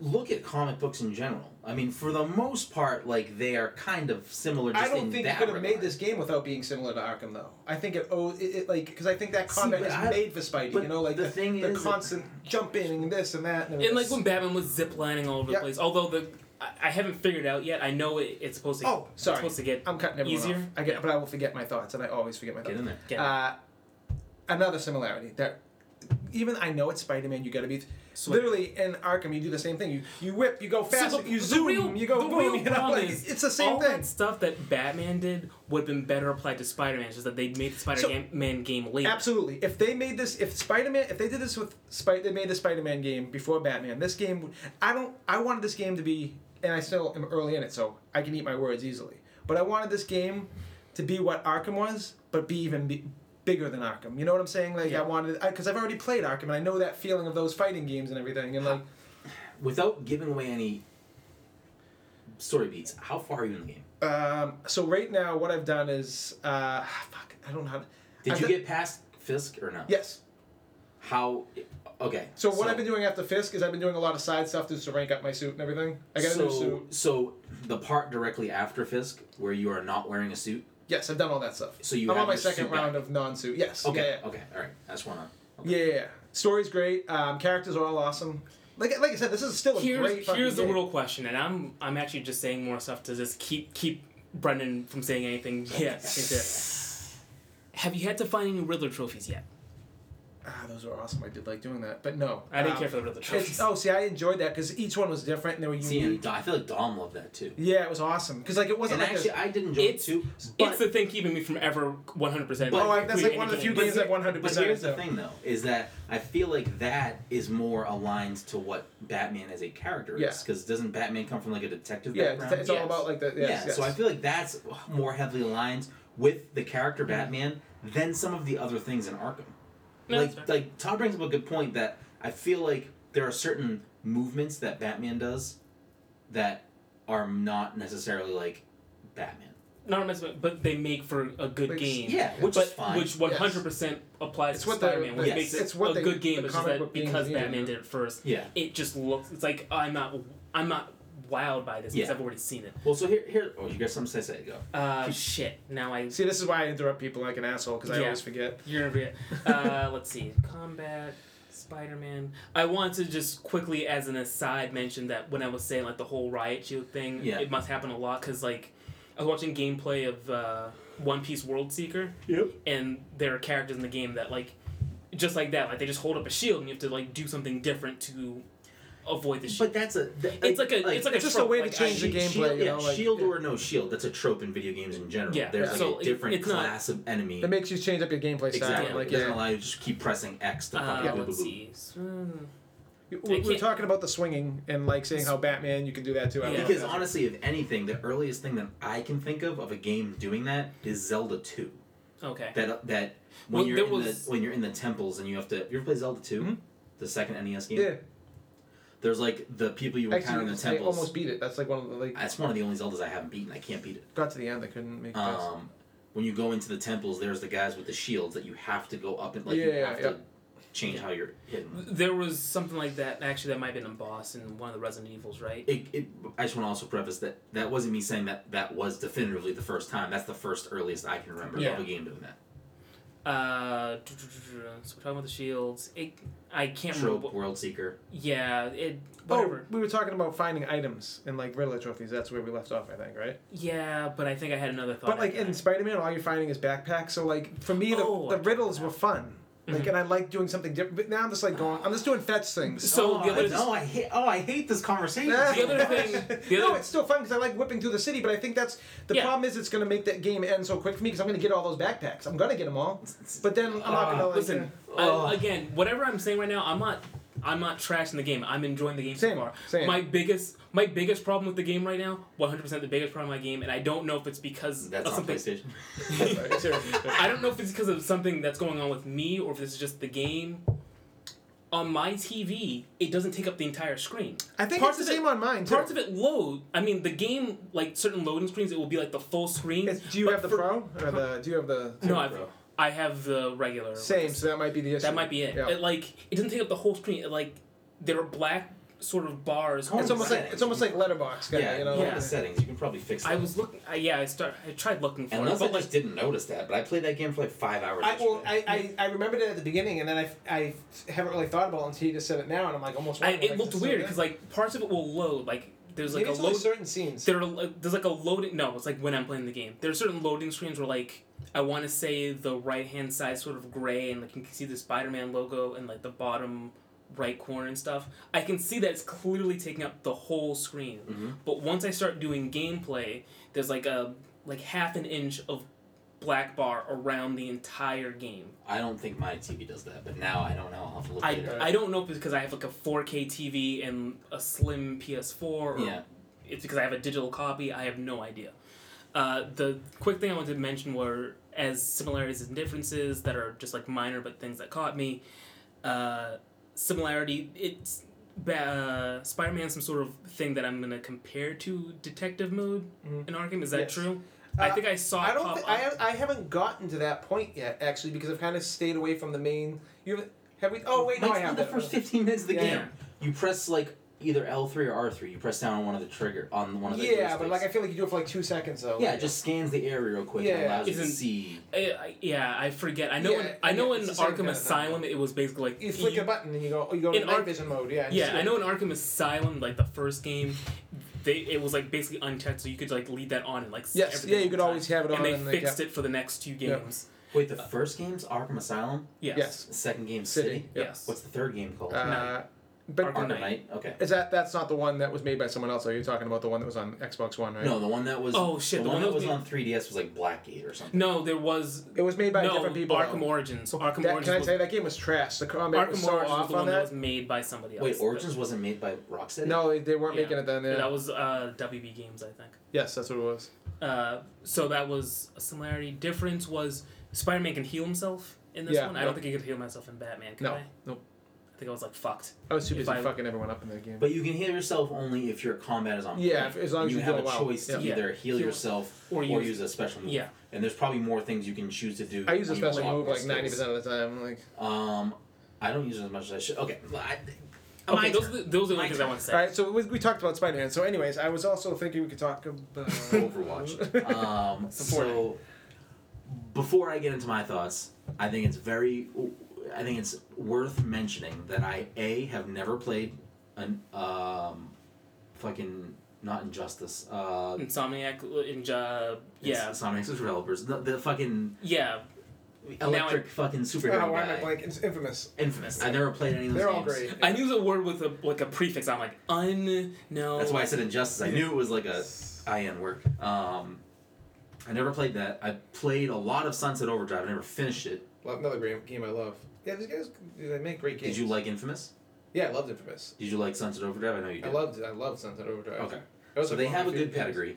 Speaker 2: look at comic books in general. I mean, for the most part, like they are kind of similar. Just
Speaker 3: I don't
Speaker 2: in
Speaker 3: think you
Speaker 2: that
Speaker 3: could have made
Speaker 2: regard.
Speaker 3: this game without being similar to Arkham though. I think it oh it, it like because I think that
Speaker 2: See,
Speaker 3: combat
Speaker 2: but
Speaker 3: is
Speaker 2: I-
Speaker 3: made for Spidey.
Speaker 2: but
Speaker 3: You know, like
Speaker 2: the thing
Speaker 3: the
Speaker 2: is-
Speaker 3: constant jumping and this and that
Speaker 4: And like
Speaker 3: it's-
Speaker 4: when Batman was ziplining all over
Speaker 3: Yeah.
Speaker 4: the place, although the I, I haven't figured it out yet. I know it, it's supposed to.
Speaker 3: Oh,
Speaker 4: it's
Speaker 3: sorry.
Speaker 4: supposed to get.
Speaker 3: I'm cutting everyone
Speaker 4: Easier?
Speaker 3: off. I get, but I will forget my thoughts, and I always forget my
Speaker 2: Get
Speaker 3: thoughts.
Speaker 2: in there.
Speaker 4: Get it.
Speaker 3: Uh, another similarity that even I know it's Spider-Man. You got to be
Speaker 4: Swift.
Speaker 3: literally in Arkham. You do the same thing. You you whip. You go fast.
Speaker 4: So the-
Speaker 3: you
Speaker 4: the
Speaker 3: zoom.
Speaker 4: real-
Speaker 3: you go
Speaker 4: the
Speaker 3: boom.
Speaker 4: real
Speaker 3: you know,
Speaker 4: problem
Speaker 3: like,
Speaker 4: is
Speaker 3: it's the same
Speaker 4: all
Speaker 3: thing.
Speaker 4: that stuff that Batman did would have been better applied to Spider-Man. It's just that they made the Spider-Man game later.
Speaker 3: Absolutely. If they made this, if Spider-Man, if they did this with Spider, they made the Spider-Man game before Batman. This game, would- I don't. I wanted this game to be, and I still am early in it, so I can eat my words easily. But I wanted this game to be what Arkham was, but be even be, bigger than Arkham. You know what I'm saying? Like I wanted, because I've already played Arkham, and I know that feeling of those fighting games and everything. And like,
Speaker 2: Without giving away any story beats, how far are you in the game?
Speaker 3: um, so right now, what I've done is, uh, fuck, I don't know. How to,
Speaker 2: Did
Speaker 3: I
Speaker 2: you
Speaker 3: thi-
Speaker 2: get past Fisk or no?
Speaker 3: Yes.
Speaker 2: How? Okay.
Speaker 3: So what I've been doing after Fisk is I've been doing a lot of side stuff just to rank up my suit and everything. I got
Speaker 2: so,
Speaker 3: a new suit.
Speaker 2: So the part directly after Fisk, where you are not wearing a suit.
Speaker 3: Yes, I've done all that stuff.
Speaker 2: So you
Speaker 3: I'm
Speaker 2: have
Speaker 3: on my
Speaker 2: your
Speaker 3: second
Speaker 2: suit back.
Speaker 3: round of non-suit. Yes.
Speaker 2: Okay.
Speaker 3: Yeah. Yeah.
Speaker 2: Okay. All right. That's one on. Okay.
Speaker 3: yeah, yeah, yeah. Story's great. Um, characters are all awesome. Like like I said, this is still a great.
Speaker 4: here's
Speaker 3: fucking
Speaker 4: here's the
Speaker 3: game.
Speaker 4: real question, and I'm I'm actually just saying more stuff to just keep keep Brendan from saying anything. Yeah, it's it. Have you had to find any Riddler trophies yet?
Speaker 3: Ah, those were awesome. I did like doing that, but no,
Speaker 4: I didn't
Speaker 3: um,
Speaker 4: care for the Riddler
Speaker 3: It's,
Speaker 4: trophies.
Speaker 3: oh, see, I enjoyed that because each one was different and they were
Speaker 2: See, and
Speaker 3: unique.
Speaker 2: Do- I feel like Dom loved that too.
Speaker 3: Yeah, it was awesome because like it
Speaker 2: And
Speaker 3: Mm-hmm. wasn't like
Speaker 2: actually,
Speaker 3: a,
Speaker 2: I did enjoy
Speaker 4: It's-
Speaker 2: it too. But,
Speaker 4: it's the thing keeping me from ever 100. percent
Speaker 3: oh, I, that's like one of the few
Speaker 2: But
Speaker 3: games
Speaker 2: here-
Speaker 3: that 100.
Speaker 2: but here's the thing, though, is that I feel like that is more aligned to what Batman as a character
Speaker 3: Yeah.
Speaker 2: is. Because doesn't Batman come from like a detective
Speaker 3: Yeah, it's,
Speaker 2: background?
Speaker 3: it's all
Speaker 4: Yes.
Speaker 3: about like the yes,
Speaker 2: yeah,
Speaker 3: yes.
Speaker 2: so I feel like that's more heavily aligned with the character Batman than some of the other things in Arkham.
Speaker 4: No, that's
Speaker 2: like,
Speaker 4: fair.
Speaker 2: like Todd brings up a good point that I feel like there are certain movements that Batman does that are not necessarily like Batman.
Speaker 4: Not necessarily, but they make for a good
Speaker 3: Which-
Speaker 4: game.
Speaker 2: Yeah, which
Speaker 4: but
Speaker 2: is fine.
Speaker 4: which 100 percent applies
Speaker 3: It's
Speaker 4: to
Speaker 3: what the-
Speaker 4: Spider-Man, which
Speaker 2: yes.
Speaker 4: makes it
Speaker 3: it's what
Speaker 4: a
Speaker 3: they-
Speaker 4: good game.
Speaker 3: the
Speaker 4: It's just
Speaker 3: comic
Speaker 4: that
Speaker 3: book games
Speaker 4: because
Speaker 3: need to
Speaker 4: Batman
Speaker 3: do.
Speaker 4: did it first,
Speaker 2: yeah.
Speaker 4: it just looks. It's like I'm not I'm not wowed by this because
Speaker 2: Yeah.
Speaker 4: I've already seen it.
Speaker 2: Well, so here, here. Oh, you got something to say? Say it, Go.
Speaker 4: Uh, shit. Now I
Speaker 3: See, this is why I interrupt people like an asshole because I
Speaker 4: Yeah.
Speaker 3: always forget.
Speaker 4: You're gonna be. Uh, let's see. Combat. Spider Man. I want to just quickly, as an aside, mention that when I was saying like the whole riot shield thing,
Speaker 2: Yeah.
Speaker 4: it must happen a lot because like I was watching gameplay of uh, One Piece World Seeker,
Speaker 8: Yep.
Speaker 4: and there are characters in the game that like just like that, like they just hold up a shield and you have to like do something different to avoid the shit.
Speaker 2: But that's a. th-
Speaker 4: It's like a- it's like
Speaker 1: It's just a
Speaker 4: trope,
Speaker 1: way to
Speaker 4: like,
Speaker 1: change the
Speaker 4: I-
Speaker 1: gameplay.
Speaker 2: Shield,
Speaker 1: you
Speaker 2: yeah,
Speaker 1: know, like,
Speaker 2: shield or no shield. That's a trope in video games in general.
Speaker 4: Yeah,
Speaker 2: There's like
Speaker 4: so
Speaker 2: a
Speaker 4: it-
Speaker 2: different
Speaker 4: it's not-
Speaker 2: class of enemy.
Speaker 1: It makes you change up your gameplay style.
Speaker 2: exactly.
Speaker 1: Like,
Speaker 2: it doesn't
Speaker 1: yeah.
Speaker 2: allow you to just keep pressing X to
Speaker 4: Uh,
Speaker 2: fucking boo, boo,
Speaker 4: let's
Speaker 2: boo.
Speaker 4: see. Hmm.
Speaker 1: You-
Speaker 4: They
Speaker 1: We were
Speaker 4: can't-
Speaker 1: talking about the swinging and like saying how Batman you can do that too. I
Speaker 4: Yeah.
Speaker 1: love
Speaker 2: Because
Speaker 1: that.
Speaker 2: honestly, if anything, the earliest thing that I can think of of a game doing that is Zelda Two.
Speaker 4: Okay.
Speaker 2: That that when
Speaker 4: Well,
Speaker 2: you're
Speaker 4: there
Speaker 2: in
Speaker 4: was- Mm-hmm.
Speaker 2: the when you're in the temples and you have to. You ever play Zelda 2
Speaker 1: Mhm.
Speaker 2: The second NES game.
Speaker 1: yeah,
Speaker 2: There's like the people you encounter
Speaker 1: actually,
Speaker 2: in the
Speaker 1: I
Speaker 2: temples.
Speaker 1: almost beat it. That's like one of the like
Speaker 2: That's one of the only Zeldas I haven't beaten. I can't beat it.
Speaker 1: got to the end. I couldn't make it. past.
Speaker 2: Um, when you go into the temples, there's the guys with the shields that you have to go up and like you
Speaker 1: Yeah, yeah,
Speaker 2: have
Speaker 1: yeah.
Speaker 2: to change how you're hitting.
Speaker 4: There was something like that. Actually, that might have been a boss in one of the Resident Evils, right?
Speaker 2: It, it, I just want to also preface that that wasn't me saying that that was definitively the first time. That's the first earliest I can remember
Speaker 4: Yeah.
Speaker 2: of a game doing that.
Speaker 4: Uh, so we're talking about the shields. It, I can't remember.
Speaker 2: Trope,
Speaker 4: What,
Speaker 2: World Seeker.
Speaker 4: yeah, it whatever.
Speaker 1: Oh, we were talking about finding items and like Riddler trophies. That's where we left off, I think, right?
Speaker 4: Yeah, but I think I had another thought.
Speaker 1: but like
Speaker 4: after
Speaker 1: in
Speaker 4: that.
Speaker 1: Spider Man, all you're finding is backpacks. So like for me, the,
Speaker 4: Oh, I
Speaker 1: the
Speaker 4: get
Speaker 1: riddles
Speaker 4: that.
Speaker 1: were fun. Like
Speaker 4: Mhm.
Speaker 1: and I like doing something different. But now I'm just like going. I'm just doing fetch things.
Speaker 4: so the
Speaker 2: oh,
Speaker 4: other
Speaker 2: no, I hate. Oh, I hate this conversation.
Speaker 4: the other thing- the
Speaker 1: no,
Speaker 4: other-
Speaker 1: it's still fun because I like whipping through the city. But I think that's the
Speaker 4: Yeah.
Speaker 1: problem is it's gonna make that game end so quick for me because I'm gonna get all those backpacks. I'm gonna get them all. But then I'm not gonna like,
Speaker 4: Uh,
Speaker 1: uh,
Speaker 4: listen,
Speaker 2: Oh.
Speaker 4: I, again, whatever I'm saying right now, I'm not. I'm not trashing the game. I'm enjoying the game so
Speaker 1: Same,
Speaker 4: far.
Speaker 1: same.
Speaker 4: My biggest, my biggest problem with the game right now, 100% the biggest problem with my game, and I don't know if it's because
Speaker 2: That's
Speaker 4: of
Speaker 2: on
Speaker 4: something.
Speaker 2: PlayStation.
Speaker 4: I don't know if it's because of something that's going on with me or if this is just the game. On my TV, it doesn't take up the entire screen.
Speaker 1: I think
Speaker 4: parts
Speaker 1: it's the
Speaker 4: of it-
Speaker 1: same on mine. Too.
Speaker 4: Parts of it load. I mean, the game, like certain loading screens, it will be like the full screen.
Speaker 1: It's- do you
Speaker 4: but
Speaker 1: have the
Speaker 4: for-
Speaker 1: pro or the? Do you have the?
Speaker 4: No, I've, I have the regular.
Speaker 1: Same. So that might be the issue.
Speaker 4: That might be it.
Speaker 1: Yeah.
Speaker 4: It like it doesn't take up the whole screen. It, like there are black sort of bars.
Speaker 2: Oh,
Speaker 1: It's almost like
Speaker 2: Settings.
Speaker 1: it's almost like letterbox kind
Speaker 2: yeah,
Speaker 1: you know.
Speaker 2: look at
Speaker 4: yeah.
Speaker 2: the settings. You can probably fix.
Speaker 4: I
Speaker 2: that.
Speaker 4: was looking. I yeah, I start. I tried looking for
Speaker 2: Unless
Speaker 4: it,
Speaker 2: I
Speaker 4: but like
Speaker 2: just didn't notice that, but I played that game for like five hours.
Speaker 1: I, well,
Speaker 2: yesterday.
Speaker 1: I, I, I remembered it at the beginning, and then I, I haven't really thought about it until you just said it now, and I'm like almost.
Speaker 4: I,
Speaker 1: wondering,
Speaker 4: it
Speaker 1: like,
Speaker 4: looked
Speaker 1: is this
Speaker 4: weird
Speaker 1: so
Speaker 4: because
Speaker 1: good?
Speaker 4: like parts of it will load. Like there's like
Speaker 1: Maybe it's
Speaker 4: a
Speaker 1: only
Speaker 4: load.
Speaker 1: certain scenes.
Speaker 4: There are, like, there's like a loading. No, it's like when I'm playing the game. There are certain loading screens where like I want to say the right hand side sort of gray and like you can see the Spider Man logo and like the bottom right corner and stuff. I can see that it's clearly taking up the whole screen.
Speaker 2: Mhm.
Speaker 4: But once I start doing gameplay, there's like a like half an inch of black bar around the entire game.
Speaker 2: I don't think my TV does that, but now I don't know. I'll have to look
Speaker 4: I,
Speaker 2: later.
Speaker 4: I don't know if it's because I have like a 4K TV and a slim PS4 or
Speaker 2: yeah.
Speaker 4: it's because I have a digital copy. I have no idea. Uh, the quick thing I wanted to mention were as similarities and differences that are just like minor but things that caught me. Uh, similarity, it's ba- uh, Spider-Man, some sort of thing that I'm gonna compare to Detective Mode
Speaker 1: Mhm.
Speaker 4: in Arkham. Is that
Speaker 1: Yes.
Speaker 4: true? I
Speaker 1: Uh,
Speaker 4: think I saw
Speaker 1: I
Speaker 4: it
Speaker 1: don't.
Speaker 4: pop
Speaker 1: Th-
Speaker 4: up.
Speaker 1: I, ha- I haven't gotten to that point yet, actually, because I've kind of stayed away from the main. You haven't- have we? Oh wait, no, I
Speaker 2: Like,
Speaker 1: have
Speaker 2: the
Speaker 1: that.
Speaker 2: first fifteen minutes of the
Speaker 1: Yeah.
Speaker 2: game, you press like either L three or R three. You press down on one of the trigger on one of the.
Speaker 1: yeah, but
Speaker 2: joysticks.
Speaker 1: like I feel like you do it for like two seconds though.
Speaker 2: yeah, it just scans the area real quick and
Speaker 1: Yeah.
Speaker 2: allows you to
Speaker 4: Isn't-
Speaker 2: see.
Speaker 4: I, I- yeah, I forget. I know.
Speaker 1: Yeah,
Speaker 4: in, I know
Speaker 1: yeah, it's
Speaker 4: in
Speaker 1: the same
Speaker 4: Arkham
Speaker 1: kind of thing.
Speaker 4: Asylum, it was basically like
Speaker 1: You flick
Speaker 4: you-
Speaker 1: a button and you go. You go
Speaker 4: In
Speaker 1: to night
Speaker 4: Arc-
Speaker 1: vision mode. Yeah.
Speaker 4: Yeah,
Speaker 1: just-
Speaker 4: I know in Arkham Asylum, like the first game, they it was like basically unchecked, so you could like leave that on and like see
Speaker 1: Yes.
Speaker 4: everything
Speaker 1: Yeah, you could
Speaker 4: all the
Speaker 1: always
Speaker 4: time.
Speaker 1: have it on.
Speaker 4: And they
Speaker 1: and like,
Speaker 4: fixed
Speaker 1: yeah.
Speaker 4: it for the next two
Speaker 1: Yeah.
Speaker 4: games.
Speaker 2: Wait, the first game's Arkham Asylum.
Speaker 4: Yes.
Speaker 2: The second game's
Speaker 1: City.
Speaker 2: Uh, City.
Speaker 1: Yeah.
Speaker 4: Yes.
Speaker 2: What's the third game called?
Speaker 1: Uh, but
Speaker 4: Arkham
Speaker 2: Arkham
Speaker 4: Knight.
Speaker 2: Knight. Okay.
Speaker 1: Is that that's not the one that was made by someone else? Are you talking about the one that was on Xbox One, right?
Speaker 2: No, the one that was.
Speaker 4: Oh, shit,
Speaker 2: The,
Speaker 4: the
Speaker 2: one,
Speaker 4: one
Speaker 2: that
Speaker 4: that
Speaker 2: was
Speaker 4: was-
Speaker 2: on 3DS was like Blackgate or something.
Speaker 4: No, there was
Speaker 1: It was made by
Speaker 4: no
Speaker 1: different people.
Speaker 4: Arkham
Speaker 1: though.
Speaker 4: Origins. Arkham
Speaker 1: That,
Speaker 4: Origins
Speaker 1: can I
Speaker 4: was,
Speaker 1: tell you that game was trash? The combat
Speaker 4: Arkham
Speaker 1: was so
Speaker 4: Origins was
Speaker 1: off
Speaker 4: the one
Speaker 1: on
Speaker 4: that
Speaker 1: that.
Speaker 4: was made by somebody else.
Speaker 2: Wait, Origins wasn't made by Rocksteady.
Speaker 1: No, they- they weren't
Speaker 4: Yeah.
Speaker 1: making it then.
Speaker 4: But-
Speaker 1: Yeah.
Speaker 4: That was uh, WB Games, I think.
Speaker 1: yes, that's what it was.
Speaker 4: Uh, so that was a similarity. Difference was Spider-Man can heal himself in this
Speaker 1: Yeah,
Speaker 4: one. I
Speaker 1: yeah.
Speaker 4: don't think he could heal myself in Batman. Could
Speaker 1: No,
Speaker 4: I?
Speaker 1: nope.
Speaker 4: I think I was like fucked.
Speaker 1: I was too
Speaker 4: If
Speaker 1: busy
Speaker 4: I-
Speaker 1: fucking everyone up in that game.
Speaker 2: But you can heal yourself only if your combat is on.
Speaker 1: yeah,
Speaker 2: point.
Speaker 1: if- as long as
Speaker 2: you
Speaker 1: you,
Speaker 2: have
Speaker 1: do
Speaker 2: a
Speaker 1: it well.
Speaker 2: choice to
Speaker 4: Yeah.
Speaker 2: either heal
Speaker 4: Heal.
Speaker 2: yourself
Speaker 4: Or
Speaker 2: or,
Speaker 4: use-
Speaker 2: use, a special move.
Speaker 4: Yeah.
Speaker 2: And there's probably more things you can choose to do.
Speaker 1: I use a
Speaker 2: when you
Speaker 1: special
Speaker 2: unlock
Speaker 1: move
Speaker 2: more
Speaker 1: like ninety
Speaker 2: skills.
Speaker 1: percent of the time. Like,
Speaker 2: Um, I don't use it as much as I should. Okay. well, I,
Speaker 4: Okay, those are the, those are the
Speaker 2: My
Speaker 4: only things I
Speaker 2: turn.
Speaker 4: want to say.
Speaker 1: all right, so we, we talked about Spider Man. So, anyways, I was also thinking we could talk about
Speaker 2: Overwatch. Um, so before I get into my thoughts, I think it's very, I think it's worth mentioning that I a have never played an um, fucking not injustice. Uh,
Speaker 4: Insomniac, uh, in, uh,
Speaker 2: it's
Speaker 4: yeah,
Speaker 2: Sonic developers. The, the fucking
Speaker 4: yeah.
Speaker 2: electric fucking superhero
Speaker 3: Oh, why am I
Speaker 2: guy.
Speaker 3: blank? It's infamous.
Speaker 2: Infamous. I never played any of those
Speaker 3: They're all
Speaker 2: games.
Speaker 3: great.
Speaker 4: I knew the word with a like a prefix. I'm like un. No.
Speaker 2: That's why I said Injustice. I knew it was like a IN work. Um, I never played that. I played a lot of Sunset Overdrive. I never finished it.
Speaker 3: Love, another great game I love. Yeah, these guys they make great games.
Speaker 2: Did you like Infamous?
Speaker 3: Yeah, I loved Infamous.
Speaker 2: Did you like Sunset Overdrive? I know you
Speaker 3: I
Speaker 2: did.
Speaker 3: loved I loved Sunset Overdrive.
Speaker 2: Okay.
Speaker 3: That was
Speaker 2: So
Speaker 3: like
Speaker 2: they
Speaker 3: one of
Speaker 2: have a
Speaker 3: my
Speaker 2: good
Speaker 3: favorite games.
Speaker 2: pedigree.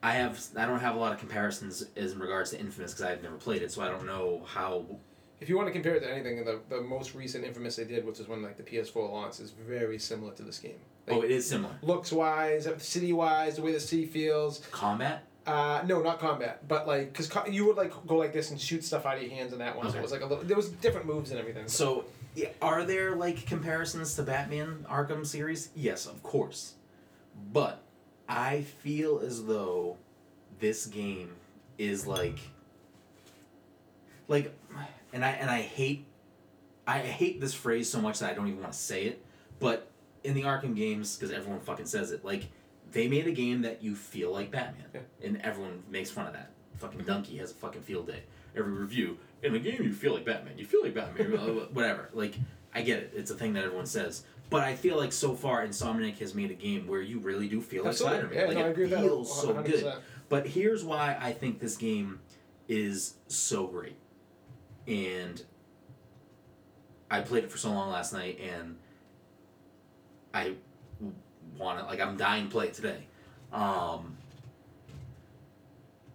Speaker 2: I have. I don't have a lot of comparisons as in regards to Infamous because I've never played it, so I don't know how. oh,
Speaker 3: If you want to compare it to anything, the, the most recent Infamous they did, which is when like the PS4 launched, is very similar to this game.
Speaker 2: Oh, it is similar.
Speaker 3: Looks wise, city wise, the way the city feels.
Speaker 2: Combat.
Speaker 3: Uh, no, not combat, but like because co- you would like go like this and shoot stuff out of your hands in that one. So
Speaker 2: Okay.
Speaker 3: it was like a little. There was different moves and everything.
Speaker 2: So, yeah, are there like comparisons to Batman Arkham series? Yes, of course. But I feel as though this game is like like and I and I hate I hate this phrase so much that I don't even want to say it, but in the Arkham games because everyone fucking says it, like they made a game that you feel like Batman.
Speaker 3: Yeah.
Speaker 2: And everyone makes fun of that. Fucking Donkey has a fucking field day. Every review in the game you feel like Batman. You feel like Batman. uh, Whatever. Like I get it. It's a thing that everyone says. But I feel like so far Insomniac has made a game where you really do feel like
Speaker 3: Absolutely.
Speaker 2: Spider-Man.
Speaker 3: Yeah,
Speaker 2: like
Speaker 3: no, I
Speaker 2: it
Speaker 3: agree with that
Speaker 2: feels so
Speaker 3: 100%.
Speaker 2: good. But here's why I think this game is so great. And I played it for so long last night and I want it like I'm dying to play it today. Um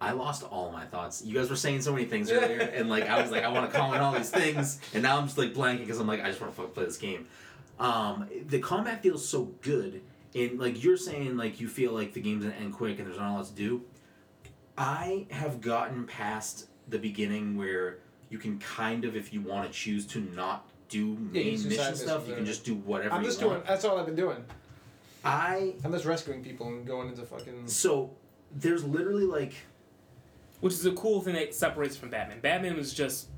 Speaker 2: I lost all my thoughts. You guys were saying so many things earlier, and like I was like, I want to comment all these things, and now I'm just like blanking because I'm like, I just want to fuck play this game. Um, the combat feels so good, and like you're saying, like you feel like the game's gonna end quick and there's not a lot to do. I have gotten past the beginning where you can kind of, if you want to choose to not do
Speaker 3: Yeah, you
Speaker 2: main
Speaker 3: can do side
Speaker 2: mission stuff,
Speaker 3: missions
Speaker 2: you
Speaker 3: or
Speaker 2: can just do whatever
Speaker 3: I'm
Speaker 2: you
Speaker 3: just
Speaker 2: want.
Speaker 3: doing. That's all I've been doing.
Speaker 2: I
Speaker 3: I'm just rescuing people and going into fucking.
Speaker 2: so there's literally like
Speaker 4: Which is a cool thing that separates from Batman. Batman was just,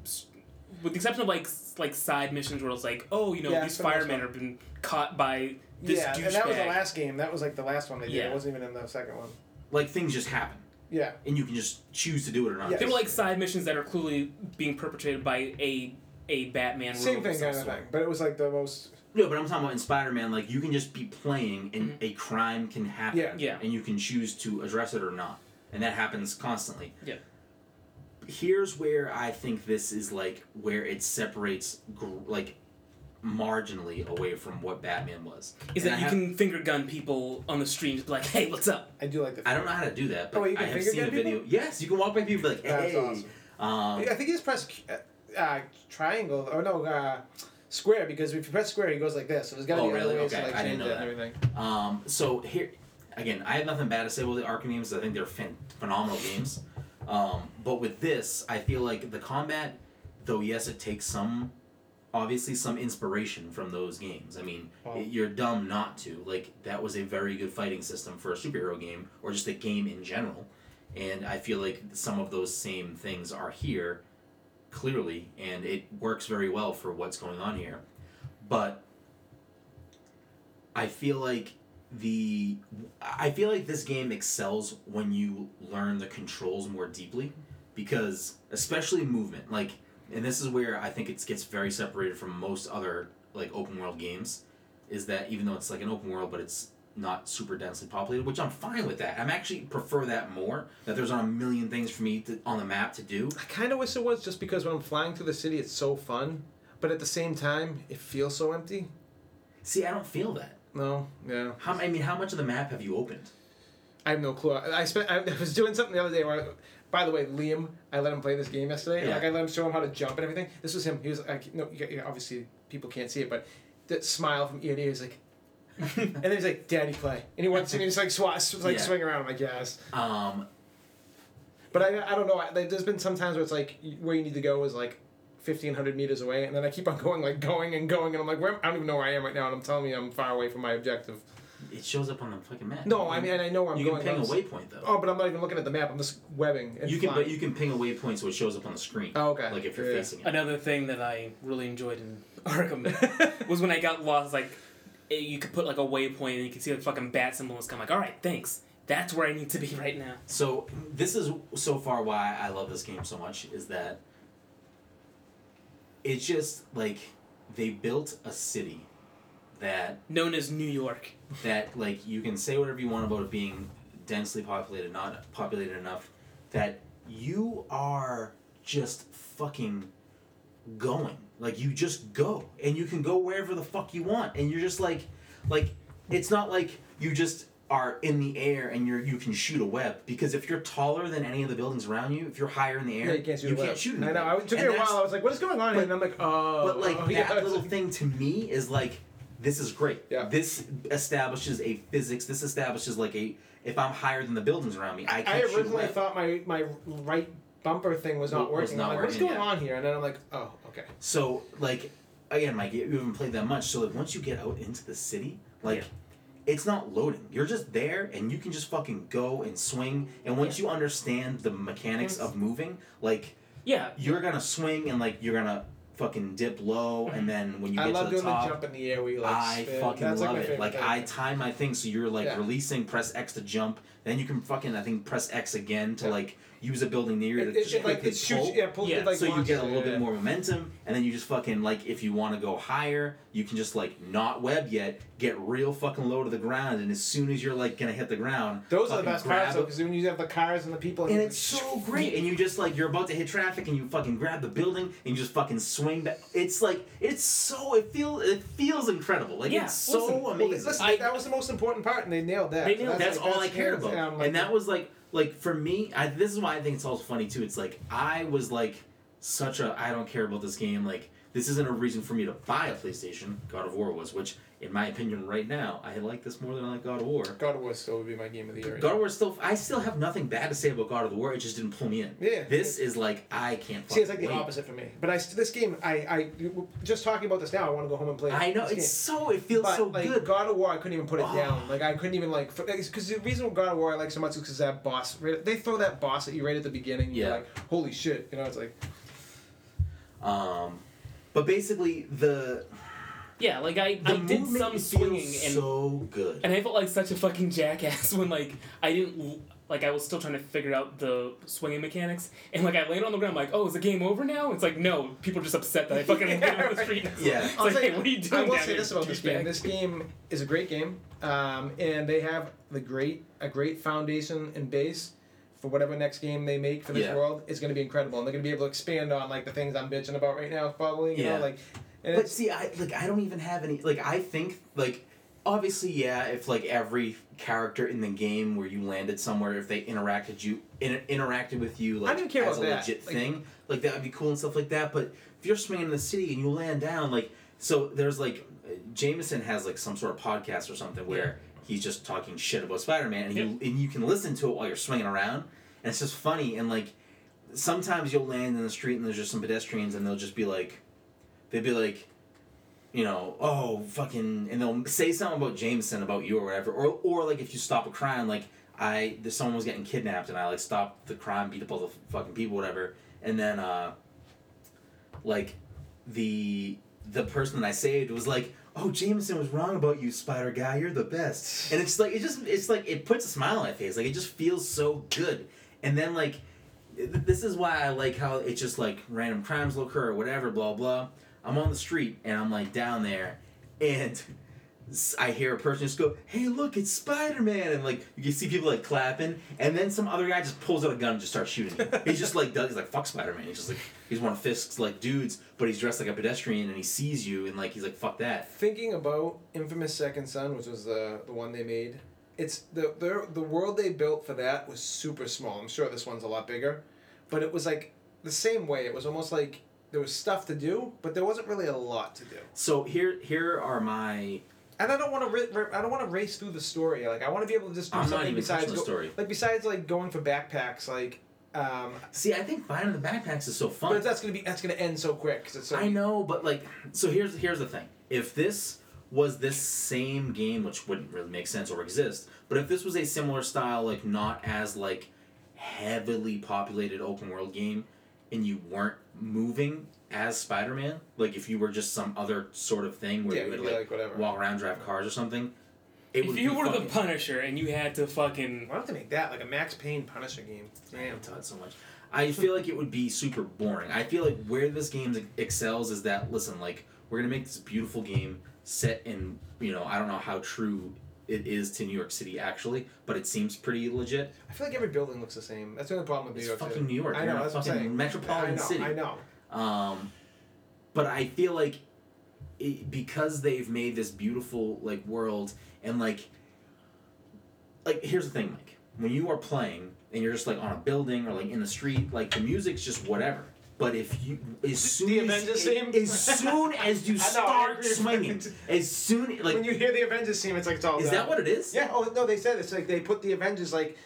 Speaker 4: with the exception of like s- like side missions where it's like, oh, you know,
Speaker 3: Yeah,
Speaker 4: these
Speaker 3: for the most
Speaker 4: firemen have been caught by this
Speaker 3: yeah,
Speaker 4: douchebag.
Speaker 3: and that was the last game. That was like the last one they did.
Speaker 4: Yeah.
Speaker 3: It wasn't even in the second one.
Speaker 2: like things just happen,
Speaker 3: Yeah,
Speaker 2: and you can just choose to do it or not.
Speaker 3: Yeah.
Speaker 4: They were like side missions that are clearly being perpetrated by a a Batman.
Speaker 3: same
Speaker 4: rogue
Speaker 3: thing
Speaker 4: of some
Speaker 3: kind of
Speaker 4: sort.
Speaker 3: thing. But it was like the most.
Speaker 2: No, but I'm talking about in Spider Man, like you can just be playing and a crime can happen.
Speaker 3: Yeah.
Speaker 4: Mm-hmm. Yeah.
Speaker 2: And you can choose to address it or not. And that happens constantly.
Speaker 4: Yeah.
Speaker 2: Here's where I think this is like where it separates gr- like marginally away from what Batman was.
Speaker 4: Is
Speaker 2: And
Speaker 4: that
Speaker 2: I
Speaker 4: you
Speaker 2: have-
Speaker 4: can finger gun people on the street and just be like, hey, what's up?
Speaker 3: I do like the.
Speaker 2: I don't know how to do that, but
Speaker 3: Oh, you
Speaker 2: I
Speaker 3: can
Speaker 2: have
Speaker 3: finger
Speaker 2: seen a
Speaker 3: gun people?
Speaker 2: video. Yes, you can walk by people and be like,
Speaker 3: That's
Speaker 2: hey.
Speaker 3: awesome.
Speaker 2: Um,
Speaker 3: I think you just press Q- uh, uh, triangle or no uh, square because if you press square, he goes like this. So there's gotta
Speaker 2: Oh,
Speaker 3: be other
Speaker 2: really?
Speaker 3: ways
Speaker 2: Okay,
Speaker 3: to like
Speaker 2: I
Speaker 3: change
Speaker 2: didn't know
Speaker 3: it
Speaker 2: that.
Speaker 3: and everything.
Speaker 2: Um, so here, again, I have nothing bad to say about the Arkham games. I think they're phen phenomenal games. Um, but with this, I feel like the combat, though yes, it takes some, obviously some inspiration from those games. I mean,
Speaker 3: Wow.
Speaker 2: you're dumb not to. Like that was a very good fighting system for a superhero game or just a game in general. And I feel like some of those same things are here, clearly, and it works very well for what's going on here. But I feel like the I feel like this game excels when you learn the controls more deeply because especially movement like and this is where I think it gets very separated from most other like open world games is that even though it's like an open world but it's not super densely populated which I'm fine with that I'm actually prefer that more that there's not a million things for me to, on the map to do
Speaker 1: I kind of wish it was just because when I'm flying through the city, it's so fun, but at the same time, it feels so empty.
Speaker 2: see I don't feel that
Speaker 1: No, yeah.
Speaker 2: how I mean how much of the map have you opened
Speaker 1: I have no clue. I I spent. I was doing something the other day where. I, by the way, Liam, I let him play this game yesterday. and,
Speaker 2: Yeah.
Speaker 1: Like I let him show him how to jump and everything. This was him. He was like, no, you, you- obviously people can't see it, but that smile from ear to ear is like. and then he's like, "Daddy, play," and he wants to just like swat, sw- like
Speaker 2: Yeah.
Speaker 1: swing around. I'm like, "Yes,"
Speaker 2: um
Speaker 1: but I, I don't know. I, like, there's been some times where it's like y- where you need to go is like 1,500 meters away, and then I keep on going, like going and going, and I'm like, "Where? am- I don't even know where I am right now," and I'm telling me I'm far away from my objective.
Speaker 2: It shows up on the fucking map.
Speaker 1: No, I mean I know where I'm
Speaker 2: you
Speaker 1: going.
Speaker 2: can ping
Speaker 1: I'm
Speaker 2: a
Speaker 1: just-
Speaker 2: waypoint though.
Speaker 1: Oh, but I'm not even looking at the map. I'm just webbing. And
Speaker 2: you can,
Speaker 1: flying.
Speaker 2: but you can ping a waypoint so it shows up on the screen.
Speaker 1: Oh, okay.
Speaker 2: Like if you're
Speaker 1: Yeah.
Speaker 2: facing it.
Speaker 4: Another thing that I really enjoyed in Arkham was when I got lost. Like, eh, you could put like a waypoint and you could see the fucking bat symbol is come. Like, all right, thanks. That's where I need to be right now.
Speaker 2: So this is so far why I love this game so much is that it's just like they built a city that
Speaker 4: known as New York.
Speaker 2: that like you can say whatever you want about it being densely populated, not populated enough, that you are just fucking going. Like you just go, and you can go wherever the fuck you want, and you're just like, like it's not like you just are in the air and you're you can shoot a web because if you're taller than any of the buildings around you, if you're higher in the air,
Speaker 3: Yeah, you can't shoot. a web.
Speaker 2: shoot
Speaker 3: I know. I, it
Speaker 2: anything.
Speaker 3: took me
Speaker 2: And
Speaker 3: a
Speaker 2: that's-
Speaker 3: while. I was like, "What is going on?"
Speaker 2: But-
Speaker 3: and I'm like, "Oh."
Speaker 2: but like
Speaker 3: oh,
Speaker 2: that
Speaker 3: yeah.
Speaker 2: little thing to me is like, this is great.
Speaker 3: Yeah.
Speaker 2: This establishes a physics. This establishes like a if I'm higher than the buildings around me, I
Speaker 3: I,
Speaker 2: can shoot
Speaker 3: originally
Speaker 2: left.
Speaker 3: thought my my right bumper thing was
Speaker 2: Was
Speaker 3: not working.
Speaker 2: not
Speaker 3: I'm like, "What's
Speaker 2: working,
Speaker 3: going
Speaker 2: yeah.
Speaker 3: on here?" And then I'm like, "Oh, okay."
Speaker 2: So like again, Mike, you haven't played that much. So like once you get out into the city, like it's not loading. You're just there and you can just fucking go and swing. And once you understand the mechanics of moving, like
Speaker 4: Yeah,
Speaker 2: you're gonna swing and like you're gonna fucking dip low and then when you
Speaker 3: Mm-hmm. I
Speaker 2: get
Speaker 3: love
Speaker 2: to the
Speaker 3: doing
Speaker 2: top
Speaker 3: the jump in the air where you like
Speaker 2: I
Speaker 3: spin.
Speaker 2: fucking love
Speaker 3: That's like my
Speaker 2: it.
Speaker 3: favorite
Speaker 2: Like
Speaker 3: thing.
Speaker 2: I time my thing, so you're like
Speaker 3: Yeah.
Speaker 2: releasing, press X to jump, then you can fucking I think press X again to
Speaker 3: Yeah.
Speaker 2: like use a building near you
Speaker 3: it,
Speaker 2: to
Speaker 3: it,
Speaker 2: just
Speaker 3: it, like
Speaker 2: quickly
Speaker 3: it shoots.
Speaker 2: pull.
Speaker 3: Yeah, pulls
Speaker 4: Yeah,
Speaker 3: it, like
Speaker 2: so you
Speaker 3: launches
Speaker 2: get a
Speaker 3: you,
Speaker 2: little
Speaker 3: yeah.
Speaker 2: bit more momentum, and then you just fucking like if you want to go higher, you can just like not web yet, get real fucking low to the ground, and as soon as you're like gonna hit the ground,
Speaker 3: Those are the
Speaker 2: fucking
Speaker 3: best
Speaker 2: grab
Speaker 3: parts though,
Speaker 2: it.
Speaker 3: because when you have the cars and the people,
Speaker 2: And
Speaker 3: you
Speaker 2: it's so great, and you just like you're about to hit traffic, and you fucking grab the building, and you just fucking swing back. It's like it's so it feels it feels incredible. Like
Speaker 4: Yeah,
Speaker 2: it's so
Speaker 4: listen,
Speaker 3: Well,
Speaker 2: amazing.
Speaker 3: Listen,
Speaker 4: I-
Speaker 3: that was the most important part, and they nailed that.
Speaker 4: They
Speaker 3: So
Speaker 4: nailed it.
Speaker 2: that's
Speaker 3: like,
Speaker 2: all I cared about.
Speaker 3: yeah, I'm like,
Speaker 2: and that was like like for me, I this is why I think it's also funny too. It's like I was like such a I don't care about this game, like this isn't a reason for me to buy a PlayStation, God of War was, which in my opinion right now, I like this more than I like God of War.
Speaker 3: God of War still would be my game of the year.
Speaker 2: God of War still I still have nothing bad to say about God of War, it just didn't pull me in.
Speaker 3: Yeah.
Speaker 2: This is like I can't
Speaker 3: See, it's like
Speaker 2: fucking
Speaker 3: the
Speaker 2: wait.
Speaker 3: opposite for me. But I st- this game, I, I just talking about this now. I want to go home and play.
Speaker 2: I know
Speaker 3: this
Speaker 2: it's
Speaker 3: game.
Speaker 2: so it feels
Speaker 3: but,
Speaker 2: so
Speaker 3: like,
Speaker 2: good.
Speaker 3: God of War, I couldn't even put it
Speaker 2: Oh.
Speaker 3: down. Like I couldn't even like because the reason God of War I like so much is because that boss. Right, they throw that boss at you right at the beginning.
Speaker 2: Yeah.
Speaker 3: You're like holy shit, you know it's like
Speaker 2: Um but basically the
Speaker 4: yeah. Like I,
Speaker 2: the
Speaker 4: I did
Speaker 2: movement
Speaker 4: some
Speaker 2: feels
Speaker 4: swinging and
Speaker 2: so good.
Speaker 4: and I felt like such a fucking jackass when like I didn't like I was still trying to figure out the swinging mechanics and like I landed on the ground like oh is the game over now? It's like no, people are just upset that I fucking landed on the street.
Speaker 2: Yeah.
Speaker 4: it's
Speaker 3: I'll
Speaker 4: like
Speaker 3: tell
Speaker 4: hey,
Speaker 3: you-
Speaker 4: what are you
Speaker 3: I
Speaker 4: doing
Speaker 3: will
Speaker 4: down
Speaker 3: say
Speaker 4: here,
Speaker 3: this about this
Speaker 4: douchebag?
Speaker 3: game. This game is a great game, um, and they have the great a great foundation and base for whatever next game they make for this
Speaker 2: Yeah.
Speaker 3: world is going to be incredible, and they're going to be able to expand on like the things I'm bitching about right now, probably. You
Speaker 2: Yeah.
Speaker 3: know, like, and
Speaker 2: But
Speaker 3: it's,
Speaker 2: see, I like I don't even have any like I think like obviously yeah if like every character in the game where you landed somewhere if they interacted you in, interacted with you like
Speaker 3: don't care
Speaker 2: as
Speaker 3: about
Speaker 2: a
Speaker 3: that.
Speaker 2: legit
Speaker 3: Like-
Speaker 2: thing like that would be cool and stuff like that but if you're swinging in the city and you land down like so there's like uh, Jameson has like some sort of podcast or something where he's just talking shit about Spider-Man and you and you can listen to it while you're swinging around and it's just funny and like sometimes you'll land in the street and there's just some pedestrians and they'll just be like they'd be like you know oh fucking and they'll say something about jameson about you or whatever or or like if you stop a crime like i there's someone was getting kidnapped and i like stopped the crime beat up all the fucking people whatever and then uh like the the person that i saved was like oh jameson was wrong about you spider guy you're the best and it's like it just it's like it puts a smile on my face like it just feels so good and then like th- this is why I like how it's just like random crimes will occur or whatever, blah blah. I'm on the street and I'm like down there, and s- I hear a person just go, "Hey, look, it's Spider Man!" And like you can see people like clapping, and then some other guy just pulls out a gun and just starts shooting. me. he's just like, Doug, he's like, "Fuck Spider Man!" He's just like, he's one of Fisk's like dudes, but he's dressed like a pedestrian and he sees you and like he's like, "Fuck that."
Speaker 3: thinking about Infamous Second Son, which was the the one they made. It's the the the world they built for that was super small. I'm sure this one's a lot bigger, but it was like the same way. It was almost like there was stuff to do, but there wasn't really a lot to do.
Speaker 2: So here, here are my.
Speaker 3: And I don't want to. Ri- ri- I don't want to race through the story. Like I want to be able to just do
Speaker 2: I'm not
Speaker 3: something
Speaker 2: even
Speaker 3: besides
Speaker 2: touching the
Speaker 3: go-
Speaker 2: story.
Speaker 3: like besides like going for backpacks. Like, um,
Speaker 2: See, I think finding the backpacks is so fun.
Speaker 3: but that's gonna be that's gonna end so quick. 'cause it's so
Speaker 2: I know, but like, so here's here's the thing. If this was this same game, which wouldn't really make sense or exist, but if this was a similar style, like not as like heavily populated open world game, and you weren't moving as Spider Man, like if you were just some other sort of thing where
Speaker 3: Yeah,
Speaker 2: you would
Speaker 3: you'd be
Speaker 2: like,
Speaker 3: like, whatever.
Speaker 2: walk around, drive cars or something, it
Speaker 4: If
Speaker 2: would
Speaker 4: you
Speaker 2: be
Speaker 4: were
Speaker 2: fucking,
Speaker 4: the Punisher and you had to fucking
Speaker 3: Why don't they make that like a Max Payne Punisher game?
Speaker 2: I hate
Speaker 3: Damn.
Speaker 2: Todd so much. I feel like it would be super boring. I feel like where this game excels is that listen, like we're gonna make this beautiful game set in you know I don't know how true it is to New York City actually, but it seems pretty legit.
Speaker 3: I feel like every building looks the same. That's the only problem with
Speaker 2: It's
Speaker 3: New York.
Speaker 2: fucking
Speaker 3: City.
Speaker 2: New York.
Speaker 3: I
Speaker 2: You're
Speaker 3: know.
Speaker 2: in a
Speaker 3: That's what I'm
Speaker 2: fucking
Speaker 3: saying.
Speaker 2: metropolitan
Speaker 3: I know,
Speaker 2: city.
Speaker 3: I know.
Speaker 2: Um, but I feel like it, because they've made this beautiful like world and like like here's the thing, Mike. When you are playing and you're just like on a building or like in the street, like the music's just whatever. But if you as soon
Speaker 3: The
Speaker 2: as,
Speaker 3: Avengers
Speaker 2: as,
Speaker 3: theme?
Speaker 2: soon as you
Speaker 3: I know, I
Speaker 2: start
Speaker 3: agree.
Speaker 2: swinging, as soon like
Speaker 3: when you hear the Avengers theme, it's like it's all.
Speaker 2: is that what it is?
Speaker 3: Yeah. Oh no, they said it's like they put the Avengers like.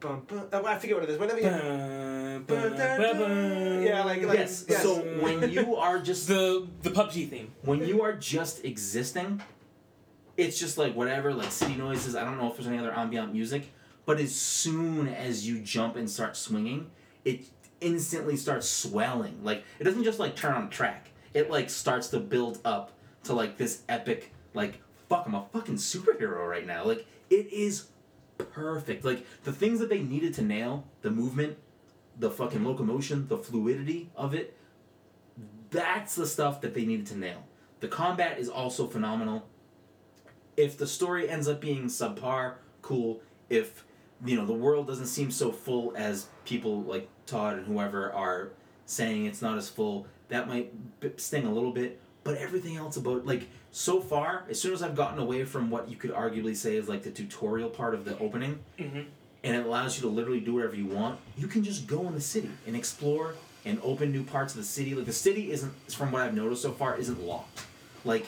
Speaker 3: Bum, bum, oh, I forget what it is. Whenever you.
Speaker 4: Yeah,
Speaker 3: like- like-
Speaker 2: Yes.
Speaker 3: yes.
Speaker 2: So when you are just
Speaker 4: the the PUBG theme.
Speaker 2: when you are just existing, it's just like whatever, like city noises. I don't know if there's any other ambient music, but as soon as you jump and start swinging, it instantly starts swelling. Like it doesn't just like turn on a track. It like starts to build up to like this epic. Like fuck, I'm a fucking superhero right now. Like it is perfect. Like the things that they needed to nail, the movement, the fucking locomotion, the fluidity of it, that's the stuff that they needed to nail. The combat is also phenomenal. If the story ends up being subpar, cool. If you know the world doesn't seem so full as people like Todd and whoever are saying it's not as full, that might b- sting a little bit. But everything else about like so far, as soon as I've gotten away from what you could arguably say is like the tutorial part of the opening,
Speaker 4: Mhm.
Speaker 3: Mm-hmm.
Speaker 2: and it allows you to literally do whatever you want. You can just go in the city and explore and open new parts of the city. Like the city isn't, from what I've noticed so far, isn't locked. Like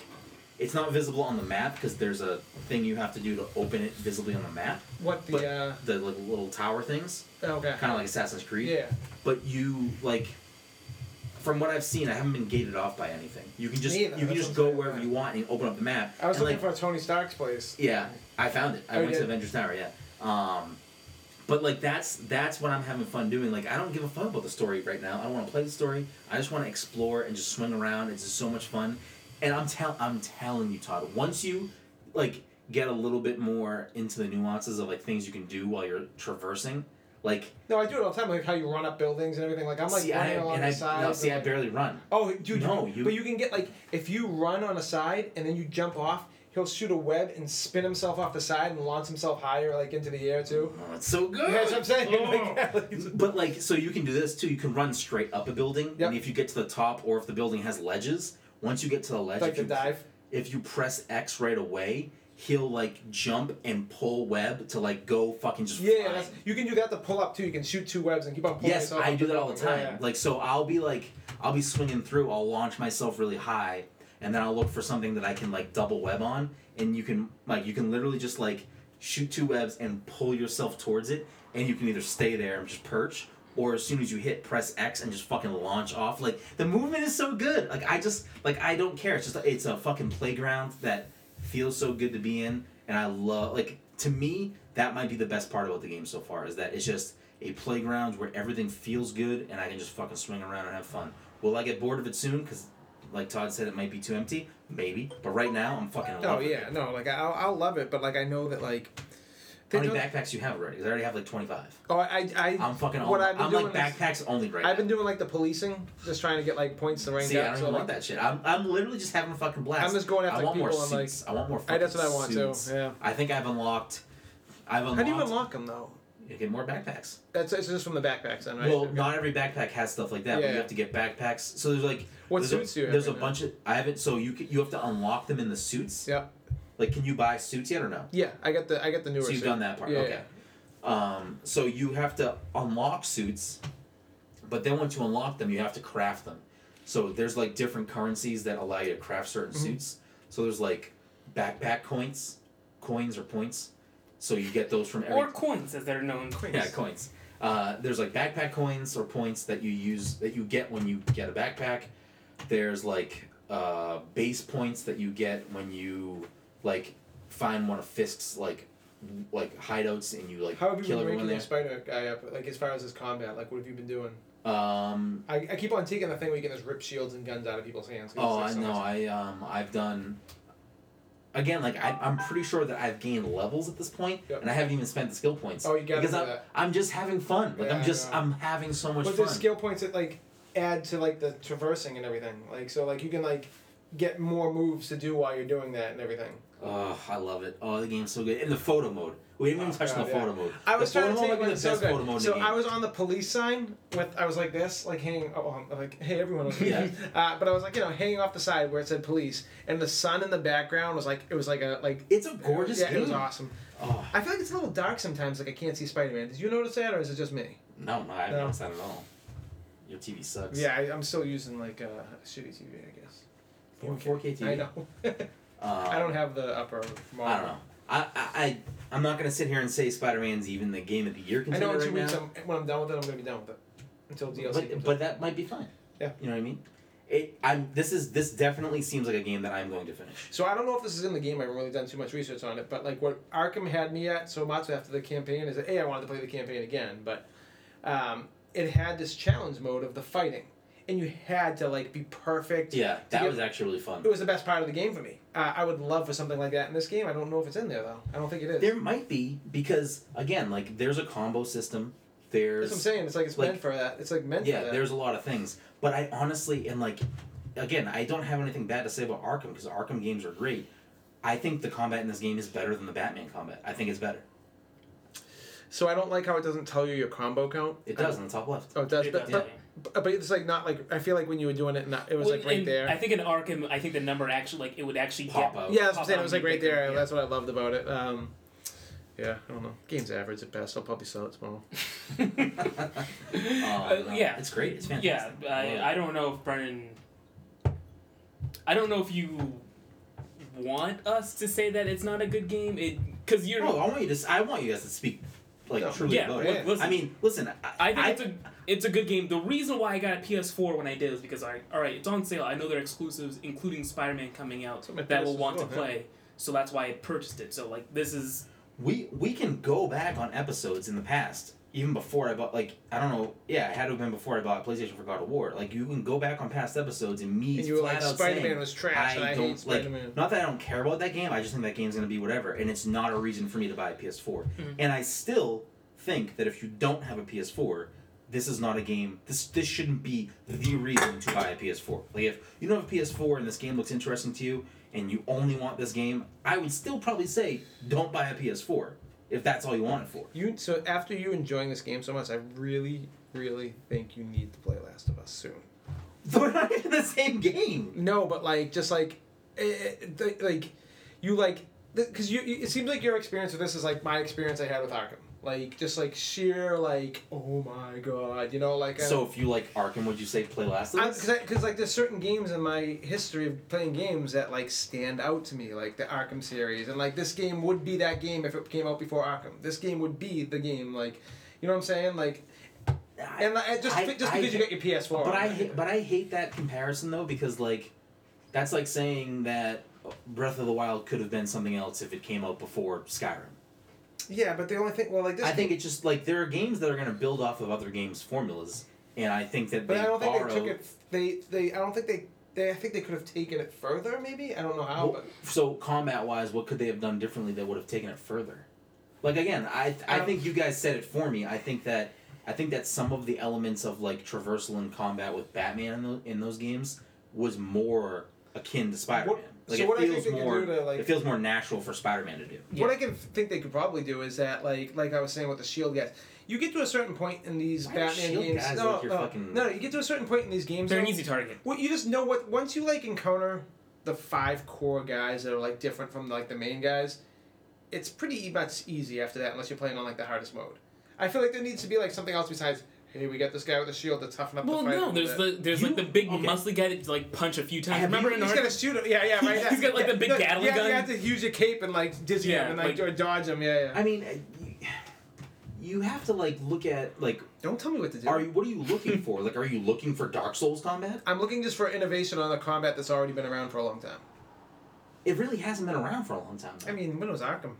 Speaker 2: it's not visible on the map because there's a thing you have to do to open it visibly on the map.
Speaker 3: What the?
Speaker 2: But-
Speaker 3: uh, oh,
Speaker 2: The like, little tower things,
Speaker 3: okay.
Speaker 2: kind of like Assassin's Creed
Speaker 3: Yeah.
Speaker 2: but you like from what I've seen, I haven't been gated off by anything. You can just
Speaker 3: Me either,
Speaker 2: you can
Speaker 3: that's
Speaker 2: just
Speaker 3: what
Speaker 2: go
Speaker 3: I'm saying,
Speaker 2: wherever
Speaker 3: yeah.
Speaker 2: you want and open up the map.
Speaker 3: I was
Speaker 2: and,
Speaker 3: looking
Speaker 2: like,
Speaker 3: for Tony Stark's place.
Speaker 2: yeah, I found it. I
Speaker 3: Oh, you
Speaker 2: went to
Speaker 3: did?
Speaker 2: Avengers Tower. Yeah, um, but like that's that's what I'm having fun doing. Like I don't give a fuck about the story right now. I don't want to play the story. I just want to explore and just swing around. It's just so much fun. And I'm tell I'm telling you, Todd. Once you like get a little bit more into the nuances of like things you can do while you're traversing, like
Speaker 3: No, I do it all the time. Like how you run up buildings and everything. Like I'm like
Speaker 2: see, I,
Speaker 3: running along
Speaker 2: and
Speaker 3: the
Speaker 2: I,
Speaker 3: side.
Speaker 2: no, see, I barely run.
Speaker 3: Oh, dude,
Speaker 2: No,
Speaker 3: you,
Speaker 2: you-
Speaker 3: but you can get like if you run on a side and then you jump off, he'll shoot a web and spin himself off the side and launch himself higher like into the air too.
Speaker 2: Oh, it's so good.
Speaker 3: Yeah, that's what I'm saying.
Speaker 2: Oh.
Speaker 3: Like, yeah, like, it's-
Speaker 2: But like, so you can do this too. You can run straight up a building,
Speaker 3: Yep.
Speaker 2: and if you get to the top, or if the building has ledges, once you get to the ledge,
Speaker 3: like
Speaker 2: if,
Speaker 3: the
Speaker 2: you,
Speaker 3: dive.
Speaker 2: if you press X right away, he'll like jump and pull web to like go fucking just.
Speaker 3: Yeah,
Speaker 2: flying.
Speaker 3: that's, you can do that to pull up too. You can shoot two webs and keep on pulling.
Speaker 2: Yes,
Speaker 3: yourself
Speaker 2: I
Speaker 3: up
Speaker 2: do
Speaker 3: the
Speaker 2: that all the
Speaker 3: building.
Speaker 2: time.
Speaker 3: Yeah, yeah.
Speaker 2: Like, so I'll be like, I'll be swinging through. I'll launch myself really high, and then I'll look for something that I can like double web on, and you can like you can literally just like shoot two webs and pull yourself towards it, and you can either stay there and just perch, or as soon as you hit, press X and just fucking launch off. Like the movement is so good. Like I just like I don't care. It's just it's a fucking playground that feels so good to be in, and I love like to me that might be the best part about the game so far is that it's just a playground where everything feels good and I can just fucking swing around and have fun. Will I get bored of it soon? Because, like Todd said, it might be too empty. Maybe, but right now I'm fucking. in
Speaker 3: Oh
Speaker 2: love with
Speaker 3: yeah,
Speaker 2: it.
Speaker 3: no, like I'll, I'll love it, but like I know that like.
Speaker 2: How
Speaker 3: they
Speaker 2: many
Speaker 3: don't-
Speaker 2: backpacks you have already? 'Cause I already have like 25.
Speaker 3: Oh, I, I,
Speaker 2: I'm fucking.
Speaker 3: What
Speaker 2: only-
Speaker 3: I've been
Speaker 2: I'm
Speaker 3: doing
Speaker 2: like
Speaker 3: is-
Speaker 2: backpacks only right
Speaker 3: I've been
Speaker 2: now.
Speaker 3: doing like the policing, just trying to get like points to rank
Speaker 2: See, I
Speaker 3: up.
Speaker 2: don't
Speaker 3: so
Speaker 2: even
Speaker 3: like,
Speaker 2: want that shit. I'm, I'm literally just having a fucking blast.
Speaker 3: I'm just going after
Speaker 2: I want more
Speaker 3: people and, like-
Speaker 2: suits. I want more.
Speaker 3: I, that's what I
Speaker 2: fucking
Speaker 3: want
Speaker 2: suits.
Speaker 3: too. Yeah.
Speaker 2: I think I've unlocked. I've unlocked.
Speaker 3: How do you unlock them though?
Speaker 2: You get more backpacks.
Speaker 3: That's it's just from the backpacks, then, right?
Speaker 2: Well, not every backpack has stuff like that, but you
Speaker 3: Yeah.
Speaker 2: have to get backpacks. So there's like
Speaker 3: what
Speaker 2: there's
Speaker 3: suits
Speaker 2: a,
Speaker 3: do you have?
Speaker 2: There's
Speaker 3: right
Speaker 2: a
Speaker 3: now?
Speaker 2: bunch of I haven't. So you c- you have to unlock them in the suits.
Speaker 3: Yep.
Speaker 2: Like, can you buy suits yet or no?
Speaker 3: Yeah, I got the I got the newer.
Speaker 2: so you've
Speaker 3: suit.
Speaker 2: done that part.
Speaker 3: Yeah,
Speaker 2: okay. Um, so you have to unlock suits, but then once you unlock them, you have to craft them. So there's like different currencies that allow you to craft certain
Speaker 3: Mhm.
Speaker 2: suits. So there's like backpack coins, coins or points. So you get those from every
Speaker 4: Or coins, as they're known.
Speaker 2: yeah, coins. Uh, there's like backpack coins or points that you use that you get when you get a backpack. There's like uh, base points that you get when you like find one of Fisk's like w- like hideouts and you like
Speaker 3: How have you
Speaker 2: kill
Speaker 3: been
Speaker 2: everyone
Speaker 3: ranking
Speaker 2: there.
Speaker 3: the spider guy up? Like as far as his combat, like what have you been doing?
Speaker 2: Um,
Speaker 3: I, I keep on taking the thing where you can just rip shields and guns out of people's hands. It's
Speaker 2: oh,
Speaker 3: like
Speaker 2: I
Speaker 3: so
Speaker 2: know.
Speaker 3: much-
Speaker 2: I um, I've done. again, like I, I'm pretty sure that I've gained levels at this point,
Speaker 3: Yep.
Speaker 2: and I haven't even spent the skill points.
Speaker 3: Oh, you gotta
Speaker 2: because
Speaker 3: do
Speaker 2: I'm,
Speaker 3: that.
Speaker 2: I'm just having fun. Like
Speaker 3: Yeah,
Speaker 2: I'm
Speaker 3: I
Speaker 2: just
Speaker 3: know.
Speaker 2: I'm having so much
Speaker 3: But
Speaker 2: fun.
Speaker 3: there's skill points that like add to like the traversing and everything. Like so, like you can like get more moves to do while you're doing that and everything.
Speaker 2: Oh, I love it. Oh, the game's so good. And the photo mode. We didn't even
Speaker 3: Oh,
Speaker 2: touch on the
Speaker 3: God, yeah.
Speaker 2: photo mode.
Speaker 3: I
Speaker 2: The
Speaker 3: was
Speaker 2: photo
Speaker 3: trying to
Speaker 2: mode might
Speaker 3: take
Speaker 2: be
Speaker 3: one
Speaker 2: the
Speaker 3: so
Speaker 2: best photo mode in
Speaker 3: good.
Speaker 2: the
Speaker 3: So
Speaker 2: game.
Speaker 3: I was on the police sign with I was like this, like hanging. Oh, I'm like hey everyone.
Speaker 2: Yeah.
Speaker 3: Uh, but I was like you know hanging off the side where it said police, and the sun in the background was like it was like a like.
Speaker 2: It's a gorgeous
Speaker 3: yeah,
Speaker 2: game.
Speaker 3: it was awesome.
Speaker 2: Oh
Speaker 3: I feel like it's a little dark sometimes. Like I can't see Spider Man. Did you notice that, or is it just me?
Speaker 2: no, no, I haven't
Speaker 3: No.
Speaker 2: noticed that at all. Your TV sucks.
Speaker 3: Yeah, I, I'm still using like uh, shitty TV, I guess.
Speaker 2: Four- 4K TV.
Speaker 3: I know.
Speaker 2: Uh,
Speaker 3: I don't have the upper. Model.
Speaker 2: I don't know. I, I, I I'm not gonna sit here and say Spider Man's even the game of the year
Speaker 3: I
Speaker 2: contender
Speaker 3: know in
Speaker 2: right
Speaker 3: two weeks,
Speaker 2: now.
Speaker 3: I'm, when I'm done with it, I'm gonna be done with it until DLC.
Speaker 2: but
Speaker 3: comes
Speaker 2: but that might be fine.
Speaker 3: Yeah.
Speaker 2: You know what I mean? It I'm this is this definitely seems like a game that I'm going to finish.
Speaker 3: So I don't know if this is in the game. I haven't really done too much research on it, but like what Arkham had me at so much after the campaign is, a I wanted to play the campaign again, but um, it had this challenge mode of the fighting, and you had to like be perfect.
Speaker 2: Yeah, that
Speaker 3: get-
Speaker 2: was actually really fun.
Speaker 3: It was the best part of the game for me. Uh, I would love for something like that in this game. I don't know if it's in there though. I don't think it is.
Speaker 2: There might be because again, like there's a combo system. There's
Speaker 3: That's what I'm saying. It's like it's
Speaker 2: like-
Speaker 3: meant for that. It's like meant
Speaker 2: yeah,
Speaker 3: for that.
Speaker 2: there's a lot of things. But I honestly and like again, I don't have anything bad to say about Arkham because Arkham games are great. I think the combat in this game is better than the Batman combat. I think it's better.
Speaker 3: So I don't like how it doesn't tell you your combo count.
Speaker 2: It does on the top left.
Speaker 3: Oh, it does.
Speaker 4: It
Speaker 3: but,
Speaker 4: does,
Speaker 3: but, but it's like not like I feel like when you were doing it, not, it was
Speaker 4: Well,
Speaker 3: like right
Speaker 4: and
Speaker 3: there.
Speaker 4: I think in Arkham, I think the number actually like it would actually
Speaker 2: Pop
Speaker 4: get,
Speaker 2: up.
Speaker 3: yeah, that's what I'm
Speaker 4: pop
Speaker 3: saying. It
Speaker 4: out
Speaker 3: was
Speaker 4: and
Speaker 3: like right
Speaker 4: be bigger,
Speaker 3: there.
Speaker 4: yeah.
Speaker 3: That's what I loved about it. Um, yeah, I don't know. Game's average at best. I'll probably sell it tomorrow.
Speaker 2: Um,
Speaker 4: Uh, yeah.
Speaker 2: Oh, It's great. It's
Speaker 4: yeah,
Speaker 2: fantastic. Love it.
Speaker 4: I, I don't know if Brennan. I don't know if you want us to say that it's not a good game. It because you're.
Speaker 2: No, Oh, I want you to. s- I want you guys to speak like
Speaker 3: No.
Speaker 2: truly
Speaker 4: Yeah,
Speaker 2: about
Speaker 3: li-
Speaker 2: it.
Speaker 4: listen.
Speaker 2: I mean, listen. I,
Speaker 4: I think
Speaker 2: I-
Speaker 4: it's a it's a good game. The reason why I got a PS4 when I did is because I all right, it's on sale. I know they're exclusives, including Spider-Man coming out
Speaker 3: So my
Speaker 4: that
Speaker 3: PS
Speaker 4: will
Speaker 3: as
Speaker 4: want
Speaker 3: well,
Speaker 4: to
Speaker 3: yeah.
Speaker 4: play. So that's why I purchased it. So like this is
Speaker 2: we we can go back on episodes in the past, even before I bought. Like I don't know. Yeah, it had to have been before I bought PlayStation for God of War. Like you can go back on past episodes and me
Speaker 3: And you were
Speaker 2: flat
Speaker 3: like,
Speaker 2: out
Speaker 3: Spider Man
Speaker 2: saying,
Speaker 3: was trash. and I
Speaker 2: don't
Speaker 3: hate
Speaker 2: like.
Speaker 3: Spider Man.
Speaker 2: Not that I don't care about that game. I just think that game's gonna be whatever, and it's not a reason for me to buy a PS4. And I still think that if you don't have a PS4, this is not a game. This this shouldn't be the reason to buy a PS4. Like if you don't have a PS4 and this game looks interesting to you, and you only want this game, I would still probably say don't buy a PS4 if that's all you want it for.
Speaker 3: You so after you enjoying this game so much, I really, really think you need to play Last of Us soon.
Speaker 2: They're not even the same game.
Speaker 3: No, but like just like, eh, eh, th- like, you like because you. It seems like your experience with this is like my experience I had with Arkham. Like just like sheer like oh my god, you know like. uh, I-
Speaker 2: So if you like Arkham, would you say play Last of Us?
Speaker 3: because like there's certain games in my history of playing games that like stand out to me like the arkham series and like this game would be that game if it came out before arkham this game would be the game like you know what i'm saying like
Speaker 2: I-
Speaker 3: and like, I- just
Speaker 2: I-
Speaker 3: just because
Speaker 2: I-
Speaker 3: you got your ps4
Speaker 2: But I ha- but I hate that comparison though because like that's like saying that Breath of the Wild could have been something else if it came out before Skyrim.
Speaker 3: yeah but the only thing well like this
Speaker 2: I think it's just like there are games that are going to build off of other games' formulas, and I think that
Speaker 3: but
Speaker 2: they
Speaker 3: i don't think
Speaker 2: borrow.
Speaker 3: they took it they they i don't think they they i think they could have taken it further maybe i don't know how
Speaker 2: Well,
Speaker 3: but
Speaker 2: so combat wise, what could they have done differently that would have taken it further? Like again, I I
Speaker 3: Um,
Speaker 2: think you guys said it for me. I think that I think that some of the elements of like traversal and combat with Batman in, tho- in those games was more akin to Spider Man. Like
Speaker 3: so
Speaker 2: it
Speaker 3: what I
Speaker 2: feels
Speaker 3: think they can
Speaker 2: more
Speaker 3: do to, like-
Speaker 2: it feels more natural for Spider Man to do.
Speaker 3: What I can think they could probably do is that, like, like I was saying with the Shield guys, you get to a certain point in these
Speaker 2: Why are
Speaker 3: Batman
Speaker 2: Shield
Speaker 3: games.
Speaker 2: guys
Speaker 3: no,
Speaker 2: like your
Speaker 3: no,
Speaker 2: fucking-
Speaker 3: no, you get to a certain point in these games.
Speaker 4: they're an
Speaker 3: though,
Speaker 4: easy target.
Speaker 3: Well, you just know what once you like encounter the five core guys that are like different from like the main guys, it's pretty much easy after that unless you're playing on like the hardest mode. I feel like there needs to be like something else besides, hey, we got this guy with a shield to toughen up
Speaker 4: Well,
Speaker 3: the fight.
Speaker 4: no, there's the there's like the
Speaker 2: You-
Speaker 4: big
Speaker 2: okay.
Speaker 4: muscly guy that like punch a few times.
Speaker 2: Have
Speaker 4: Remember
Speaker 2: you-
Speaker 4: in
Speaker 3: He's
Speaker 4: Arkham?
Speaker 3: gonna shoot him. Yeah, yeah, right.
Speaker 4: He's got, like, the
Speaker 3: Yeah,
Speaker 4: big
Speaker 3: no,
Speaker 4: Gatling
Speaker 3: yeah,
Speaker 4: gun.
Speaker 3: You have to use your cape and like dizzy
Speaker 4: Yeah,
Speaker 3: him and like,
Speaker 4: like-
Speaker 3: or dodge him. Yeah, yeah.
Speaker 2: I mean, uh, you- you have to like look at like
Speaker 3: Don't tell me what to do.
Speaker 2: are you what are you looking for? Like are you looking for Dark Souls combat?
Speaker 3: I'm looking just for innovation on a combat that's already been around for a long time.
Speaker 2: It really hasn't been around for a long time.
Speaker 3: I mean, when was Arkham?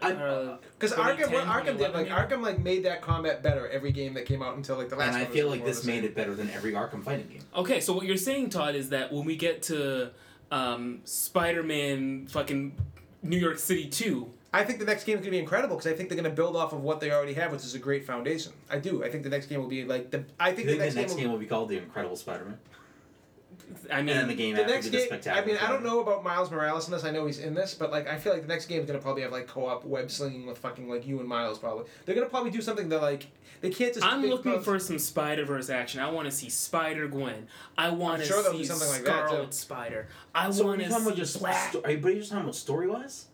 Speaker 2: I-
Speaker 4: Uh,
Speaker 3: Because Arkham,
Speaker 4: 2010,
Speaker 3: what Arkham did, like
Speaker 4: 2011,
Speaker 3: Arkham, like made that combat better every game that came out until like the last.
Speaker 2: and I
Speaker 3: one was
Speaker 2: feel
Speaker 3: more
Speaker 2: like
Speaker 3: of
Speaker 2: this
Speaker 3: the same.
Speaker 2: made it better than every Arkham fighting game.
Speaker 4: Okay, so what you're saying, Todd, is that when we get to um, Spider-Man, fucking New York City two.
Speaker 3: I think the next game is going to be incredible because I think they're going to build off of what they already have, which is a great foundation. I do. I think the next game will be like the. I
Speaker 2: You
Speaker 3: think
Speaker 2: think
Speaker 3: the next,
Speaker 2: the next
Speaker 3: game.
Speaker 2: game will be called The Incredible Spider-Man?
Speaker 4: I
Speaker 2: And
Speaker 4: mean,
Speaker 2: then the game
Speaker 3: Will,
Speaker 2: after
Speaker 3: the next
Speaker 2: will be The
Speaker 3: game. I
Speaker 2: Spectacular
Speaker 3: mean, I don't
Speaker 2: Spider-Man.
Speaker 3: know about Miles Morales in this. I know he's in this, but like, I feel like the next game is going to probably have like co-op web slinging with fucking like you and Miles. Probably they're going to probably do something that like they can't just.
Speaker 4: I'm
Speaker 3: make
Speaker 4: looking
Speaker 3: those-
Speaker 4: for some Spider Verse action. I want to see Spider Gwen. I want to
Speaker 3: I'm sure they'll do
Speaker 4: see
Speaker 3: something like that, too.
Speaker 4: Scarlet Spider. I
Speaker 2: So are
Speaker 4: want
Speaker 2: you
Speaker 4: to
Speaker 2: talking about
Speaker 4: see
Speaker 2: just
Speaker 4: Black.
Speaker 2: sto- are you, but are you just talking about story-wise?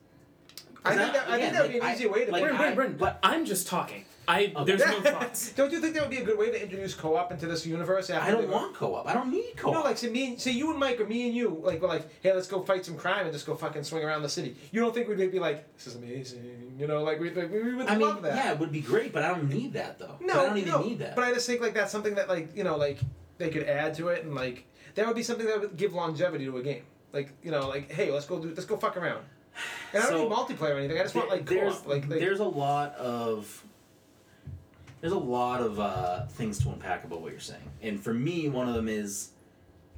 Speaker 3: I think that, I
Speaker 2: Yeah,
Speaker 3: think that would be
Speaker 2: like,
Speaker 3: an easy way to.
Speaker 2: like,
Speaker 3: put
Speaker 4: Bryn,
Speaker 3: it.
Speaker 2: I-
Speaker 4: Bryn, Bryn,
Speaker 2: but-
Speaker 4: I'm just talking. I
Speaker 2: Okay.
Speaker 4: there's no thoughts.
Speaker 3: Don't you think that would be a good way to introduce co-op into this universe? After
Speaker 2: I
Speaker 3: they
Speaker 2: don't
Speaker 3: go-
Speaker 2: want co-op. I don't need co-op.
Speaker 3: No, like say me, say you and Mike or me and you, like we're like, hey, let's go fight some crime and just go fucking swing around the city. You don't think we'd be like, this is amazing, you know? Like we, like, we would
Speaker 2: I
Speaker 3: love
Speaker 2: mean,
Speaker 3: that.
Speaker 2: yeah, it would be great, but I don't need that though.
Speaker 3: No,
Speaker 2: I don't even
Speaker 3: no,
Speaker 2: need that.
Speaker 3: But I just think like that's something that like you know like they could add to it and like that would be something that would give longevity to a game. Like you know like hey, let's go do let's go fuck around. And I
Speaker 2: So,
Speaker 3: don't need multiplayer or anything. I just want like
Speaker 2: there's
Speaker 3: co-op. Like, like
Speaker 2: there's a lot of there's a lot of uh, things to unpack about what you're saying, and for me, one of them is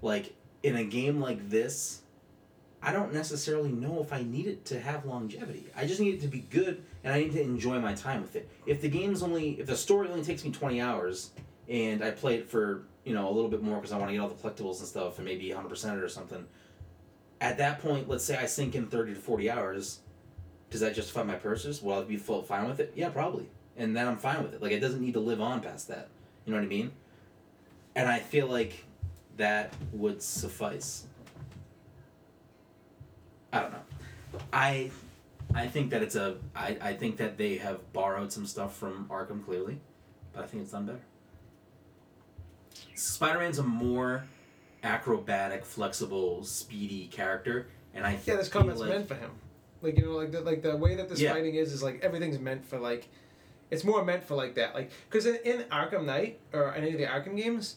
Speaker 2: like in a game like this, I don't necessarily know if I need it to have longevity. I just need it to be good, and I need to enjoy my time with it. If the game's only if the story only takes me twenty hours, and I play it for you know a little bit more because I want to get all the collectibles and stuff, and maybe hundred percent it or something. At that point, let's say I sink in thirty to forty hours does that justify my purchase? Will I be full fine with it? Yeah, probably. And then I'm fine with it. Like it doesn't need to live on past that. You know what I mean? And I feel like that would suffice. I don't know. I I think that it's a I, I think that they have borrowed some stuff from Arkham clearly, but I think it's done better. Spider-Man's a more acrobatic, flexible, speedy character, and I
Speaker 3: yeah, this
Speaker 2: feel
Speaker 3: combat's
Speaker 2: like-
Speaker 3: meant for him. Like you know like the like the way that this
Speaker 2: Yeah.
Speaker 3: fighting is is like everything's meant for like. It's more meant for like that, like because in, in Arkham Knight or any of the Arkham games,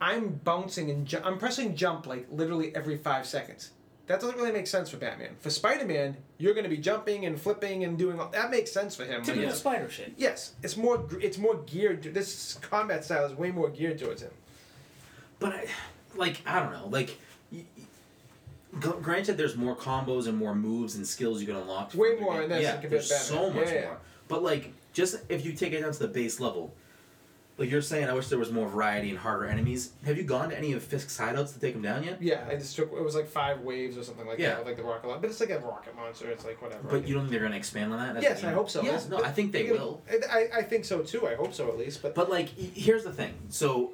Speaker 3: I'm bouncing and ju- I'm pressing jump like literally every five seconds. That doesn't really make sense for Batman. For Spider Man, you're going to be jumping and flipping and doing all- that makes sense for him.
Speaker 4: Typical
Speaker 2: Yeah.
Speaker 4: Spider shit.
Speaker 3: Yes, it's more gr- it's more geared. To, this combat style is way more geared towards him.
Speaker 2: but I, like I don't know. Like, y- y- gr- granted, there's more combos and more moves and skills you can unlock.
Speaker 3: Way
Speaker 2: from the
Speaker 3: more
Speaker 2: game.
Speaker 3: in this
Speaker 2: Yeah,
Speaker 3: compared to
Speaker 2: there's so
Speaker 3: Batman.
Speaker 2: much
Speaker 3: Yeah, yeah.
Speaker 2: more. But like, just if you take it down to the base level, like you're saying, I wish there was more variety and harder enemies. Have you gone to any of Fisk's hideouts to take him down yet?
Speaker 3: Yeah, I just took it was like five waves or something like
Speaker 2: Yeah.
Speaker 3: that with like the rocket launch, but it's like a rocket monster. It's like whatever.
Speaker 2: But you don't think they're gonna expand on that? as a
Speaker 3: Yes,
Speaker 2: game?
Speaker 3: I hope so.
Speaker 2: Yeah,
Speaker 3: That's-
Speaker 2: no, I think they
Speaker 3: they're gonna-
Speaker 2: will.
Speaker 3: I, I I think so too. I hope so at least. But
Speaker 2: But like, y- here's the thing. So,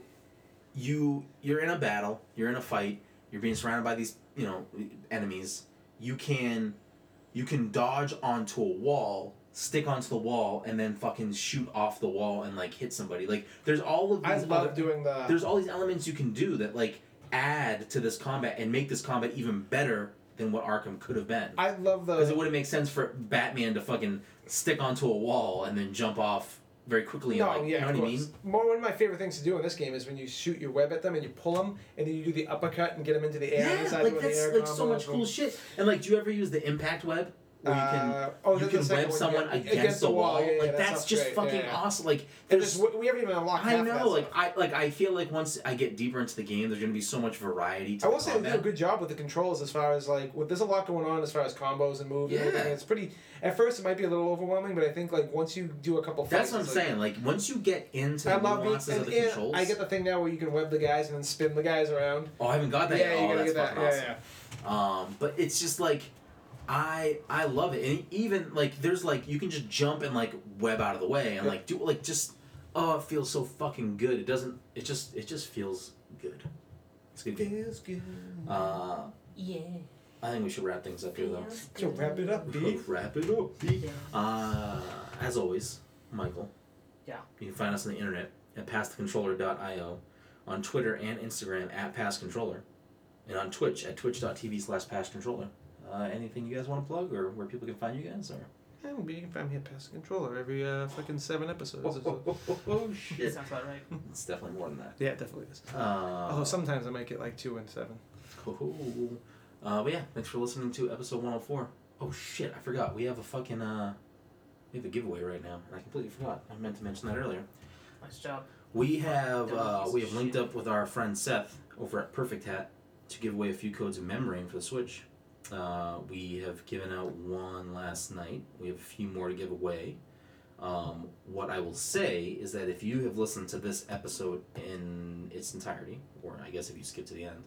Speaker 2: you you're in a battle. You're in a fight. You're being surrounded by these you know enemies. You can you can dodge onto a wall, stick onto the wall, and then fucking shoot off the wall and like hit somebody. Like there's all of these.
Speaker 3: I love
Speaker 2: other-
Speaker 3: doing the.
Speaker 2: there's all these elements you can do that like add to this combat and make this combat even better than what Arkham could have been.
Speaker 3: I love
Speaker 2: Because it
Speaker 3: the.
Speaker 2: wouldn't make sense for Batman to fucking stick onto a wall and then jump off very quickly.
Speaker 3: No,
Speaker 2: and, like,
Speaker 3: yeah,
Speaker 2: you know
Speaker 3: of
Speaker 2: what I
Speaker 3: course.
Speaker 2: mean?
Speaker 3: More, one of my favorite things to do in this game is when you shoot your web at them and you pull them, and then you do the uppercut and get them into the air. and
Speaker 2: Yeah,
Speaker 3: decide
Speaker 2: like
Speaker 3: where the
Speaker 2: that's
Speaker 3: air
Speaker 2: like so
Speaker 3: combo
Speaker 2: much
Speaker 3: is.
Speaker 2: cool shit. And like, do you ever use the impact web where you can
Speaker 3: Uh, oh,
Speaker 2: you
Speaker 3: that's the
Speaker 2: can
Speaker 3: second
Speaker 2: web
Speaker 3: one,
Speaker 2: someone
Speaker 3: yeah.
Speaker 2: against,
Speaker 3: Against
Speaker 2: the
Speaker 3: the
Speaker 2: wall?
Speaker 3: wall, yeah, yeah,
Speaker 2: like
Speaker 3: that
Speaker 2: that's
Speaker 3: stuff,
Speaker 2: just
Speaker 3: right,
Speaker 2: fucking
Speaker 3: yeah, yeah.
Speaker 2: awesome. Like
Speaker 3: And
Speaker 2: there's
Speaker 3: just, we we haven't even unlocked.
Speaker 2: I
Speaker 3: half of that
Speaker 2: know, like
Speaker 3: stuff.
Speaker 2: I like I feel like once I get deeper into the game, there's gonna be so much variety. To
Speaker 3: I
Speaker 2: the
Speaker 3: will say they
Speaker 2: combat.
Speaker 3: do a good job with the controls as far as like with there's a lot going on as far as combos and moves and
Speaker 2: Yeah.
Speaker 3: everything. It's pretty at first it might be a little overwhelming, but I think like once you do a couple
Speaker 2: That's
Speaker 3: fights,
Speaker 2: what I'm
Speaker 3: it's like-
Speaker 2: saying. Like once you get into
Speaker 3: I
Speaker 2: the
Speaker 3: love
Speaker 2: nuances
Speaker 3: being,
Speaker 2: of
Speaker 3: and,
Speaker 2: the
Speaker 3: and
Speaker 2: controls,
Speaker 3: I get the thing now where you can web the guys and then spin the guys around.
Speaker 2: oh, I haven't got that
Speaker 3: yeah,
Speaker 2: yet.
Speaker 3: you
Speaker 2: oh, that's
Speaker 3: gotta get that.
Speaker 2: fucking
Speaker 3: yeah,
Speaker 2: awesome.
Speaker 3: yeah.
Speaker 2: Um, but it's just like I I love it, and even like there's like you can just jump and like web out of the way and
Speaker 3: Yeah.
Speaker 2: like do like just oh it feels so fucking good. It doesn't. It just it just feels good. It's a good game.
Speaker 3: Feels good.
Speaker 2: Uh,
Speaker 6: Yeah.
Speaker 2: I think we should wrap things up here though.
Speaker 3: So wrap it up,
Speaker 2: We should
Speaker 3: B.
Speaker 2: wrap it up. Uh, as always, Michael.
Speaker 4: Yeah.
Speaker 2: You can find us on the internet at passthecontroller.io, on Twitter and Instagram at passcontroller, and on Twitch at twitch.tv slash passcontroller. Uh, anything you guys want to plug or where people can find you guys? Or
Speaker 3: And you can find me at Pass the Controller every uh, fucking seven episodes.
Speaker 2: oh shit!
Speaker 4: Sounds about right.
Speaker 2: It's definitely more than that.
Speaker 3: Yeah, it definitely is.
Speaker 2: Uh,
Speaker 3: Although sometimes I might get like two and seven.
Speaker 2: cool. Uh, but yeah, thanks for listening to episode 104. Oh shit, I forgot. We have a fucking uh, we have a giveaway right now, and I completely forgot. I meant to mention that earlier.
Speaker 4: Nice job.
Speaker 2: We have
Speaker 4: Dumb
Speaker 2: uh,
Speaker 4: piece
Speaker 2: we
Speaker 4: of
Speaker 2: have linked
Speaker 4: shit.
Speaker 2: up with our friend Seth over at Perfect Hat, to give away a few codes of membrane for the Switch. Uh, we have given out one last night. We have a few more to give away. Um, what I will say is that if you have listened to this episode in its entirety, or I guess if you skip to the end,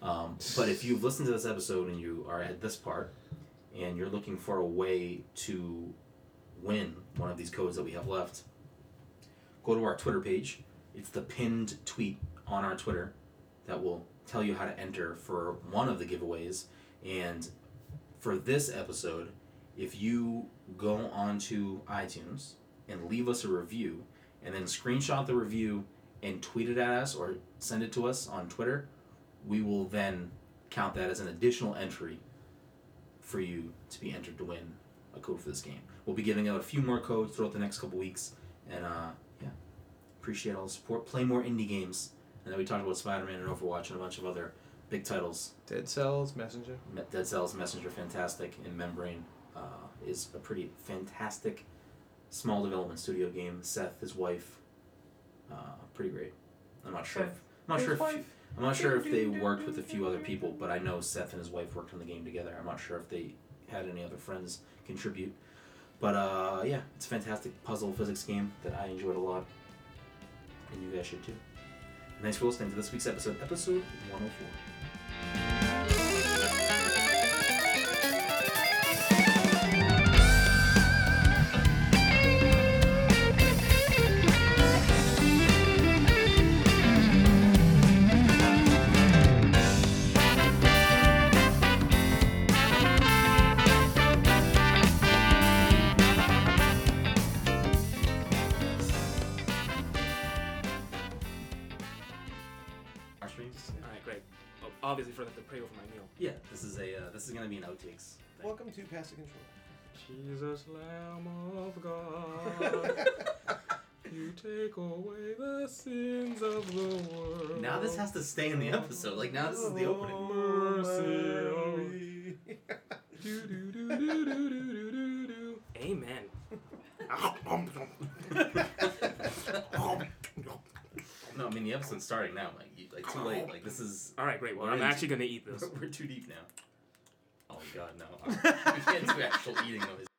Speaker 2: um, but if you've listened to this episode and you are at this part and you're looking for a way to win one of these codes that we have left, go to our Twitter page. It's the pinned tweet on our Twitter that will tell you how to enter for one of the giveaways. And for this episode, if you go onto iTunes and leave us a review, and then screenshot the review and tweet it at us or send it to us on Twitter, we will then count that as an additional entry for you to be entered to win a code for this game. We'll be giving out a few more codes throughout the next couple weeks, and uh, yeah, appreciate all the support. Play more indie games. And then we talked about Spider Man and Overwatch and a bunch of other big titles.
Speaker 3: Dead Cells, Messenger.
Speaker 2: Me- Dead Cells, Messenger, Fantastic, and Membrane uh, is a pretty fantastic small development studio game. Seth, his wife, uh, pretty great. I'm not sure. If, I'm not sure if I'm not sure if they worked with a few other people, but I know Seth and his wife worked on the game together. I'm not sure if they had any other friends contribute. But uh, yeah, it's a fantastic puzzle physics game that I enjoyed a lot, and you guys should too. And thanks for listening to this week's episode, episode 104. Our streams.
Speaker 4: All right, great. Oh, obviously, for that to pray over my meal.
Speaker 2: Yeah, this is a uh, this is gonna be an outtakes. Thing.
Speaker 3: Welcome to Pass the Control.
Speaker 4: Jesus, Lamb of God, you take away the sins of the world.
Speaker 2: Now this has to stay in the episode. Like now this is the opening.
Speaker 4: Mercy. do, do, do, do, do, do, do, do. Amen.
Speaker 2: No, I mean the episode's starting now. Like you, like too late. Like this is
Speaker 4: All right, great. Well,
Speaker 2: We're
Speaker 4: I'm
Speaker 2: in-
Speaker 4: actually gonna eat this.
Speaker 2: we're too deep now. Oh God, no! we can't do actual eating noise.